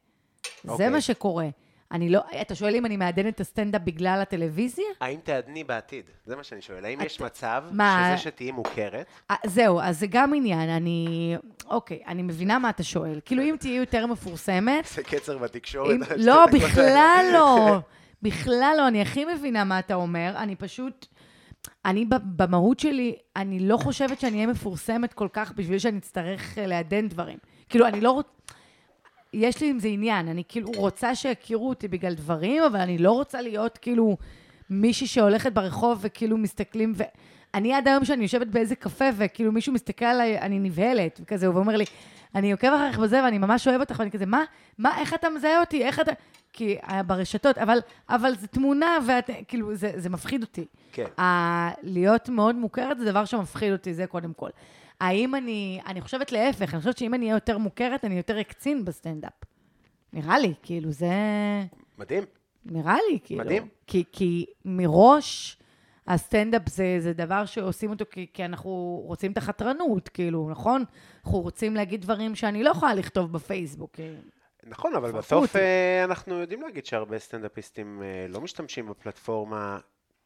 אוקיי. זה מה שקורה. אני לא... אתה שואל אם אני מעדנת את הסטנדאפ בגלל הטלוויזיה? האם תעדני בעתיד? זה מה שאני שואל. האם את- יש מצב מה? שזה שתהיי מוכרת, אה, זהו, אז זה גם עניין, אני... אוקיי, אני מבינה מה אתה שואל. כאילו, אם תהיי יותר מפורסמת... זה קצר בתקשורת. אם... שתי לא, דקות האלה. בכלל לא. בכלל לא, אני הכי מבינה מה אתה אומר. אני פשוט... אני ב- במהות שלי, אני לא חושבת שאני אהיה מפורסמת כל כך בשביל שאני אצטרך אה, לעדן דברים. כאילו, אני לא רוצה... יש לי עם זה עניין, אני כאילו רוצה שיכירו אותי בגלל דברים, אבל אני לא רוצה להיות כאילו מישהי שהולכת ברחוב וכאילו מסתכלים ו... אני עד היום שאני יושבת באיזה קפה וכאילו מישהו מסתכל עליי, אני נבהלת וכזה, הוא אומר לי, אני עוקב אחריך בזה ואני ממש אוהב אותך, ואני כזה, מה? מה? איך אתה מזהה אותי? איך אתה... כי אה, ברשתות, אבל, אבל זו תמונה ואת... כאילו, זה, זה מפחיד אותי. כן. ה- להיות מאוד מוכרת זה דבר שמפחיד אותי, זה קודם כל. האם אני, אני חושבת להפך, אני חושבת שאם אני אהיה יותר מוכרת, אני יותר אקצין בסטנדאפ. נראה לי, כאילו, זה... מדהים. נראה לי, כאילו. מדהים. כי, כי מראש, הסטנדאפ זה, זה דבר שעושים אותו כי, כי אנחנו רוצים את החתרנות, כאילו, נכון? אנחנו רוצים להגיד דברים שאני לא יכולה לכתוב בפייסבוק. כאילו. נכון, אבל פרקו בסוף אותי. אה, אנחנו יודעים להגיד שהרבה סטנדאפיסטים אה, לא משתמשים בפלטפורמה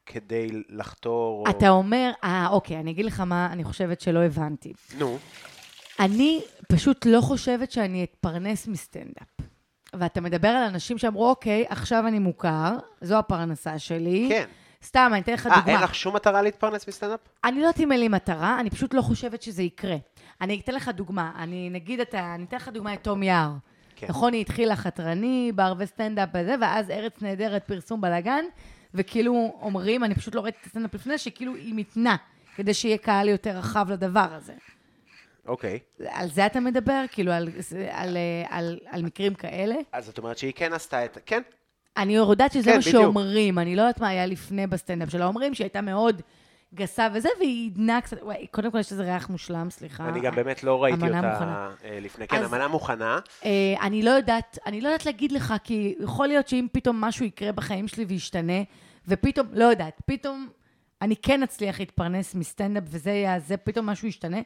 כדי לחתור. או- אתה אומר, אה, אוקיי, אני אגיד לך מה אני חושבת שלא הבנתי. נו, אני פשוט לא חושבת שאני אתפרנס מסטנדאפ. ואתה מדבר על אנשים שאמרו, אוקיי, עכשיו אני מוכר, זו הפרנסה שלי. כן. סתם, אני אתן אוקיי. לך אה, דוגמה. אין לך שום מטרה להתפרנס מסטנדאפ? אני לא יודעת אם אין לי מטרה, אני פשוט לא חושבת שזה יקרה. אני אתן לך דוגמה, אני נגיד אתה, אני אתן לך דוגמה את תום יער. כן. כן. נכון, היא התחילה חתרני, בערבי סטנדאפ וזה, ואז ארץ נהדרת, פרסום בלאגן, וכאילו אומרים, אני פשוט לא ראיתי את הסטנדאפ לפני, שכאילו היא מתנה, כדי שיהיה קהל יותר רחב לדבר הזה. אוקיי. על זה אתה מדבר? כאילו, על, על, על, על מקרים כאלה? אז זאת אומרת שהיא כן עשתה את... כן, אני יודעת שזה כן, כן, מה בדיוק. בדיוק. שאומרים, אני לא יודעת מה היה לפני בסטנדאפ שלה, אומרים שהיא הייתה מאוד גסה וזה, והיא עדנה קצת, וואי, קודם כל יש לזה ריח מושלם, סליחה. אני גם באמת לא ראיתי אה, המנה אותה מוכנה. אה, לפני. כן, אז- המנה מוכנה. אה, אני לא יודעת, אני לא יודעת להגיד לך, כי יכול להיות שאם פתאום משהו יקרה בחיים שלי וישתנה, ופתאום, לא יודעת, פתאום אני כן אצליח להתפרנס מסטנדאפ, וזה יהיה, זה פתאום משהו ישתנה.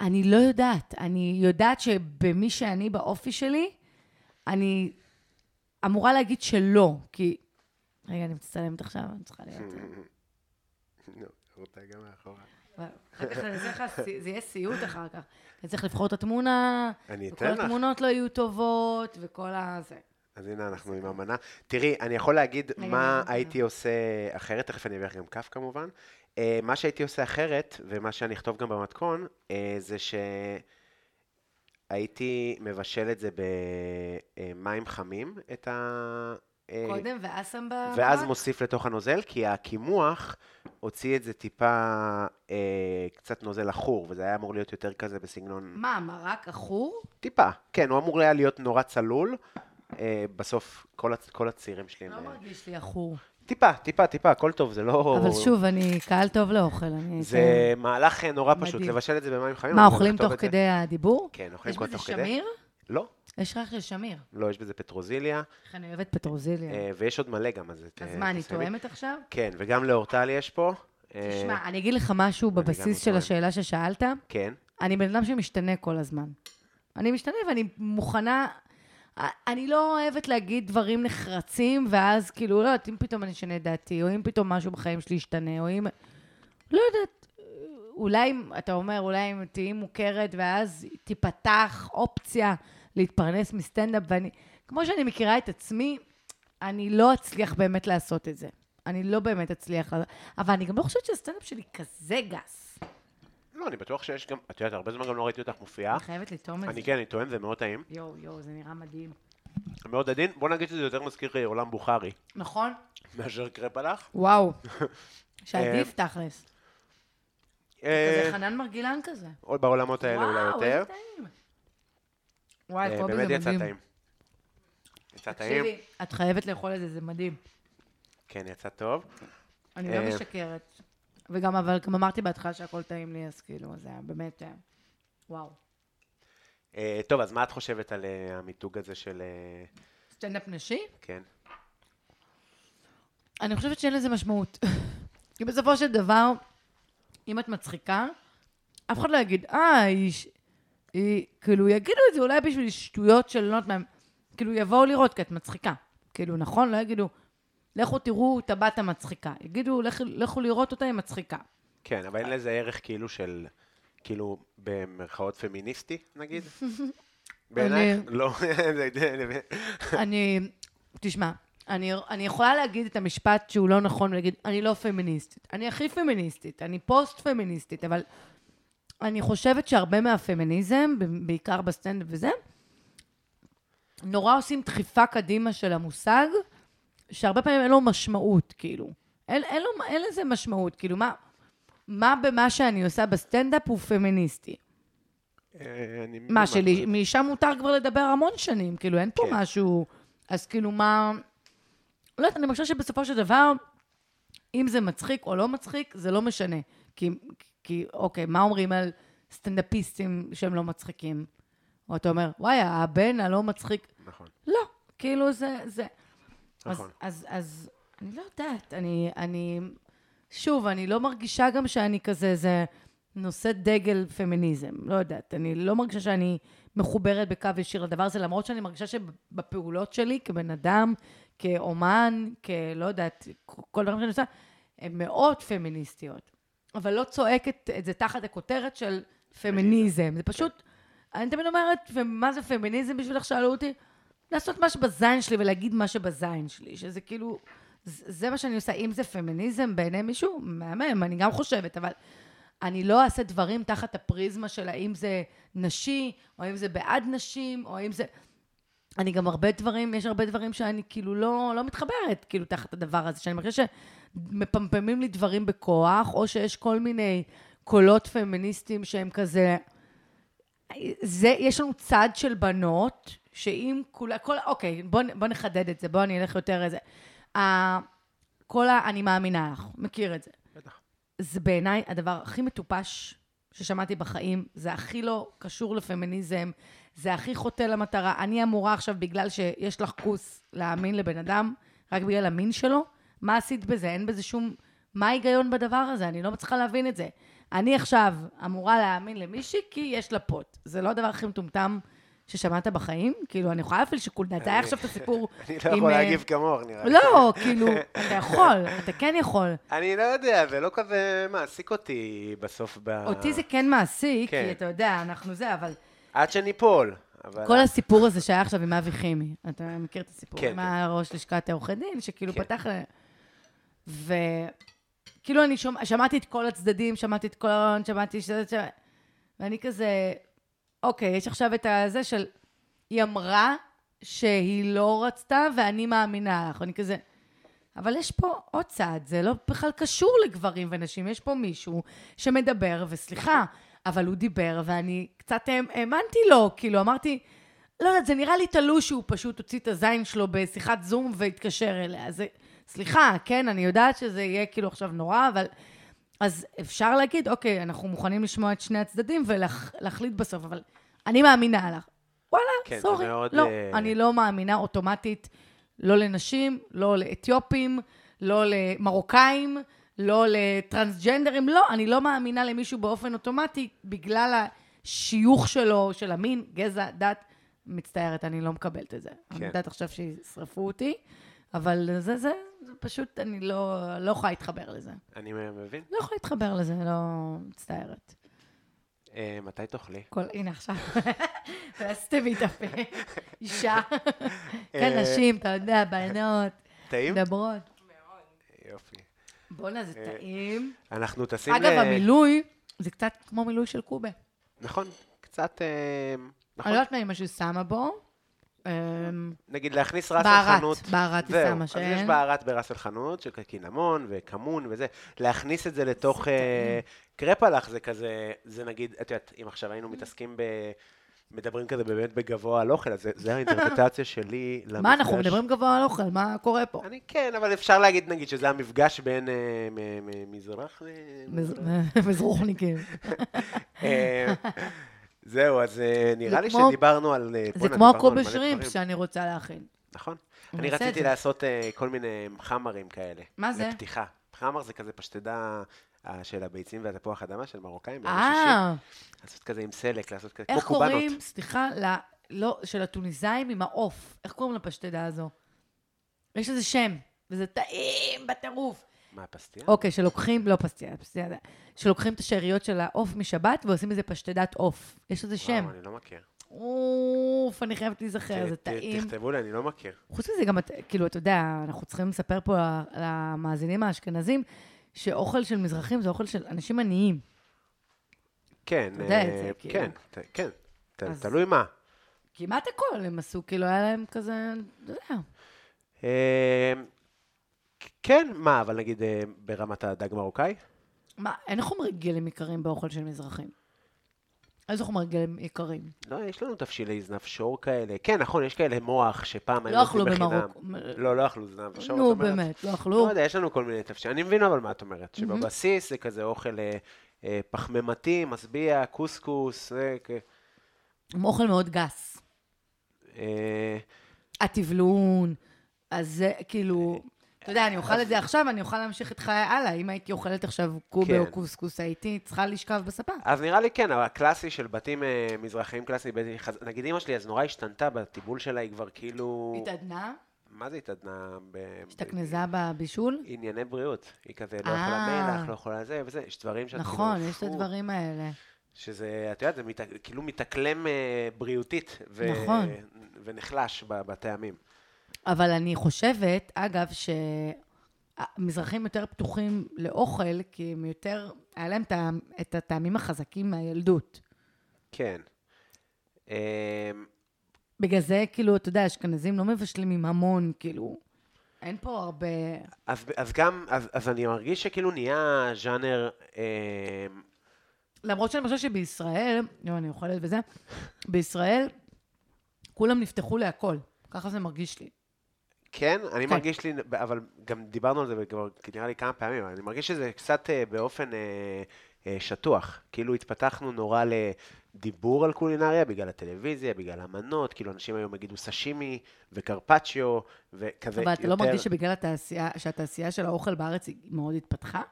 אני לא יודעת. אני יודעת שבמי שאני, באופי שלי, אני אמורה להגיד שלא, כי... רגע, אני מצטלמת עכשיו, אני צריכה להיות... נו, רותה גם מאחורה. אחר כך אני צריך, לעשות- זה יהיה סיוט אחר כך. אני צריך לבחור את התמונה, אני וכל אתן לך. התמונות לא יהיו טובות, וכל ה... זה. אז הנה אנחנו עם אמנה. תראי, אני יכול להגיד רגע, מה רגע, הייתי עושה אחרת, תכף אני אביא לך גם כף כמובן. אה, מה שהייתי עושה אחרת, ומה שאני אכתוב גם במתכון, אה, זה שהייתי מבשל את זה במים חמים, את ה... אה, קודם, ואז שם ב... ואז במרק? מוסיף לתוך הנוזל, כי הקימוח הוציא את זה טיפה, אה, קצת נוזל עכור, וזה היה אמור להיות יותר כזה בסגנון... מה, מרק עכור? טיפה, כן, הוא אמור היה להיות נורא צלול. אה, בסוף כל, הצ... כל הצעירים שלי הם... לא אה, מרגיש לי עכור. טיפה, טיפה, טיפה, הכל טוב, זה לא... אבל שוב, אני קהל טוב לאוכל. אני- זה מהלך אה, נורא פשוט, מדהים. לבשל את זה במים חמים. מה, אנחנו אוכלים נכתוב תוך את זה. כדי הדיבור? כן, אוכלים יש הכל בזה תוך כדי. שמיר? לא, יש ריח של שמיר. לא, יש בזה פטרוזיליה, איך אני אוהבת פטרוזיליה. אה, ויש עוד מלא גם, אז... את, כן. אז אה, מה, אני תסיימי. תואמת עכשיו? כן, וגם לאורטל יש פה. אה, תשמע, אני אגיד לך משהו גם בבסיס של טועם. השאלה ששאלת. כן. אני בן אדם שמשתנה כל הזמן. אני משתנה ואני מוכנה... אני לא אוהבת להגיד דברים נחרצים, ואז כאילו, לא יודעת, אם פתאום אני אשנה את דעתי, או אם פתאום משהו בחיים שלי ישתנה, או אם... לא יודעת. אולי, אם- אתה אומר, אולי אם תהיי מוכרת, ואז תיפתח אופציה להתפרנס מסטנדאפ, ואני... כמו שאני מכירה את עצמי, אני לא אצליח באמת לעשות את זה. אני לא באמת אצליח, אבל אני גם לא חושבת שהסטנדאפ שלי כזה גס. לא, אני בטוח שיש גם, את יודעת, הרבה זמן גם לא ראיתי אותך מופיעה. אני חייבת לטעום את זה. אני כן, אני טועם, זה מאוד טעים. יואו, יואו, זה נראה מדהים. מאוד עדין. בוא נגיד שזה יותר מזכיר אה, עולם בוכרי, נכון? מאשר קרפלח. וואו. שעדיף תכלס. אה, כזה חנן מרגילן כזה. עוד בעולמות האלה אולי וואו, יותר. איזה טעים. וואי, אה, קובי זה באמת מדהים. יצא טעים. יצא טעים? תקשיבי, את חייבת לאכול את זה, זה מדהים. כן, יצא טוב. אני לא אה. משקרת. וגם, אבל גם אמרתי בהתחלה שהכל טעים לי, אז כאילו, זה היה באמת... אה, וואו. אה, טוב, אז מה את חושבת על אה, המיתוג הזה של... אה, סטנדאפ נשי? כן. אני חושבת שאין לזה משמעות. כי בסופו של דבר, אם את מצחיקה, אף אחד לא יגיד, אה, היא... ש- היא... כאילו, יגידו את זה אולי בשביל שטויות של לא יודעת מה... כאילו, יבואו לראות כי את מצחיקה. כאילו, נכון? לא יגידו, לכו תראו את הבת המצחיקה. יגידו, "לכו- לכו לראות אותה, היא מצחיקה. כן, אבל אה. אין לזה ערך כאילו של... כאילו, במרכאות פמיניסטי, נגיד? בעינייך? לא. זה- זה- אני... תשמע, אני, אני יכולה להגיד את המשפט שהוא לא נכון ולהגיד, אני לא פמיניסטית. אני הכי פמיניסטית, אני פוסט-פמיניסטית, אבל אני חושבת שהרבה מהפמיניזם, ב- בעיקר בסטנדאפ וזה, נורא עושים דחיפה קדימה של המושג, שהרבה פעמים אין לו משמעות, כאילו. אין, אין, לו, אין לזה משמעות, כאילו, מה, מה במה שאני עושה בסטנדאפ הוא פמיניסטי? אה, אני- מה, שלי, מאישה מותר כבר לדבר המון שנים, כאילו, אין פה כן. משהו... אז כאילו, מה... לא יודעת, אני חושבת שבסופו של דבר, אם זה מצחיק או לא מצחיק, זה לא משנה. כי, כי אוקיי, מה אומרים על סטנדאפיסטים שהם לא מצחיקים? או אתה אומר, וואי, הבן הלא מצחיק. נכון. לא, כאילו, זה... זה. נכון. אז, אז, אז אני לא יודעת, אני, אני... שוב, אני לא מרגישה גם שאני כזה, זה נושא דגל פמיניזם, לא יודעת. אני לא מרגישה שאני מחוברת בקו ישיר לדבר הזה, למרות שאני מרגישה שבפעולות שלי כבן אדם, כאומן, כלא יודעת, כל דברים שאני עושה, הן מאוד פמיניסטיות. אבל לא צועקת את זה תחת הכותרת של פמיניזם. זה פשוט, אני תמיד אומרת, ומה זה פמיניזם בשבילך? שאלו אותי, לעשות מה שבזין שלי ולהגיד מה שבזין שלי, שזה כאילו, ז- זה מה שאני עושה. אם זה פמיניזם בעיני מישהו, מהמם, אני גם חושבת, אבל אני לא אעשה דברים תחת הפריזמה של האם זה נשי, או האם זה בעד נשים, או האם זה... אני גם הרבה דברים, יש הרבה דברים שאני כאילו לא, לא מתחברת, כאילו, תחת הדבר הזה, שאני מרגישה שמפמפמים לי דברים בכוח, או שיש כל מיני קולות פמיניסטים שהם כזה... זה, יש לנו צד של בנות, שאם כולה, כל, אוקיי, בוא, נ- בוא נחדד את זה, בוא אני אלך יותר איזה. ה- כל ה... אני מאמינה לך, מכיר את זה. בטח. זה בעיניי הדבר הכי מטופש ששמעתי בחיים, זה הכי לא קשור לפמיניזם, זה הכי חוטא למטרה. אני אמורה עכשיו, בגלל שיש לך כוס להאמין לבן אדם, רק בגלל המין שלו, מה עשית בזה? אין בזה שום... מה ההיגיון בדבר הזה? אני לא מצליחה להבין את זה. אני עכשיו אמורה להאמין למישהי כי יש לה פוט. זה לא הדבר הכי מטומטם ששמעת בחיים? כאילו, אני יכולה להפעיל שיקול דעת. זה היה אני- עכשיו את הסיפור אני עם, לא יכול אה, להגיב כמוך, נראה לי. לא, כאילו, אתה יכול, אתה כן יכול. אני לא יודע, זה לא כזה מעסיק אותי בסוף ב... אותי זה כן מעסיק, אה. כן. כי אתה יודע, אנחנו זה, אבל עד שניפול. אבל- אה- כל הסיפור הזה שהיה עכשיו עם אבי חימי, אתה מכיר את הסיפור? כן, עם כן. הראש לשכת העורכי דין, שכאילו כן. פתח... ל- וכאילו אני שומע, שמעתי את כל הצדדים, שמעתי את כל הרעיון, שמעתי שזה... ש... ואני כזה, אוקיי, יש עכשיו את הזה של... היא אמרה שהיא לא רצתה ואני מאמינה לך. אני כזה... אבל יש פה עוד צעד, זה לא בכלל קשור לגברים ונשים, יש פה מישהו שמדבר, וסליחה, אבל הוא דיבר, ואני קצת האמ- האמנתי לו, כאילו, אמרתי, לא יודעת, זה נראה לי תלוש שהוא פשוט הוציא את הזין שלו בשיחת זום והתקשר אליה. זה, סליחה, כן, אני יודעת שזה יהיה כאילו עכשיו נורא, אבל... אז אפשר להגיד, אוקיי, אנחנו מוכנים לשמוע את שני הצדדים ולהחליט בסוף, אבל אני מאמינה לך. וואלה, כן, זה סורי. מאוד, לא, אה, אני לא מאמינה אוטומטית לא לנשים, לא לאתיופים, לא למרוקאים, לא לטרנסג'נדרים, לא, אני לא מאמינה למישהו באופן אוטומטי בגלל השיוך שלו, של המין, גזע, דת. מצטערת, אני לא מקבלת את זה. אני יודעת עכשיו שישרפו אותי, אבל זה, זה, זה פשוט, אני לא, לא יכולה להתחבר לזה. אני מבין. לא יכולה להתחבר לזה, לא מצטערת. אה, מתי תאכלי? כל, הנה עכשיו, ועשיתם לי את הפה, אישה. כן, אה, נשים, אתה יודע, בנות, טעים? מדברות. יופי. בואנה, זה אה, טעים. אנחנו טסים... אה, אגב, ל- המילוי, זה קצת כמו מילוי של קובה. נכון, קצת... אה, אני נכון. לא יודעת מה אמא שלי שמה בו. אמ, נגיד להכניס רס בערת, אל חנות. בערת היא זהו, שמה אז יש שאין. בערת ברס אל חנות, של קינמון וכמון וזה. להכניס את זה לתוך אה, קרפלח זה כזה, זה נגיד, את יודעת, אם עכשיו היינו מתעסקים ב... מדברים כזה באמת בגבוה על אוכל, אז זה- זה האינטרפטציה שלי למפגש. מה, אנחנו מדברים גבוה על אוכל, מה קורה פה? אני כן, אבל אפשר להגיד, נגיד, שזה המפגש בין אה, מ- מ- מזרח ל... מז- מזרוחניקים. אה, זהו, אז אה, נראה זה לי כמו- שדיברנו על... אה, בוא'נה, זה כמו דיברנו על הקובה מלא דברים. שרימפ שאני רוצה להכין. נכון. הוא אני עושה את רציתי זה. לעשות אה, כל מיני חמרים כאלה. מה זה? לפתיחה. חמר זה כזה פשטדה אה, של הביצים והתפוח אדמה של מרוקאים. ביום שישי. אה, לעשות כזה עם סלק, לעשות כזה, כמו איך קובנות. קוראים, סליחה, ל- לא, של הטוניסאים עם העוף. איך קוראים לפשטדה הזו? יש לזה שם, וזה טעים בטירוף. מה, פסטיה? אוקיי, שלוקחים, לא פסטיה, פסטיה, זה- שלוקחים את השאריות של העוף משבת ועושים מזה פשטדת עוף. יש לזה שם. וואו, אני לא מכיר. אוף, אני חייבת ת- להיזכר, זה ת- טעים. תכתבו לי, אני לא מכיר. חוץ מזה גם, את- כאילו, אתה יודע, אנחנו צריכים לספר פה ל- למאזינים האשכנזים, שאוכל של מזרחים זה אוכל של אנשים עניים. כן. אתה יודע את זה, אה, כאילו. כן, ת- כן. ת- אז- תלוי מה. כמעט הכל הם עשו, כאילו, היה להם כזה, אתה יודע. אה, כן, מה, אבל נגיד אה, ברמת הדג מרוקאי? מה, אין חומרי גלם עיקרים באוכל של מזרחים. איזה חומרי גלם עיקרים? לא, יש לנו תבשילי זנב שור כאלה. כן, נכון, יש כאלה מוח שפעם לא היו עושים אכלו בחינם. במרוקו. לא, לא אכלו זנב שור, את נו, אומרת? באמת, לא אכלו. לא יודע, יש לנו כל מיני תפשילים. אני מבין אבל מה את אומרת, מהמם. שבבסיס זה כזה אוכל אה, אה, פחמימתי, משביע, קוסקוס, אה, כ- הם אוכל מאוד גס. אה, הטבלון, אז זה כאילו... אתה יודע, אני אוכל את זה עכשיו, אני אוכל להמשיך את חיי הלאה. אם הייתי אוכלת עכשיו קובה כן. או קוסקוס, הייתי צריכה לשכב בספה. אז נראה לי כן, אבל הקלאסי של בתים אה, מזרחיים קלאסי, בית- חז- נגיד אימא שלי אז נורא השתנתה בטיבול שלה, היא כבר כאילו... התעדנה, מה זה התעדנה? ב- השתכנזה בבישול. ענייני בריאות. היא כזה לא אה. יכולה מלח, לא יכולה זה וזה, יש דברים שאת נכון, כאילו, יש את "פו", הדברים האלה. שזה, את יודעת, זה מת, כאילו מתאקלם אה, בריאותית. ו, נכון. ונחלש ב- בטעמים. אבל אני חושבת, אגב, שהמזרחים יותר פתוחים לאוכל, כי הם יותר, היה להם את ה- את הטעמים החזקים מהילדות. כן. אמ, בגלל זה, כאילו, אתה יודע, אשכנזים לא מבשלים עם המון, כאילו, אין פה הרבה... אז, אז גם, אז, אז אני מרגיש שכאילו נהיה ז'אנר, אמ, למרות שאני חושבת שבישראל, לא, אני אוכלת וזה, בישראל, כולם נפתחו להכל. ככה זה מרגיש לי. כן, אני כן. מרגיש לי, אבל גם דיברנו על זה כבר נראה לי כמה פעמים, אבל אני מרגיש שזה קצת אה, באופן אה, אה, שטוח. כאילו התפתחנו נורא לדיבור על קולינריה בגלל הטלוויזיה, בגלל המנות, כאילו אנשים היום יגידו סשימי וקרפצ'יו וכזה אבל אתה לא יותר- מרגיש שבגלל התעשייה, שהתעשייה של האוכל בארץ היא מאוד התפתחה?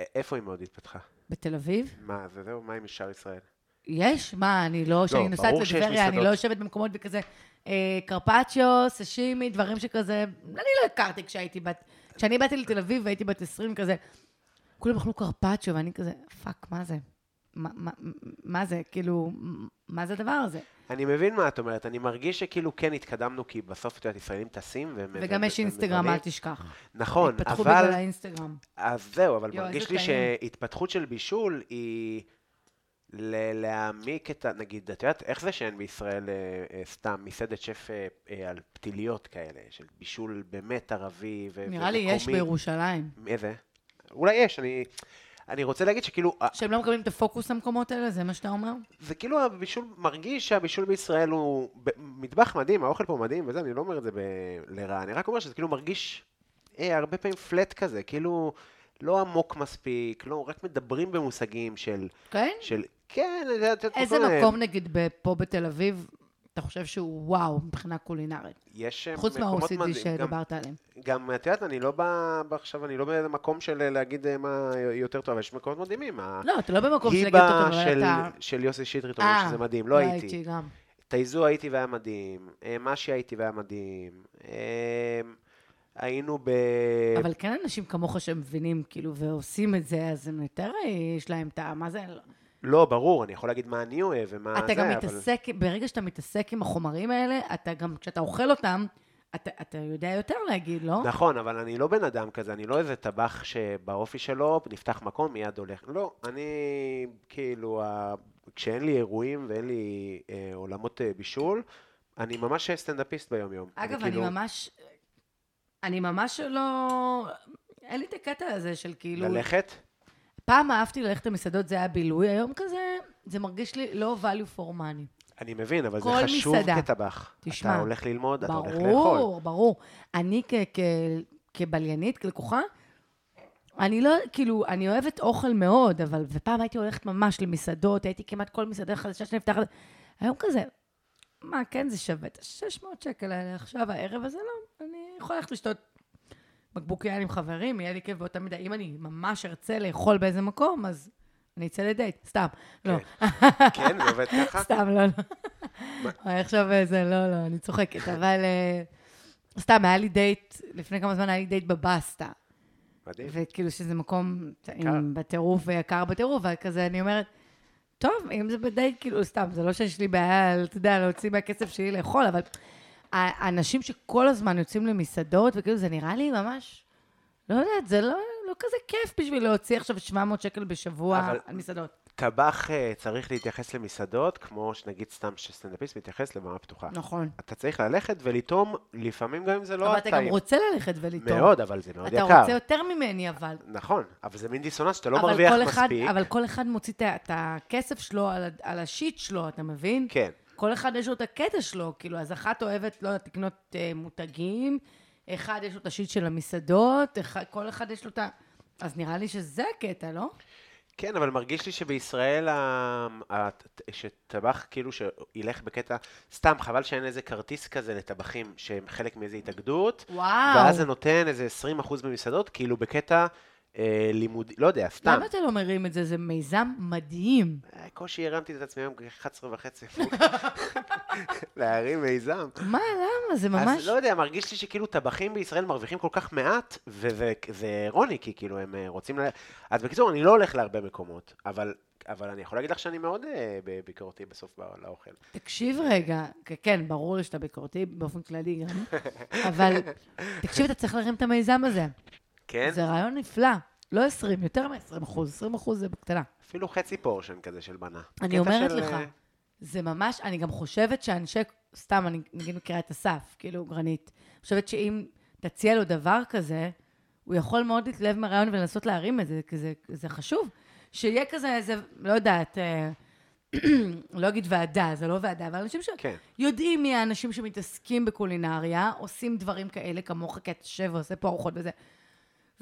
א- איפה היא מאוד התפתחה? בתל אביב? מה, זה זהו, מה עם משאר ישראל? יש? מה, אני לא, כשאני נוסעת ברור שיש לטבריה, אני מסעדות. לא יושבת במקומות וכזה אה, קרפצ'יו, סשימי, דברים שכזה, אני לא הכרתי כשהייתי בת, כשאני באתי לתל אביב והייתי בת 20 כזה, כולם אכלו קרפצ'יו, ואני כזה, פאק, מה זה? מה, מה, מה זה? כאילו, מה זה הדבר הזה? אני מבין מה את אומרת, אני מרגיש שכאילו כן התקדמנו, כי בסוף, את יודעת, ישראלים טסים והם... וגם והם- יש והם אינסטגרם, מבלים. אל תשכח. נכון, התפתחו אבל... בגלל האינסטגרם. אז זהו, אבל יואו, מרגיש איזה לי טעים. שהתפתחות של בישול היא ל- להעמיק את ה... נגיד, את יודעת, איך זה שאין בישראל אה, אה, סתם מסעדת שף אה, אה, על פתיליות כאלה, של בישול באמת ערבי ו- נראה לי יש ומקומי? בירושלים. איזה? אולי יש, אני... אני רוצה להגיד שכאילו, ה- שהם לא מקבלים את הפוקוס המקומות האלה, זה מה שאתה אומר? זה כאילו הבישול, מרגיש שהבישול בישראל הוא ב- מטבח מדהים, האוכל פה מדהים וזה, אני לא אומר את זה ב- לרעה, אני רק אומר שזה כאילו מרגיש אה, הרבה פעמים פלט כזה, כאילו לא עמוק מספיק, לא, רק מדברים במושגים של, כן? של כן, אני יודעת, כל איזה מיני- מקום, נגיד, ב- פה בתל אביב, אתה חושב שהוא וואו מבחינה קולינרית? יש אה, חוץ מקומות מה-OCD מדהים, גם- שדיברת עליהם. גם את יודעת, אני לא בא, בא עכשיו, אני לא במקום של להגיד אה, מה יותר טוב, אבל יש מקומות מדהימים. ה- לא, אתה לא במקום של להגיד אותו, היבה אבל אה, של, אתה... של יוסי שטרית אומר אה, שזה מדהים, לא הייתי. גם. טייזו הייתי והיה מדהים, אה, משי הייתי והיה מדהים, אה, היינו ב... אה, אבל כן אנשים כמוך שמבינים, כאילו, ועושים את זה, אז הם יותר, אה, יש להם את ה... מה זה? לא- לא, ברור, אני יכול להגיד מה אני אוהב ומה זה, אתה גם אבל- מתעסק, ברגע שאתה מתעסק עם החומרים האלה, אתה גם, כשאתה אוכל אותם, אתה אתה יודע יותר להגיד, לא? נכון, אבל אני לא בן אדם כזה, אני לא איזה טבח שבאופי שלו נפתח מקום, מיד הולך. לא, אני כאילו, ה... כשאין לי אירועים ואין לי אה, עולמות אה, בישול, אני ממש סטנדאפיסט ביום-יום. אגב, אני כאילו, ממש... אני ממש לא... אין לי את הקטע הזה של כאילו... ללכת? פעם אהבתי ללכת למסעדות, זה היה בילוי, היום כזה, זה מרגיש לי לא value for money. אני מבין, אבל זה כל חשוב מסעדה. כטבח. תשמע, אתה הולך ללמוד, אתה הולך לאכול. ברור, ברור. אני כ- כ- כבליינית, כלקוחה, אני לא, כאילו, אני אוהבת אוכל מאוד, אבל, ופעם הייתי הולכת ממש למסעדות, הייתי כמעט כל מסעדה חדשה שנפתחת, היום כזה, מה, כן, זה שווה את ה-600 שקל האלה עכשיו, הערב הזה לא, אני יכולה ללכת לשתות בקבוק יין עם חברים, יהיה לי כיף באותה מידה. אם אני ממש ארצה לאכול באיזה מקום, אז אני אצא לדייט, סתם, לא. כן, זה עובד ככה? סתם, לא, לא. וואי, עכשיו אה, זה, לא, לא, אני צוחקת, אבל... אה, סתם, היה לי דייט, לפני כמה זמן היה לי דייט בבסטה. מדהים. וכאילו שזה מקום עם- בטירוף ויקר בטירוף, וכזה אני אומרת, טוב, אם זה בדייט, כאילו, סתם, זה לא שיש לי בעיה, אתה יודע, להוציא מהכסף שלי לאכול, אבל האנשים שכל הזמן יוצאים למסעדות, וכאילו, זה נראה לי ממש, לא יודעת, זה לא, לא כזה כיף בשביל להוציא עכשיו 700 שקל בשבוע אבל- על מסעדות. טבח אה, צריך להתייחס למסעדות, כמו שנגיד סתם שסטנדאפיסט מתייחס לבמה פתוחה. נכון. אתה צריך ללכת ולטעום, לפעמים גם אם זה לא אבל אתה גם הטעים. רוצה ללכת ולטעום. מאוד, אבל זה מאוד אתה יקר. רוצה יותר ממני, אבל. נכון, אבל זה מין דיסוננס שאתה לא אבל מרוויח כל אחד- מספיק. אבל כל אחד מוציא את ה- את הכסף שלו על ה- על השיט שלו, אתה מבין? כן. כל אחד יש לו את הקטע שלו, כאילו, אז אחת אוהבת, לא יודעת, לקנות אה, מותגים, אחד יש לו את השיט של המסעדות, אחד- כל אחד יש לו את ה... אז נראה לי שזה הקטע, לא? כן, אבל מרגיש לי שבישראל, ה- ה- שטבח כאילו שילך בקטע, סתם, חבל שאין איזה כרטיס כזה לטבחים שהם חלק מאיזה התאגדות, וואו. ואז זה נותן איזה 20% במסעדות, כאילו בקטע אה, לימודי, לא יודע, סתם. למה אתה לא מרים את זה? זה מיזם מדהים. אה, קושי הרמתי את עצמי היום כ-11 וחצי. להרים מיזם. מה, למה? זה ממש... אז לא יודע, מרגיש לי שכאילו טבחים בישראל מרוויחים כל כך מעט, וזה זה אירוני, כי כאילו הם אה, רוצים ל... אז בקיצור, אני לא הולך להרבה מקומות, אבל, אבל אני יכול להגיד לך שאני מאוד אה, ב- ביקורתי בסוף בא- לאוכל. תקשיב רגע, כ- כן, ברור לי שאתה ביקורתי, באופן כללי גם, אבל תקשיב, אתה צריך להרים את המיזם הזה. כן? זה רעיון נפלא. לא 20, יותר מ-20 אחוז, 20 אחוז זה בקטנה. אפילו חצי פורשן כזה של בנה. אני קטע אומרת של, לך, אה, זה ממש, אני גם חושבת שאנשי, סתם, אני נגיד מכירה את אסף, כאילו, גרנית. אני חושבת שאם תציע לו דבר כזה, הוא יכול מאוד להתלהב מהרעיון ולנסות להרים את זה, כי זה, זה חשוב. שיהיה כזה איזה, לא יודעת, אה, לא אגיד ועדה, זה לא ועדה, אבל אנשים ש... כן. יודעים מי האנשים שמתעסקים בקולינריה, עושים דברים כאלה כמוך, כי אתה יושב ועושה פה ארוחות וזה.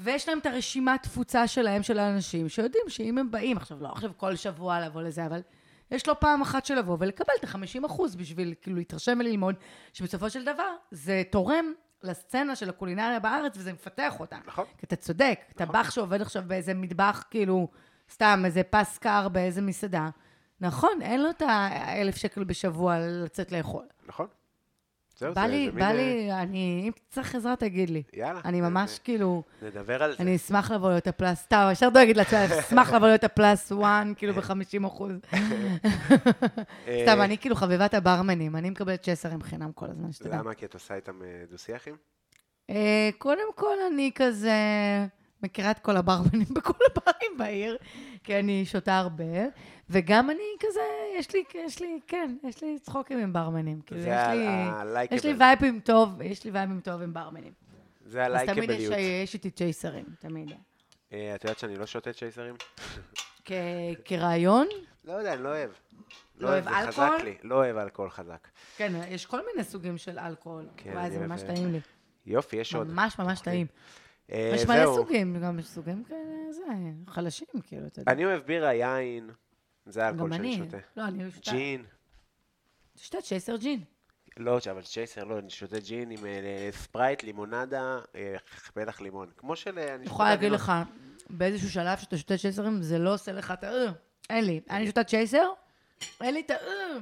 ויש להם את הרשימת תפוצה שלהם, של האנשים, שיודעים שאם הם באים, עכשיו, לא עכשיו כל שבוע לבוא לזה, אבל יש לו פעם אחת של לבוא ולקבל את ה-50 אחוז בשביל כאילו להתרשם וללמוד, שבסופו של דבר זה תורם לסצנה של הקולינריה בארץ וזה מפתח אותה. נכון. כי אתה צודק, טבח שעובד עכשיו באיזה מטבח, כאילו, סתם איזה פס קר באיזה מסעדה. נכון, אין לו את האלף שקל בשבוע לצאת לאכול. נכון? זהו, בא זה- לי, זה מין, בא אה, לי, אני, אם תצטרך עזרה תגיד לי. יאללה. אני זה- ממש זה- כאילו, נדבר על זה. אני אשמח לבוא להיות הפלאס, סתם, ישר דואגת לעצמי, אשמח לבוא להיות הפלאס וואן, כאילו ב-50 אחוז. אה, סתם, אני כאילו חביבת הברמנים, אני מקבלת צ'סרים חינם כל הזמן, שתדע. למה? כי את עושה איתם אה, דו-שיחים? אה, קודם כל, אני כזה מכירה את כל הברמנים בכל הברים בעיר, כי אני שותה הרבה, וגם אני כזה, יש לי, יש לי, כן, יש לי צחוקים עם ברמנים. כאילו, זה יש לי... הלייקבל. יש לי וייבים טוב, יש לי וייבים טוב עם ברמנים. זה אז תמיד יש- אה, הלייקבליות. יש איתי צ'ייסרים, תמיד. אה, את יודעת שאני לא שותה צ'ייסרים? כ- כרעיון, לא יודע, אני לא אוהב. לא אוהב זה חזק אלכוהול? לי, לא אוהב אלכוהול חזק. כן, יש כל מיני סוגים של אלכוהול. כן, וואי, אני זה אוהב, ממש אה, טעים לי. יופי, יש עוד. ממש ממש טעים. אוקיי. אה, יש מלא זהו. סוגים, גם יש סוגים כאלה, זה, חלשים, כאילו, אתה יודע. אני אוהב בירה, יין. זה האלכוהול גם שאני אני. שותה. לא, אני שותה. ג'ין. שותה צ'ייסר ג'ין. לא, אבל צ'ייסר, לא, אני שותה ג'ין עם אה, ספרייט, לימונדה, אה, מלח לימון. כמו של... אה, אני אני שותה יכולה להגיד עגינות. לך, באיזשהו שלב שאתה שותה צ'ייסרים, זה לא עושה לך את ה... אה, אין לי. אני שותה צ'ייסר, אין לי את ה... אה,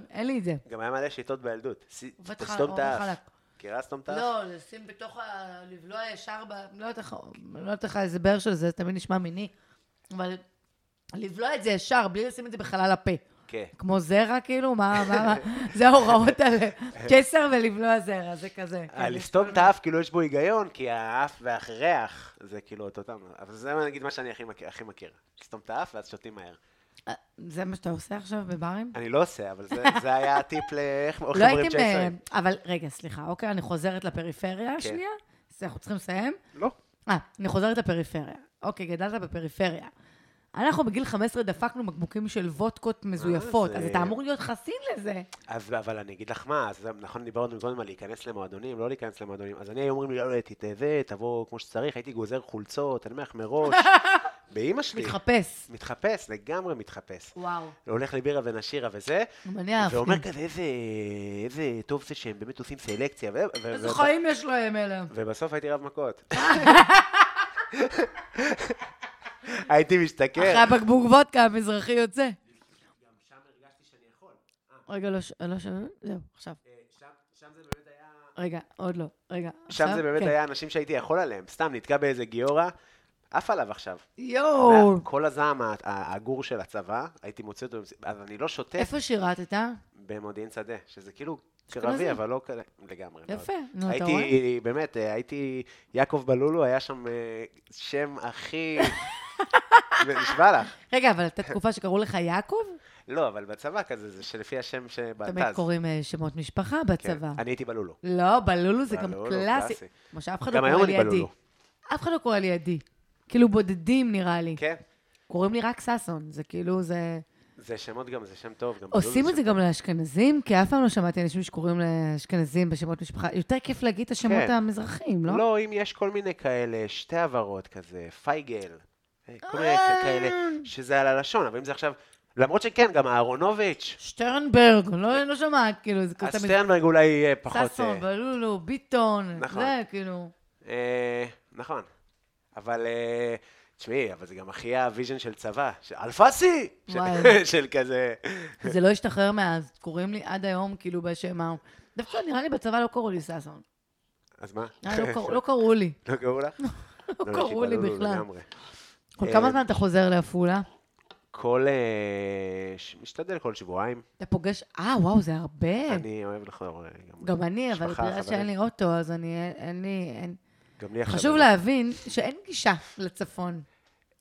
אין לי את זה. גם היה מלא שיטות בילדות. סי- עובד לך- תסתום את עובר האף. חלק. מכירה סתום את האף? לא, לשים בתוך ה... לבלוע ישר ב... לא יודעת לך- לא יודעת לך איזה באר של זה, זה תמיד נשמע מיני, אבל לבלוע את זה ישר, בלי לשים את זה בחלל הפה. כן. כמו זרע, כאילו, מה, מה, מה, זה ההוראות על צ'סר ולבלוע זרע, זה כזה. אה, לסתום את האף, כאילו יש בו היגיון, כי האף והריח זה כאילו אותו טעם. אבל זה מה, נגיד מה שאני הכי מכיר- הכי מכיר. לסתום את האף ואז שותים מהר. אה, זה מה שאתה עושה עכשיו בברים? אני לא עושה, אבל זה- זה היה הטיפ לאיך איך לא אומרים הייתם... אה, צ'ייסרים. אבל רגע, סליחה, אוקיי, אני חוזרת כן. לפריפריה שנייה, אז אנחנו צריכים לסיים. לא. אה, אני חוזרת לפריפריה. אוקיי, גדלת בפריפריה. אנחנו בגיל 15 דפקנו בקבוקים של וודקות מזויפות, זה- אז אתה אמור להיות חסין לזה. אז, אבל אני אגיד לך מה, אז נכון, דיברנו קודם על להיכנס למועדונים, לא להיכנס למועדונים. אז אני היו אומרים לי, לא, לא, תתאבה, תבוא כמו שצריך, הייתי גוזר חולצות, אני אומר לך מראש, באימא שלי. מתחפש. מתחפש, לגמרי מתחפש. וואו. הולך לבירה ונשירה וזה, גם אני אהבתי. ואומר כזה, איזה, איזה טוב זה שהם באמת עושים סלקציה. ו- ו- איזה ו- חיים יש להם אלה. ובסוף הייתי רב מכות. הייתי אחרי משתכר. הבקבוק וודקה המזרחי יוצא. רגע, לא ש... לא ש... זהו, עכשיו. רגע, עוד לא. רגע, שם עכשיו? זה באמת כן. היה אנשים שהייתי יכול עליהם, סתם נתקע באיזה גיורא, עף עליו עכשיו. יואו! כל הזעם ה- ה- הגור של הצבא, הייתי מוציא אותו, אז אני לא שותה איפה שירתת? במודיעין שדה, שזה כאילו אשכנזי. קרבי, אבל לא כזה, לגמרי. מאוד. יפה, נו, אתה רואה? הייתי, באמת, אה, הייתי, יעקב בלולו היה שם אה, שם הכי... נשבע לך. רגע, אבל הייתה תקופה שקראו לך יעקב? לא, אבל בצבא כזה, זה שלפי השם שבטז. תמיד קוראים אה, שמות משפחה בצבא. כן. אני הייתי בלולו. לא, בלולו זה גם בלולו, קלאסי. קלאסי. כמו שאף אחד לא גם היום קורא אני לי עדי. בלולו. אף אחד לא קורא לי עדי. כאילו בודדים נראה לי. כן. קוראים לי רק ששון, זה כאילו, זה... זה שמות גם, זה שם טוב. גם בלולו עושים את שם זה טוב. גם לאשכנזים? כי אף פעם לא שמעתי אנשים שקוראים לאשכנזים בשמות משפחה. יותר כיף להגיד את השמות כן. המזרחיים, לא? לא, אם יש כל מיני כאלה, שתי הברות כזה, פייגל, אה, כל מיני אה. כ- כאלה, שזה על הלשון, אבל אם זה עכשיו... למרות שכן, גם אהרונוביץ', שטרנברג, לא לא שומעת, כאילו, זה כזה... אז שטרנברג אולי יהיה פחות... ששון, אה, בלולו, ביטון, נכון. זה כאילו... אה, נכון. אבל, אה, תשמעי, אבל זה גם הכי הוויז'ן של צבא, של אלפסי! של- וואי. של כזה... זה לא השתחרר מאז, קוראים לי עד היום, כאילו, בשם ההוא. דווקא נראה לי בצבא לא קראו לי ששון. אז מה? אה, לא קראו- לא קראו לי. כן, לא קראו לך? לא קראו לי שיבלו לו בכלל. לגמרי. כל אה, כמה זמן אתה חוזר לעפולה? כל... אה, ש- משתדל כל שבועיים. אתה פוגש... אה, וואו, זה הרבה. אני אוהב לחזור. אה, גם אני, אבל משפחה, בגלל חברים. שאין לי אוטו, אז אני... אין- אין לי... אין- גם לי עכשיו. לא- חשוב להבין שאין גישה לצפון.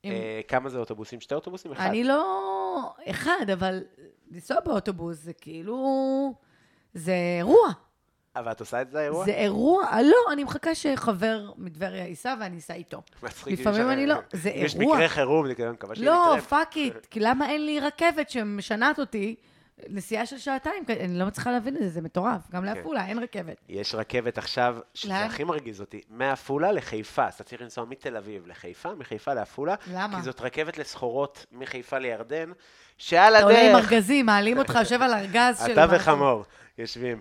אם- אה, כמה זה אוטובוסים? שתי אוטובוסים? אחד. אני לא... אחד, אבל לנסוע באוטובוס זה כאילו... זה אירוע. אבל את עושה את זה האירוע? זה אירוע, אה, לא, אני מחכה שחבר מטבריה ייסע ואני אסע איתו. מצחיק, לפעמים אם יש- אני לא- זה אם יש אירוע. מקרה חירום, זה כאילו, אני מקווה שאני לא, אתרם. פאק איט, כי למה אין לי רכבת שמשנעת אותי נסיעה של שעתיים, כ- אני לא מצליחה להבין את זה, זה מטורף. כן. גם לעפולה, אין רכבת. יש רכבת עכשיו, שזה לאן? הכי מרגיז אותי, מעפולה לחיפה, אז אתה צריך לנסוע מתל אביב לחיפה, מחיפה לעפולה. למה? כי זאת רכבת לסחורות מחיפה לירדן, שעל אתה עולה עם הדרך, ארגזים, מעלים אותך, יושב על ארגז של... אתה משהו. וחמור יושבים.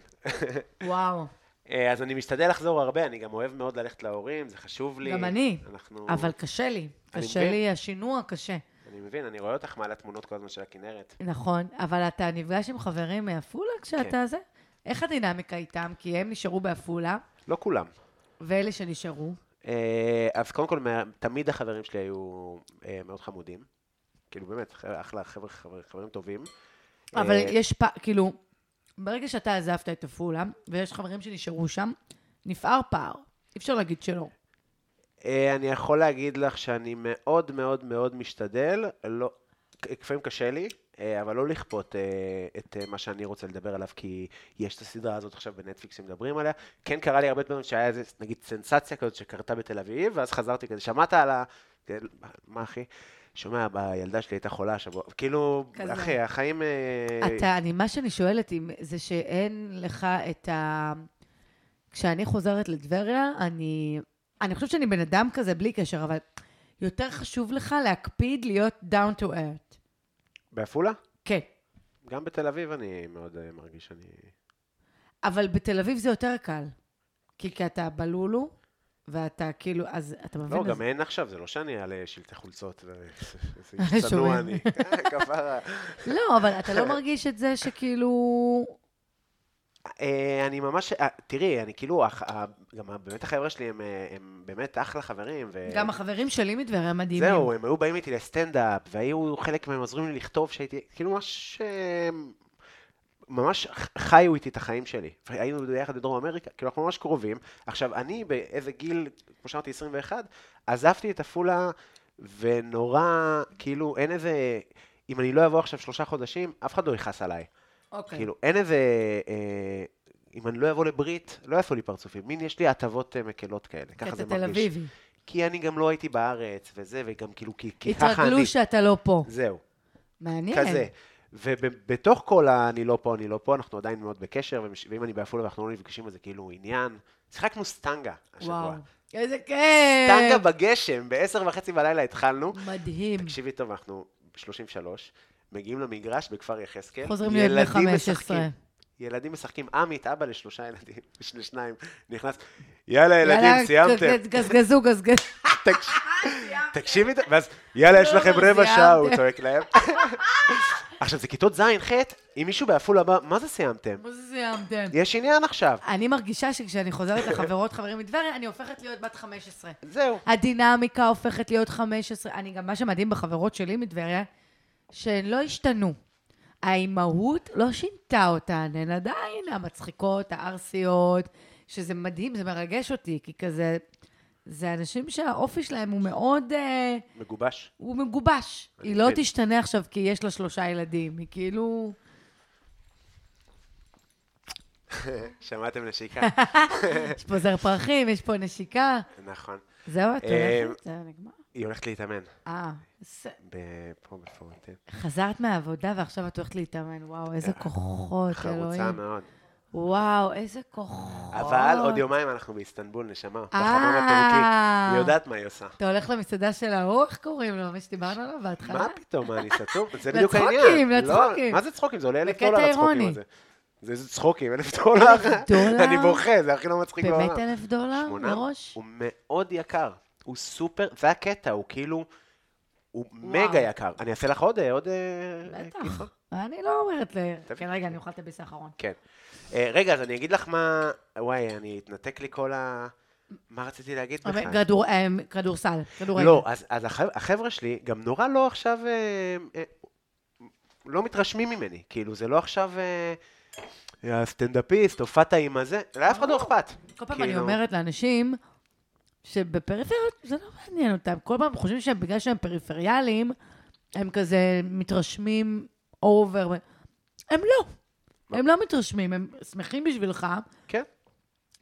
וואו. אה, אז אני משתדל לחזור הרבה, אני גם אוהב מאוד ללכת להורים, זה חשוב לי. גם אני. אנחנו... אבל קשה לי. אני קשה מבין. לי, השינוע קשה. אני מבין, אני רואה אותך מעלה תמונות כל הזמן של הכנרת. נכון, אבל אתה נפגש עם חברים מעפולה כן. כשאתה זה? איך הדינמיקה איתם? כי הם נשארו בעפולה, לא כולם. ואלה שנשארו. אה, אז קודם כל, מה- תמיד החברים שלי היו אה, מאוד חמודים. כאילו באמת, ח- אחלה, חבר'ה- חבר- חברים טובים. אבל אה, יש פער, כאילו, ברגע שאתה עזבת את עפולה, ויש חברים שנשארו שם, נפער פער. אי אפשר להגיד שלא. אה, אני יכול להגיד לך שאני מאוד מאוד מאוד משתדל, לא, לפעמים קשה לי, אה, אבל לא לכפות אה, את אה, מה שאני רוצה לדבר עליו, כי יש את הסדרה הזאת עכשיו בנטפליקס שמדברים עליה. כן קרה לי הרבה פעמים שהיה איזה, נגיד, סנסציה כזאת שקרתה בתל אביב, ואז חזרתי כזה, שמעת על ה... כן, מה אחי? שומע, הילדה שלי הייתה חולה השבוע. כאילו, כזה. אחי, החיים... אה, אתה, אני, מה שאני שואלת אם, זה שאין לך את ה... כשאני חוזרת לטבריה, אני... אני חושבת שאני בן אדם כזה בלי קשר, אבל יותר חשוב לך להקפיד להיות down to earth. בעפולה? כן. גם בתל אביב אני מאוד אה, מרגיש שאני... אבל בתל אביב זה יותר קל. כי, כי אתה בלולו, ואתה כאילו, אז אתה מבין? לא, אז- גם אין עכשיו, זה לא שאני על אה, שלטי חולצות, ו- איזה שומעים. איש צנוע אני. אה, כפרה. לא, אבל אתה לא מרגיש את זה שכאילו... אה, אני ממש, אה, תראי, אני כאילו, הח- ה- גם ה- באמת החבר'ה שלי הם, אה, הם באמת אחלה חברים. ו- גם החברים שלי מטבריה מדהימים. אה, זהו, הם היו באים איתי לסטנדאפ, והיו חלק מהם עוזרים לי לכתוב, שהייתי, כאילו ממש, אה, ממש חיו איתי את החיים שלי. היינו ביחד בדרום אמריקה, כאילו אנחנו ממש קרובים. עכשיו, אני באיזה גיל, כמו שאמרתי, 21, עזבתי את עפולה, ונורא, כאילו, אין איזה, אם אני לא אבוא עכשיו שלושה חודשים, אף אחד לא יכעס עליי. אוקיי. כאילו, אין איזה... אה, אם אני לא אבוא לברית, לא יעשו לי פרצופים. מין, יש לי הטבות אה, מקלות כאלה. כי ככה אתה זה תל מרגיש. אביבי. כי אני גם לא הייתי בארץ, וזה, וגם כאילו, כי, כי ככה אני. התרגלו כן. שאתה לא פה. זהו, מעניין. כזה. ובתוך כל ה"אני לא פה, אני לא פה", אנחנו עדיין מאוד בקשר, ומש- ואם אני בעפולה ואנחנו לא נפגשים, אז זה כאילו עניין. שיחקנו סטנגה וואו. אה. השבוע. איזה כיף. סטנגה בגשם, בעשר וחצי בלילה התחלנו. Mm. מדהים. תקשיבי טוב, אנחנו 33, מגיעים למגרש בכפר יחזקאל. חוזרים להיות בני ילדים 15. משחקים. ילדים משחקים, עמית, אבא לשלושה ילדים, יש לשניים, נכנס, יאללה ילדים, סיימתם. גז- גזגזו, גזגזו. אה, תקש- תקשיבי, ואז יאללה, לא, יש לכם רבע סיימתם. שעה, הוא צועק להם. עכשיו, זה כיתות ז', ח', אם מישהו בעפולה בא, מה זה סיימתם? מה זה סיימתם? יש עניין עכשיו. אני מרגישה שכשאני חוזרת לחברות חברים מטבריה, אני הופכת להיות בת 15. זהו. הדינמיקה הופכת להיות 15. אני גם, מה שמדהים בחברות שלי מטבריה, שהן לא השתנו. האימהות לא שינתה אותן, הן עדיין המצחיקות, הערסיות, שזה מדהים, זה מרגש אותי, כי כזה, זה אנשים שהאופי שלהם הוא מאוד, אה, מגובש. הוא מגובש. אני היא לא מבין. תשתנה עכשיו כי יש לה שלושה ילדים, היא כאילו... שמעתם נשיקה? יש פה זר פרחים, יש פה נשיקה. נכון. זהו, את אה, הולכת? זה נגמר. היא הולכת להתאמן. אה, ס- ב- פה בפורנטין. חזרת מהעבודה ועכשיו את הולכת להתאמן. וואו, איזה כוחות, אה, חרוצה אלוהים. מאוד. וואו, איזה כוחות. אבל עוד יומיים אנחנו באיסטנבול, נשמה. בחמם אוקיי. אה. הטורקי. היא יודעת מה היא עושה. אתה הולך למסעדה של ההוא, איך קוראים לו? מה שדיברנו עליו בהתחלה? מה פתאום, מה, אני סתום? זה בדיוק לצחוקים, העניין. לא, לצחוקים. מה זה צחוקים? זה עולה אלף בקטע דולר הצחוקים אירוני. הזה. זה איזה צחוקים, אלף דולר. דולר? אני בוכה, זה הכי לא מצחיק בעולם. באמת אלף דולר? שמונה. מראש? הוא מאוד יקר. הוא סופר, זה הקטע, הוא כאילו, הוא מגה יקר. אני אעשה לך עוד, אה, עוד... אה, בטח. כיפה? אני לא אומרת ל... תביא. כן, רגע, אני אוכל את הביס האחרון. כן. אה, רגע, אז אני אגיד לך מה... וואי, אני התנתק לי כל ה... מה רציתי להגיד אבל בכלל? כדור- אמ, כדורסל, כדורגל. לא, אז, אז החבר, החבר'ה שלי גם נורא לא עכשיו, אה, אה, לא מתרשמים ממני. כאילו, זה לא עכשיו אה, "אה, הסטנדאפיסט, הופעת עם הזה, לאף אחד לא אכפת. כל פעם אני כאילו, אומרת לאנשים שבפריפריות זה לא מעניין אותם. כל פעם הם חושבים שהם, בגלל שהם פריפריאליים, הם כזה מתרשמים אובר. הם לא. הם לא מתרשמים, הם שמחים בשבילך. כן,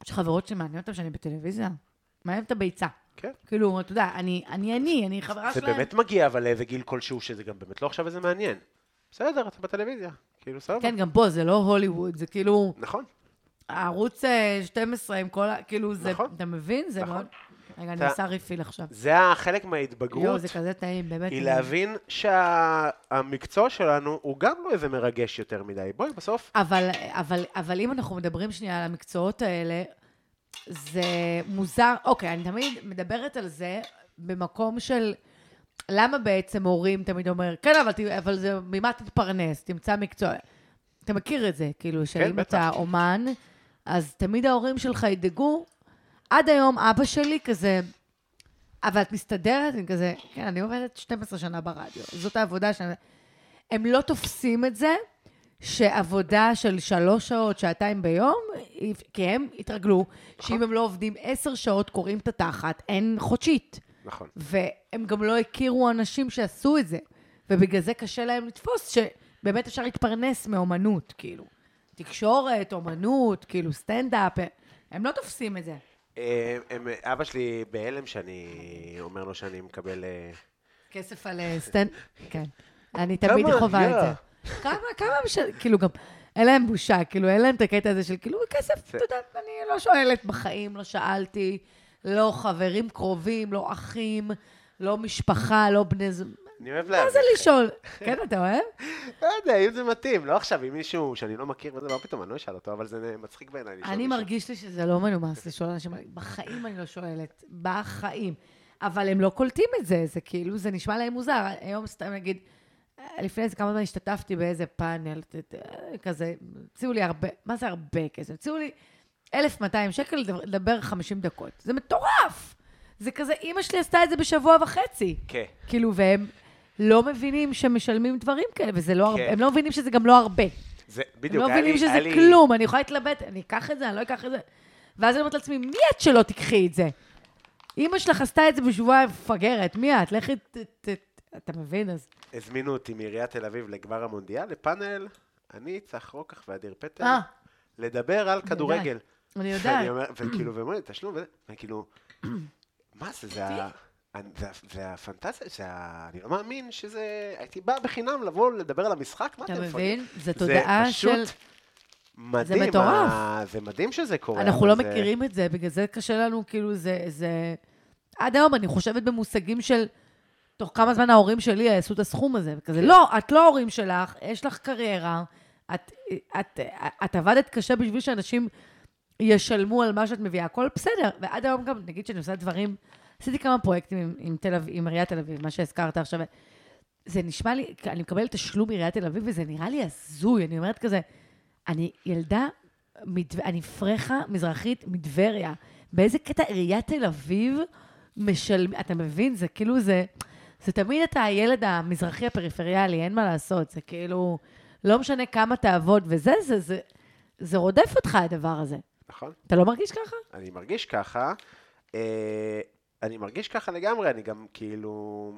יש חברות שמעניין אותם שאני בטלוויזיה. מעניין את הביצה. כן. כאילו, אתה יודע, אני אני, אני, אני חברה זה שלהם. באמת מגיע, אבל לאיזה גיל כלשהו, שזה גם באמת לא עכשיו איזה מעניין. בסדר, אתה בטלוויזיה. כאילו, סבבה. כן, גם פה, זה לא הוליווד, זה כאילו, נכון. ערוץ אה, 12 עם כל ה... כאילו, זה, נכון. אתה מבין? זה נכון. מאוד... רגע, אני אתה- עושה ריפיל עכשיו. זה החלק מההתבגרות, יואו, זה כזה טעים, באמת. היא אני- להבין שהמקצוע שלנו הוא גם לא איזה מרגש יותר מדי. בואי, בסוף, אבל, אבל, אבל אם אנחנו מדברים שנייה על המקצועות האלה, זה מוזר. אוקיי, אני תמיד מדברת על זה במקום של... למה בעצם הורים תמיד אומר, כן, אבל, ת- אבל זה, ממה תתפרנס? תמצא מקצוע. אתה מכיר את זה, כאילו, שאם בטח. אתה אומן, אז תמיד ההורים שלך ידאגו. עד היום אבא שלי כזה, אבל את מסתדרת? אני כזה, כן, אני עובדת 12 שנה ברדיו, זאת העבודה שאני... הם לא תופסים את זה שעבודה של שלוש שעות, שעתיים ביום, היא- כי הם התרגלו שאם הם לא עובדים עשר שעות, קוראים את התחת, אין חודשית. נכון. והם גם לא הכירו אנשים שעשו את זה, ובגלל זה קשה להם לתפוס שבאמת אפשר להתפרנס מאומנות, כאילו. תקשורת, אומנות, כאילו סטנדאפ, הם לא תופסים את זה. אה, הם- אבא שלי בהלם שאני אומר לו שאני מקבל... אה, כסף על אה, סטנד... כן. אני תמיד כמה? חווה את יא. זה. כמה, כמה, מש... כאילו גם, אין להם בושה, כאילו, אין להם את הקטע הזה של כאילו, כסף, זה- אתה יודע, אני לא שואלת בחיים, לא שאלתי, לא חברים קרובים, לא אחים, לא משפחה, לא בני זוג. אני אוהב מה זה להבין. לשאול? כן, אתה אוהב? לא יודע, אם זה מתאים, לא עכשיו, אם מישהו שאני לא מכיר וזה, לא פתאום, אני לא אשאל אותו, אבל זה מצחיק בעיניי. לשאול אני מישהו. מרגיש לי שזה לא מנומס לשאול אנשים, בחיים אני לא שואלת, בחיים. אבל הם לא קולטים את זה, זה כאילו, זה נשמע להם מוזר. היום סתם נגיד, לפני איזה כמה זמן השתתפתי באיזה פאנל, ת- ת- כזה, הציעו לי הרבה, מה זה הרבה כסף? הציעו לי 1,200 שקל לדבר- לדבר 50 דקות. זה מטורף! זה כזה, אימא שלי עשתה את זה בשבוע וחצי. כן. כאילו, והם לא מבינים שמשלמים דברים כאלה, וזה לא הרבה, כן. הם לא מבינים שזה גם לא הרבה. זה, הם בדיוק, לא היה לי- מבינים שזה היה לי- כלום, אני יכולה להתלבט, אני אקח את זה, אני לא אקח את זה. ואז אני אומרת לעצמי, מי את שלא תיקחי את זה? אימא שלך עשתה את זה בשבועיים, מפגרת, מי את? לכי, ת- ת- ת- אתה מבין? אז... הזמינו אותי מעיריית תל אביב לגמר המונדיאל, לפאנל, אני, צח רוקח ואדיר פטר, אה. לדבר על כדורגל. אני ואני יודעת. אומר, וכאילו, ואומרים לי, תשלום, וזה, ואני כאילו, מה זה, זה ה... אני- זה ה- זה הפנטזיה, זה ה... אני לא מאמין שזה... הייתי בא בחינם לבוא לדבר על המשחק, מה אתה אתם מבין? מפגרים? זו תודעה של... פשוט מדהים, זה מטורף. ה- זה מדהים שזה קורה. אנחנו אבל לא זה- מכירים את זה, בגלל זה קשה לנו, כאילו, זה... זה- עד היום אני חושבת במושגים של... תוך כמה זמן ההורים שלי יעשו את הסכום הזה, וכזה, כן. לא, את לא ההורים שלך, יש לך קריירה, את, את, את עבדת קשה בשביל שאנשים ישלמו על מה שאת מביאה, הכל בסדר. ועד היום גם, נגיד שאני עושה דברים, עשיתי כמה פרויקטים עם, עם, תל אביב, עם עיריית תל אביב, מה שהזכרת עכשיו. זה נשמע לי, אני מקבלת תשלום מעיריית תל אביב, וזה נראה לי הזוי. אני אומרת כזה, אני ילדה, מדו, אני פרחה מזרחית מטבריה. באיזה קטע עיריית תל אביב משלם... אתה מבין? זה כאילו זה... זה תמיד אתה הילד המזרחי הפריפריאלי, אין מה לעשות. זה כאילו... לא משנה כמה תעבוד וזה, זה, זה, זה רודף אותך הדבר הזה. נכון. אתה לא מרגיש ככה? אני מרגיש ככה. אה, אני מרגיש ככה לגמרי, אני גם כאילו...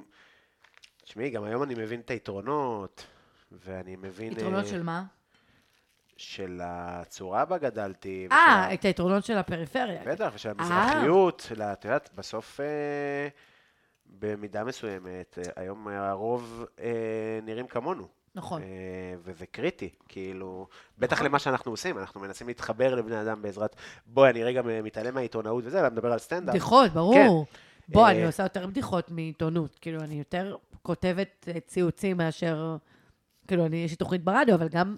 תשמעי, גם היום אני מבין את היתרונות, ואני מבין... יתרונות אה, של מה? של הצורה בה גדלתי. אה, ושל ה- את היתרונות של הפריפריה. בטח, ושל המזרחיות, של ה- את יודעת, בסוף אה, במידה מסוימת, אה, היום הרוב אה, נראים כמונו. נכון. אה, וזה קריטי, כאילו, בטח למה שאנחנו עושים, אנחנו מנסים להתחבר לבני אדם בעזרת, בואי, אני רגע מתעלם מהעיתונאות וזה, אלא מדבר על סטנדאפ. כן. בדיחות, ברור. בוא, אה, אני עושה יותר בדיחות מעיתונות. כאילו, אני יותר כותבת אה, ציוצים מאשר... כאילו, אני, יש לי תוכנית ברדיו, אבל גם,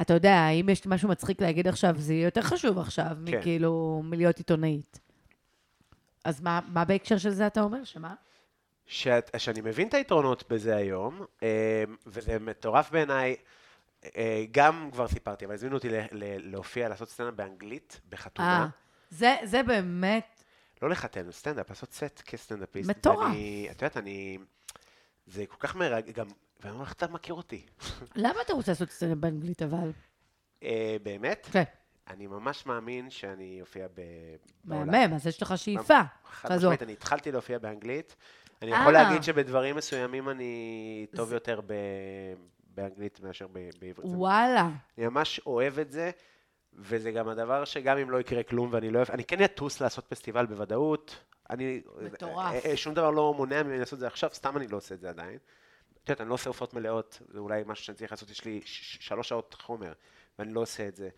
אתה יודע, אם יש לי משהו מצחיק להגיד עכשיו, זה יהיה יותר חשוב עכשיו, כן. מכאילו, מלהיות עיתונאית. אז מה, מה בהקשר של זה אתה אומר? שמה? שאת, שאני מבין את היתרונות בזה היום, אה, וזה מטורף בעיניי. אה, גם כבר סיפרתי, אבל הזמינו אותי ל- ל- להופיע, לעשות סצנה באנגלית, בחתונה. אה, זה, זה באמת... לא לחתן, סטנדאפ, לעשות סט כסטנדאפיסט. מטורף. ואני, את יודעת, אני... זה כל כך מרגע, גם... ואני אומר לך, אתה מכיר אותי. למה אתה רוצה לעשות סצנה באנגלית, אבל? אה, באמת? כן. אני ממש מאמין שאני אופיע ב... בעולם. מהמם, אז יש לך שאיפה. חד כזו. משמעית, אני התחלתי להופיע באנגלית. אני יכול אה. להגיד שבדברים מסוימים אני טוב יותר ב... באנגלית מאשר ב... בעברית. זה וואלה. אני ממש אוהב את זה, וזה גם הדבר שגם אם לא יקרה כלום ואני לא אוהב, אני כן אטוס לעשות פסטיבל בוודאות. אני... מטורף. אה, אה, שום דבר לא מונע ממני לעשות את זה עכשיו, סתם אני לא עושה את זה עדיין. את יודעת, אני לא עושה הופעות מלאות, זה אולי משהו שאני צריך לעשות, יש לי ש- ש- שלוש שעות חומר, ואני לא עושה את זה.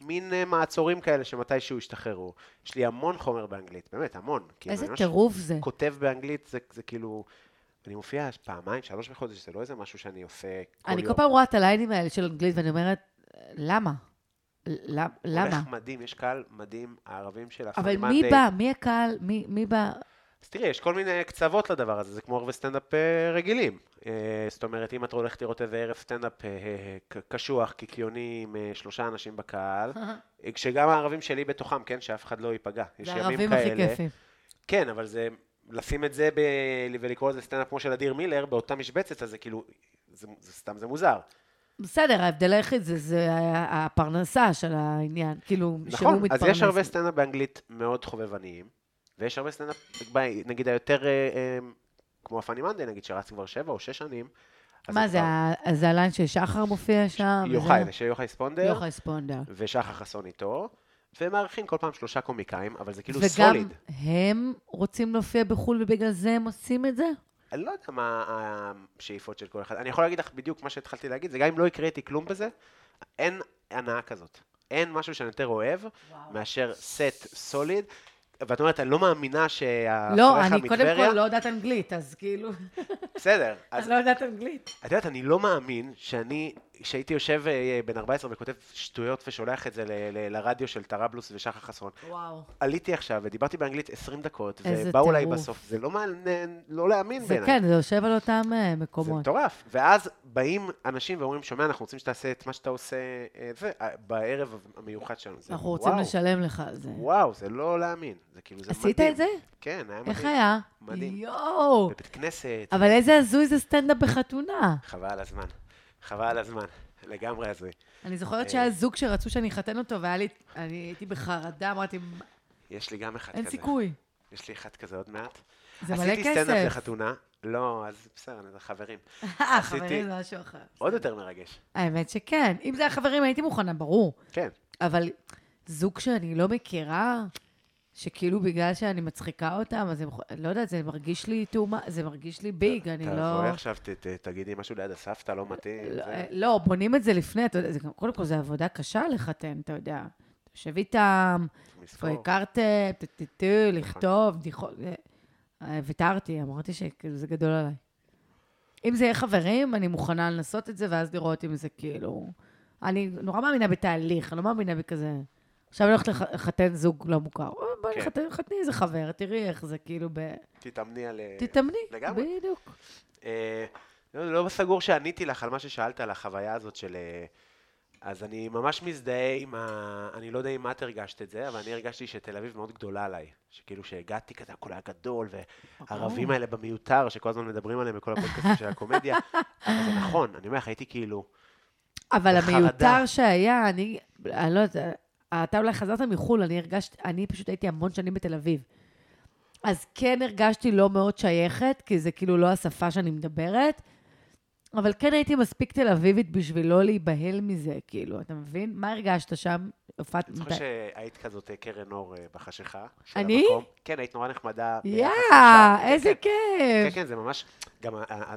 מין אה, מעצורים כאלה שמתישהו ישתחררו. יש לי המון חומר באנגלית, באמת, המון. כאילו, איזה אני ממש טירוף זה. כותב באנגלית, זה, זה כאילו... אני מופיע פעמיים, שלוש בחודש, זה לא איזה משהו שאני עושה כל אני כל יום. פעם רואה את הליינים האלה של אנגלית ואני אומרת, למה? למ- למה? הולך מדהים, יש קהל מדהים, הערבים שלך. אבל מי בא? מי הקהל? מי מי בא? אז תראי, יש כל מיני קצוות לדבר הזה, זה כמו ערבי סטנדאפ אה, רגילים. אה, זאת אומרת, אם את הולכת לראות איזה ערב סטנדאפ אה, אה, ק- קשוח, קיקיוני, עם אה, שלושה אנשים בקהל, אה, כשגם הערבים שלי בתוכם, כן, שאף אחד לא ייפגע. יש זה ימים הערבים הכי כאלה. כיפים. כן, אבל זה, לשים את זה ב... ולקרוא לזה סטנדאפ כמו של אדיר מילר, באותה משבצת, אז זה כאילו, זה, זה סתם זה מוזר. בסדר, ההבדל היחיד זה- זה ה- הפרנסה של העניין, כאילו, שהוא נכון, מתפרנס. אז יש הרבה סטנדאפ באנגלית מאוד חובבניים, ויש הרבה סטנדאפ, ב- נגיד היותר, אה, אה, כמו הפאני מנדי נגיד, שרץ כבר שבע או שש שנים. אז מה הוא זה, כבר- ה- זה הליין ששחר מופיע שם? יוחאי, וזה- זה של יוחאי ספונדר, יוחאי ספונדר. ושחר חסון איתו, והם מארחים כל פעם שלושה קומיקאים, אבל זה כאילו וגם סוליד. הם רוצים להופיע בחו"ל ובגלל זה הם עושים את זה? אני לא יודע מה השאיפות של כל אחד. אני יכול להגיד לך בדיוק מה שהתחלתי להגיד, זה גם אם לא יקרה איתי כלום בזה, אין הנאה כזאת. אין משהו שאני יותר אוהב מאשר סט סוליד. ואת אומרת, אני לא מאמינה לא, שהחברך אני קודם אה, מטבריה... כל לא יודעת אנגלית, אז כאילו, בסדר. אז אני לא יודעת אנגלית. את יודעת, אני לא מאמין שאני, כשהייתי יושב אה, בן 14 וכותב שטויות ושולח את זה ל- ל- לרדיו של טראבלוס ושחר חסון, וואו. עליתי עכשיו ודיברתי באנגלית 20 דקות, איזה ובאו אליי טירוף. בסוף, זה לא, מעניין, לא להאמין זה בעיניי. כן, זה יושב על אותם אה, זה מקומות. מטורף. ואז באים אנשים ואומרים, שומע, אנחנו רוצים שתעשה את מה שאתה עושה אה, זה, אה, בערב המיוחד שלנו. זה, אנחנו רוצים וואו, לשלם לך על זה. וואו, זה לא להאמין. זה כאילו, זה מדהים. עשית את זה? כן, היה מדהים. איך היה? מדהים. יואו! בבית כנסת, אה, אבל איזה הזוי זה סטנדאפ בחתונה. חבל על הזמן. חבל על הזמן. לגמרי אה, הזוי. אני זוכרת אה. שהיה זוג שרצו שאני אחתן אותו, והיה לי, אני הייתי בחרדה, אמרתי, יש לי גם אחד כזה. אין סיכוי. יש לי אחד כזה עוד מעט. זה מלא עשיתי סטנדאפ כסף. לחתונה. לא, אז בסדר, זה חברים. אה, עשיתי- חברים, זה משהו אחר. עוד יותר מרגש. האמת שכן. אם זה היה חברים, הייתי מוכנה, ברור. כן. אבל זוג שאני לא מכירה, שכאילו בגלל שאני מצחיקה אותם, אז הם, יכול- לא יודעת, זה מרגיש לי תאומה, זה מרגיש לי ביג, אני לא... תבואי עכשיו, ת- ת- תגידי משהו ליד הסבתא, לא מתאים. לא, זה- אה, לא, בונים את זה לפני, אתה יודע, זה גם- קודם כל זו עבודה קשה לחתן, אתה יודע. אתה יושב איתם, כבר מספור. הכרתם, טטטו, נכון. לכתוב, בדיחות. אה, אה, ויתרתי, אמרתי שכאילו זה גדול עליי. אם זה יהיה חברים, אני מוכנה לנסות את זה, ואז לראות אם זה כאילו... אני נורא מאמינה בתהליך, אני לא מאמינה בכזה... עכשיו אני הולכת לח- לחתן זוג לא מוכר. "אה, בואי כן. נחתן, חתני איזה חבר, תראי איך זה כאילו ב... תתאמני על... אה, תתאמני, לגמרי. בדיוק. אה, לא, לא סגור שעניתי לך על מה ששאלת, על החוויה הזאת של... אה, אז אני ממש מזדהה עם ה... אני לא יודע אם את הרגשת את זה, אבל אני הרגשתי שתל אביב מאוד גדולה עליי. שכאילו שהגעתי כזה, הכל היה גדול, והערבים האלה במיותר, שכל הזמן מדברים עליהם בכל הפודקאסטים של הקומדיה. אבל זה נכון, אני אומר לך, הייתי כאילו... אבל בחרדה. המיותר שהיה, אני, אני לא יודעת, אתה אולי חזרת מחו"ל, אני הרגשתי, אני פשוט הייתי המון שנים בתל אביב. אז כן הרגשתי לא מאוד שייכת, כי זה כאילו לא השפה שאני מדברת, אבל כן הייתי מספיק תל אביבית בשביל לא להיבהל מזה, כאילו, אתה מבין? מה הרגשת שם? הופעת... אני זוכר שהיית כזאת אה, קרן אור אה, בחשיכה. של אני? המקום. כן, היית נורא נחמדה. ביחס יא, לשאר. כן, איזה כן. כן, כיף! כן, זה ממש, גם ה- ה- ה-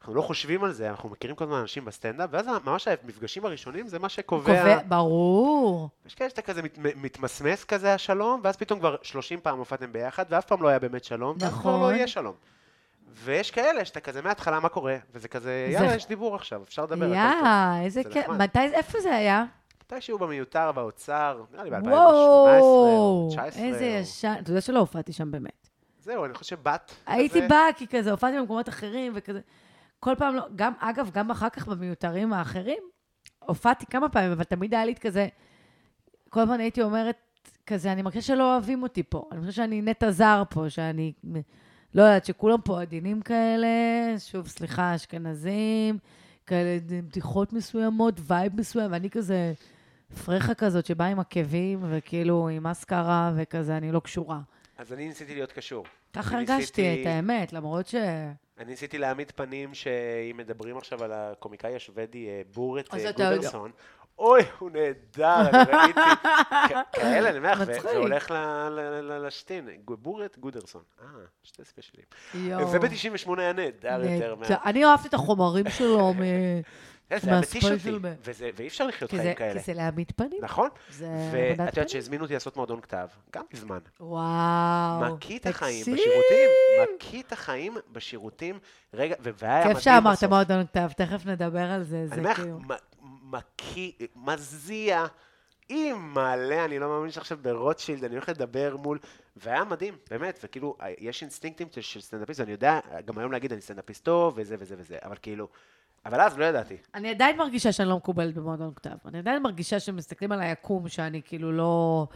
אנחנו לא חושבים על זה, אנחנו מכירים כל הזמן אנשים בסטנדאפ, ואז ממש המפגשים הראשונים זה מה שקובע. קובע- ברור. יש כאלה שאתה כזה מת, מתמסמס כזה השלום, ואז פתאום כבר 30 פעם הופעתם ביחד, ואף פעם לא היה באמת שלום, ואז כבר לא נכון. יהיה שלום. ויש כאלה שאתה כזה מההתחלה, מה קורה? וזה כזה, זה- יאללה, יש דיבור עכשיו, אפשר לדבר. הכל יא, טוב." איזה זה כיף. נחמד. מתי, איפה זה היה? מתישהו במיותר, באוצר, נראה לי ב-2018 או וואו, 2019. איזה ישן. אתה יודע שלא הופעתי שם באמת. זהו, אני חושב שבת. הייתי כזה. באה, כי כזה, הופעתי במקומות אחרים, וכזה... כל פעם לא... גם, אגב, גם אחר כך במיותרים האחרים, הופעתי כמה פעמים, אבל תמיד היה לי את כזה... כל הזמן הייתי אומרת, כזה, אני מרגישה שלא אוהבים אותי פה. אני חושבת שאני נטע זר פה, שאני... לא יודעת, שכולם פה עדינים כאלה, שוב, סליחה, אשכנזים, כאלה בדיחות מסוימות, וייב מסוים, ואני כזה פרחה כזאת שבאה עם עקבים, וכאילו עם אסכרה, וכזה, אני לא קשורה. אז אני ניסיתי להיות קשור. ככה אני הרגשתי, ניסיתי- את האמת, למרות ש... אני ניסיתי להעמיד פנים שאם מדברים עכשיו על הקומיקאי השוודי אה, בורת אז אה, אתה יודע. גודרסון, אוי, הוא נהדר, אני ראיתי. כ- כאלה, אני אומר לך, ו- מצחיק. והולך ל- ל- ל- לשתין, בורט גודרסון. אה, שתי ספיישלים. יואו. וב-98 היה נהדר יותר מה... נהדר. אני אוהבת את החומרים שלו, מ- כן, זה היה מתיש אותי, מהספיישל ב- וזה- ואי אפשר לחיות כי זה- חיים כאלה. כי זה להעמיד פנים. נכון? זה ואת עבודת יודעת פנים. שהזמינו אותי לעשות מועדון כתב, גם מזמן. וואו. מקיא את החיים תקשיב. בשירותים, מקיא את החיים בשירותים, רגע, ו- והיה מדהים כיף בסוף. שאמרת מועדון כתב, תכף נדבר על זה. אני זה אומר לך, כאילו... מ- מקיא, מזיע, אימא'לה, אני לא מאמין שעכשיו ברוטשילד, אני הולך לדבר מול... והיה מדהים, באמת, וכאילו, ה- יש אינסטינקטים של- של סטנדאפיסט, ואני יודע גם היום להגיד, אני סטנדאפיסט טוב, וזה וזה וזה, אבל כאילו... אבל אז לא ידעתי. אני עדיין מרגישה שאני לא מקובלת במועדון כתב. אני עדיין מרגישה שמסתכלים על היקום, שאני כאילו לא...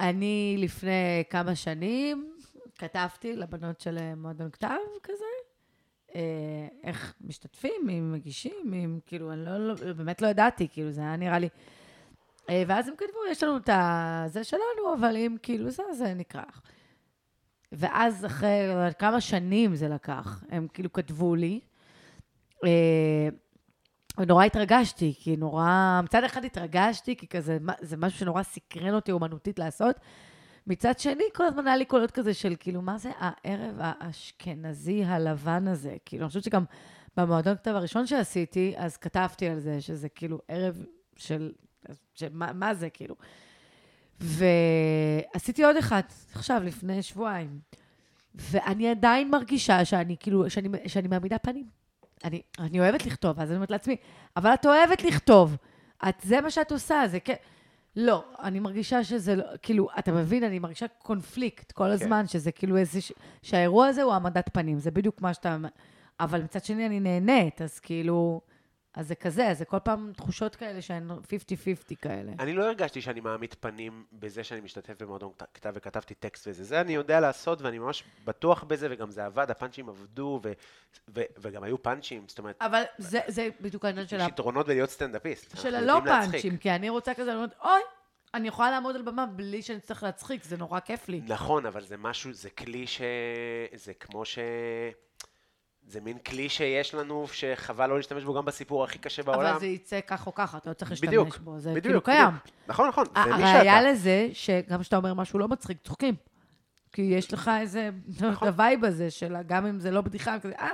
אני לפני כמה שנים כתבתי לבנות של אה, מועדון כתב כזה, אה, איך משתתפים, מי מגישים, מי... כאילו, אני לא, לא, באמת לא ידעתי, כאילו, זה היה נראה לי... אה, ואז הם כתבו, יש לנו את הזה שלנו, אבל אם כאילו זה, זה נקרא. ואז אחרי כמה שנים זה לקח, הם כאילו כתבו לי, אה, ונורא התרגשתי, כי נורא... מצד אחד התרגשתי, כי כזה, מה- זה משהו שנורא סקרן אותי אומנותית לעשות. מצד שני, כל הזמן היה לי קולות כזה של, כאילו, מה זה הערב האשכנזי הלבן הזה? כאילו, אני חושבת שגם במועדון כתב הראשון שעשיתי, אז כתבתי על זה, שזה כאילו ערב של... של מה, מה זה, כאילו? ועשיתי עוד אחת, עכשיו, לפני שבועיים. ואני עדיין מרגישה שאני, כאילו, שאני, שאני מעמידה פנים. אני, אני אוהבת לכתוב, אז אני אומרת לעצמי, אבל את אוהבת לכתוב. את, זה מה שאת עושה, זה כן... לא, אני מרגישה שזה לא, כאילו, אתה מבין, אני מרגישה קונפליקט כל הזמן, כן. שזה כאילו איזה, ש- שהאירוע הזה הוא העמדת פנים, זה בדיוק מה שאתה... אבל מצד שני אני נהנית, אז כאילו, אז זה כזה, זה כל פעם תחושות כאלה שהן 50-50 כאלה. אני לא הרגשתי שאני מעמיד פנים בזה שאני משתתף במועדון כת- כתב וכתבתי טקסט וזה. זה אני יודע לעשות ואני ממש בטוח בזה, וגם זה עבד, הפאנצ'ים עבדו, ו- ו- וגם היו פאנצ'ים, זאת אומרת, אבל זה, זה בדיוק העניין של יש ה... יתרונות בלהיות סטנדאפיסט. אנחנו של הלא יודעים להצחיק. פאנצ'ים, כי אני רוצה כזה לומר, אוי, אני יכולה לעמוד על במה בלי שאני אצטרך להצחיק, זה נורא כיף לי. נכון, אבל זה משהו, זה כלי ש... זה כמו ש... זה מין כלי שיש לנו, שחבל לא להשתמש בו גם בסיפור הכי קשה בעולם. אבל זה יצא כך או ככה, אתה לא צריך להשתמש נכון. בדיוק, בו, זה בדיוק, כאילו בדיוק. קיים. נכון, נכון, זה מי שאתה. הראיה לזה, שגם כשאתה אומר משהו לא מצחיק, צוחקים. כי יש לך איזה, נכון. את הווייב הזה של גם אם זה לא בדיחה, כזה, אה,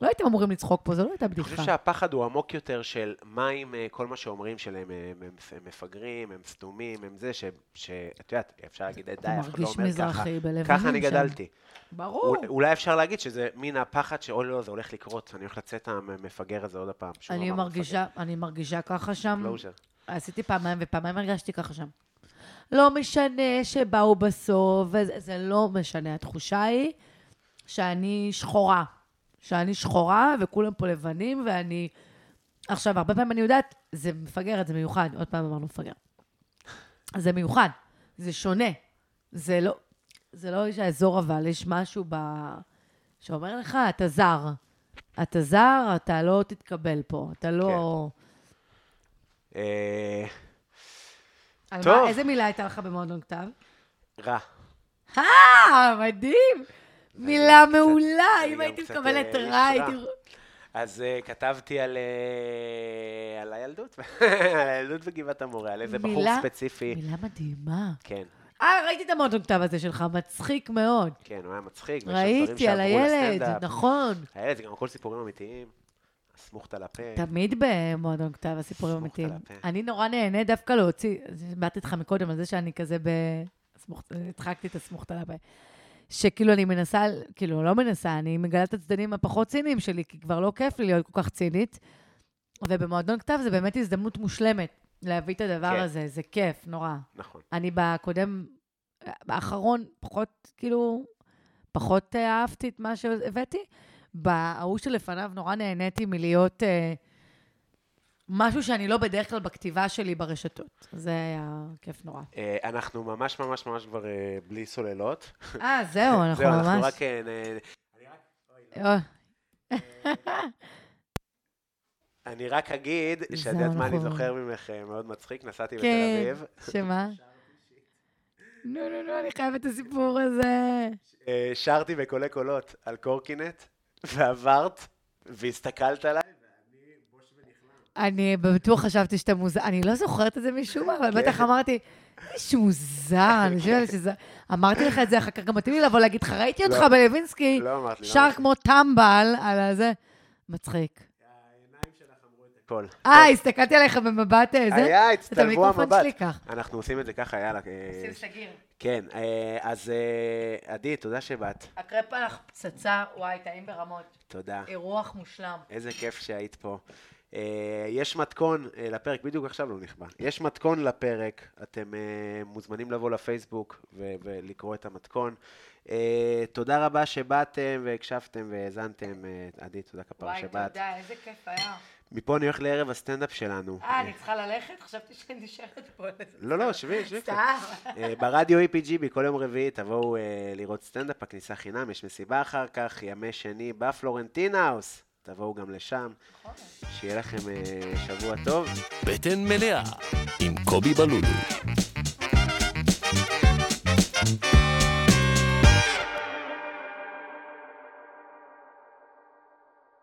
לא הייתם אמורים לצחוק פה, זו לא הייתה אני חושב בדיחה. שהפחד הוא עמוק יותר של מה עם אה, כל מה שאומרים שלהם, אה, הם, הם, הם מפגרים, הם סתומים, הם זה, ש- שאת יודעת, אפשר להגיד, "אה, די, אף אחד לא מרגיש אומר ככה. מזרחי בלבנים ככה אני שם. גדלתי. ברור. אול- אולי אפשר להגיד שזה מן הפחד שאוי לא, זה הולך לקרות, אני הולך לצאת המפגר הזה עוד הפעם. שהוא אני אמר, לא מרגישה, אני מרגישה ככה שם. Closure. עשיתי פעמיים, ופעמיים הרגשתי ככה שם. לא משנה שבאו בסוף, וזה זה לא משנה. התחושה היא שאני שחורה. שאני שחורה, וכולם פה לבנים, ואני... עכשיו, הרבה פעמים אני יודעת, זה מפגר, זה מיוחד. עוד פעם אמרנו מפגר. זה מיוחד, זה שונה. זה לא... זה לא איש האזור, אבל יש משהו ב... שאומר לך, אתה זר. אתה זר, אתה לא תתקבל פה. אתה לא... פגר. אה, על טוב. מה, איזה מילה הייתה לך במועדון כתב? רע. אה, מדהים! מילה קצת- מעולה, זה אם גם הייתי קצת, מקבלת אה, רע, איש רע. הייתי... אז אה, כתבתי על אה, על הילדות, על הילדות בגבעת המורה, על איזה בחור מילה- ספציפי. מילה מדהימה. כן, אה, ראיתי את המועדון כתב הזה שלך, מצחיק מאוד. כן, הוא היה מצחיק. ויש שם דברים ראיתי על שעברו הילד, לסטנדאפ. נכון. הילד זה גם הכל סיפורים אמיתיים, הסמוכת על הפה. תמיד במועדון כתב הסיפורים כן. סמוך אמיתיים. על הפה. אני נורא נהנה דווקא להוציא, זה באתי איתך מקודם על זה שאני כזה ב... סמוך- הדחקתי את הסמוכת על הפה. שכאילו אני מנסה, כאילו לא מנסה, אני מגלה את הצדדים הפחות ציניים שלי, כי כבר לא כיף לי להיות כל כך צינית. ובמועדון כתב זה באמת הזדמנות מושלמת להביא את הדבר כן. הזה, זה כיף, נורא. נכון. אני בקודם, באחרון, פחות, כאילו, פחות אה, אהבתי את מה שהבאתי. בהוא שלפניו נורא נהניתי מלהיות אה, משהו שאני לא בדרך כלל בכתיבה שלי ברשתות. זה היה כיף נורא. אה, אנחנו ממש ממש ממש כבר אה, בלי סוללות. אה, זהו, אנחנו זהו, אנחנו ממש... אה, רק... אה, נ- אוי, אני רק אגיד, שאת זהו, יודעת מה אני אנחנו- זוכר ממך, אה, מאוד מצחיק, נסעתי בתל כן, אביב. שמה? נו, נו, נו, אני חייבת את הסיפור הזה. אה, שרתי בקולי קולות על קורקינט, ועברת, והסתכלת עליי. אני בטוח חשבתי שאתה מוזר, אני לא זוכרת את זה משום מה, כן. אבל בטח אמרתי, מישהו מוזר, אני חושבת שזה... אמרתי לך את זה, אחר כך גם מתאים לי לבוא להגיד לך, ראיתי אותך לא. בלווינסקי, לא אמרת לי, לא שר אמרת לי. כמו טמבל על הזה. מצחיק. הכל. אה, הסתכלתי עליך במבט אה, זה? היה, את הצטלבו המיקרופון המבט. שלי כך. אנחנו עושים את זה ככה, יאללה. אה, כן, אה, אז אה, עדי, תודה שבאת. הקרפ הלך פצצה, וואי, טעים ברמות. תודה. אירוח מושלם. איזה כיף שהיית פה. אה, יש מתכון אה, לפרק, בדיוק עכשיו לא נכבה. יש מתכון לפרק, אתם אה, מוזמנים לבוא לפייסבוק ו- ולקרוא את המתכון. אה, תודה רבה שבאתם והקשבתם והאזנתם. אה, עדי, תודה כפרה שבאת. איזה כיף היה. אה, מפה אני הולך לערב הסטנדאפ שלנו. אה, צריכה ללכת? חשבתי שאני נשארת פה. לא, לא, שבי, שבי. קצת. אה, ברדיו EPGB כל יום רביעי תבואו אה, לראות סטנדאפ, הכניסה חינם, יש מסיבה אחר כך, ימי שני בפלורנטין האוס, תבואו גם לשם. שיהיה לכם אה, שבוע טוב. בטן מלאה עם קובי בלולו.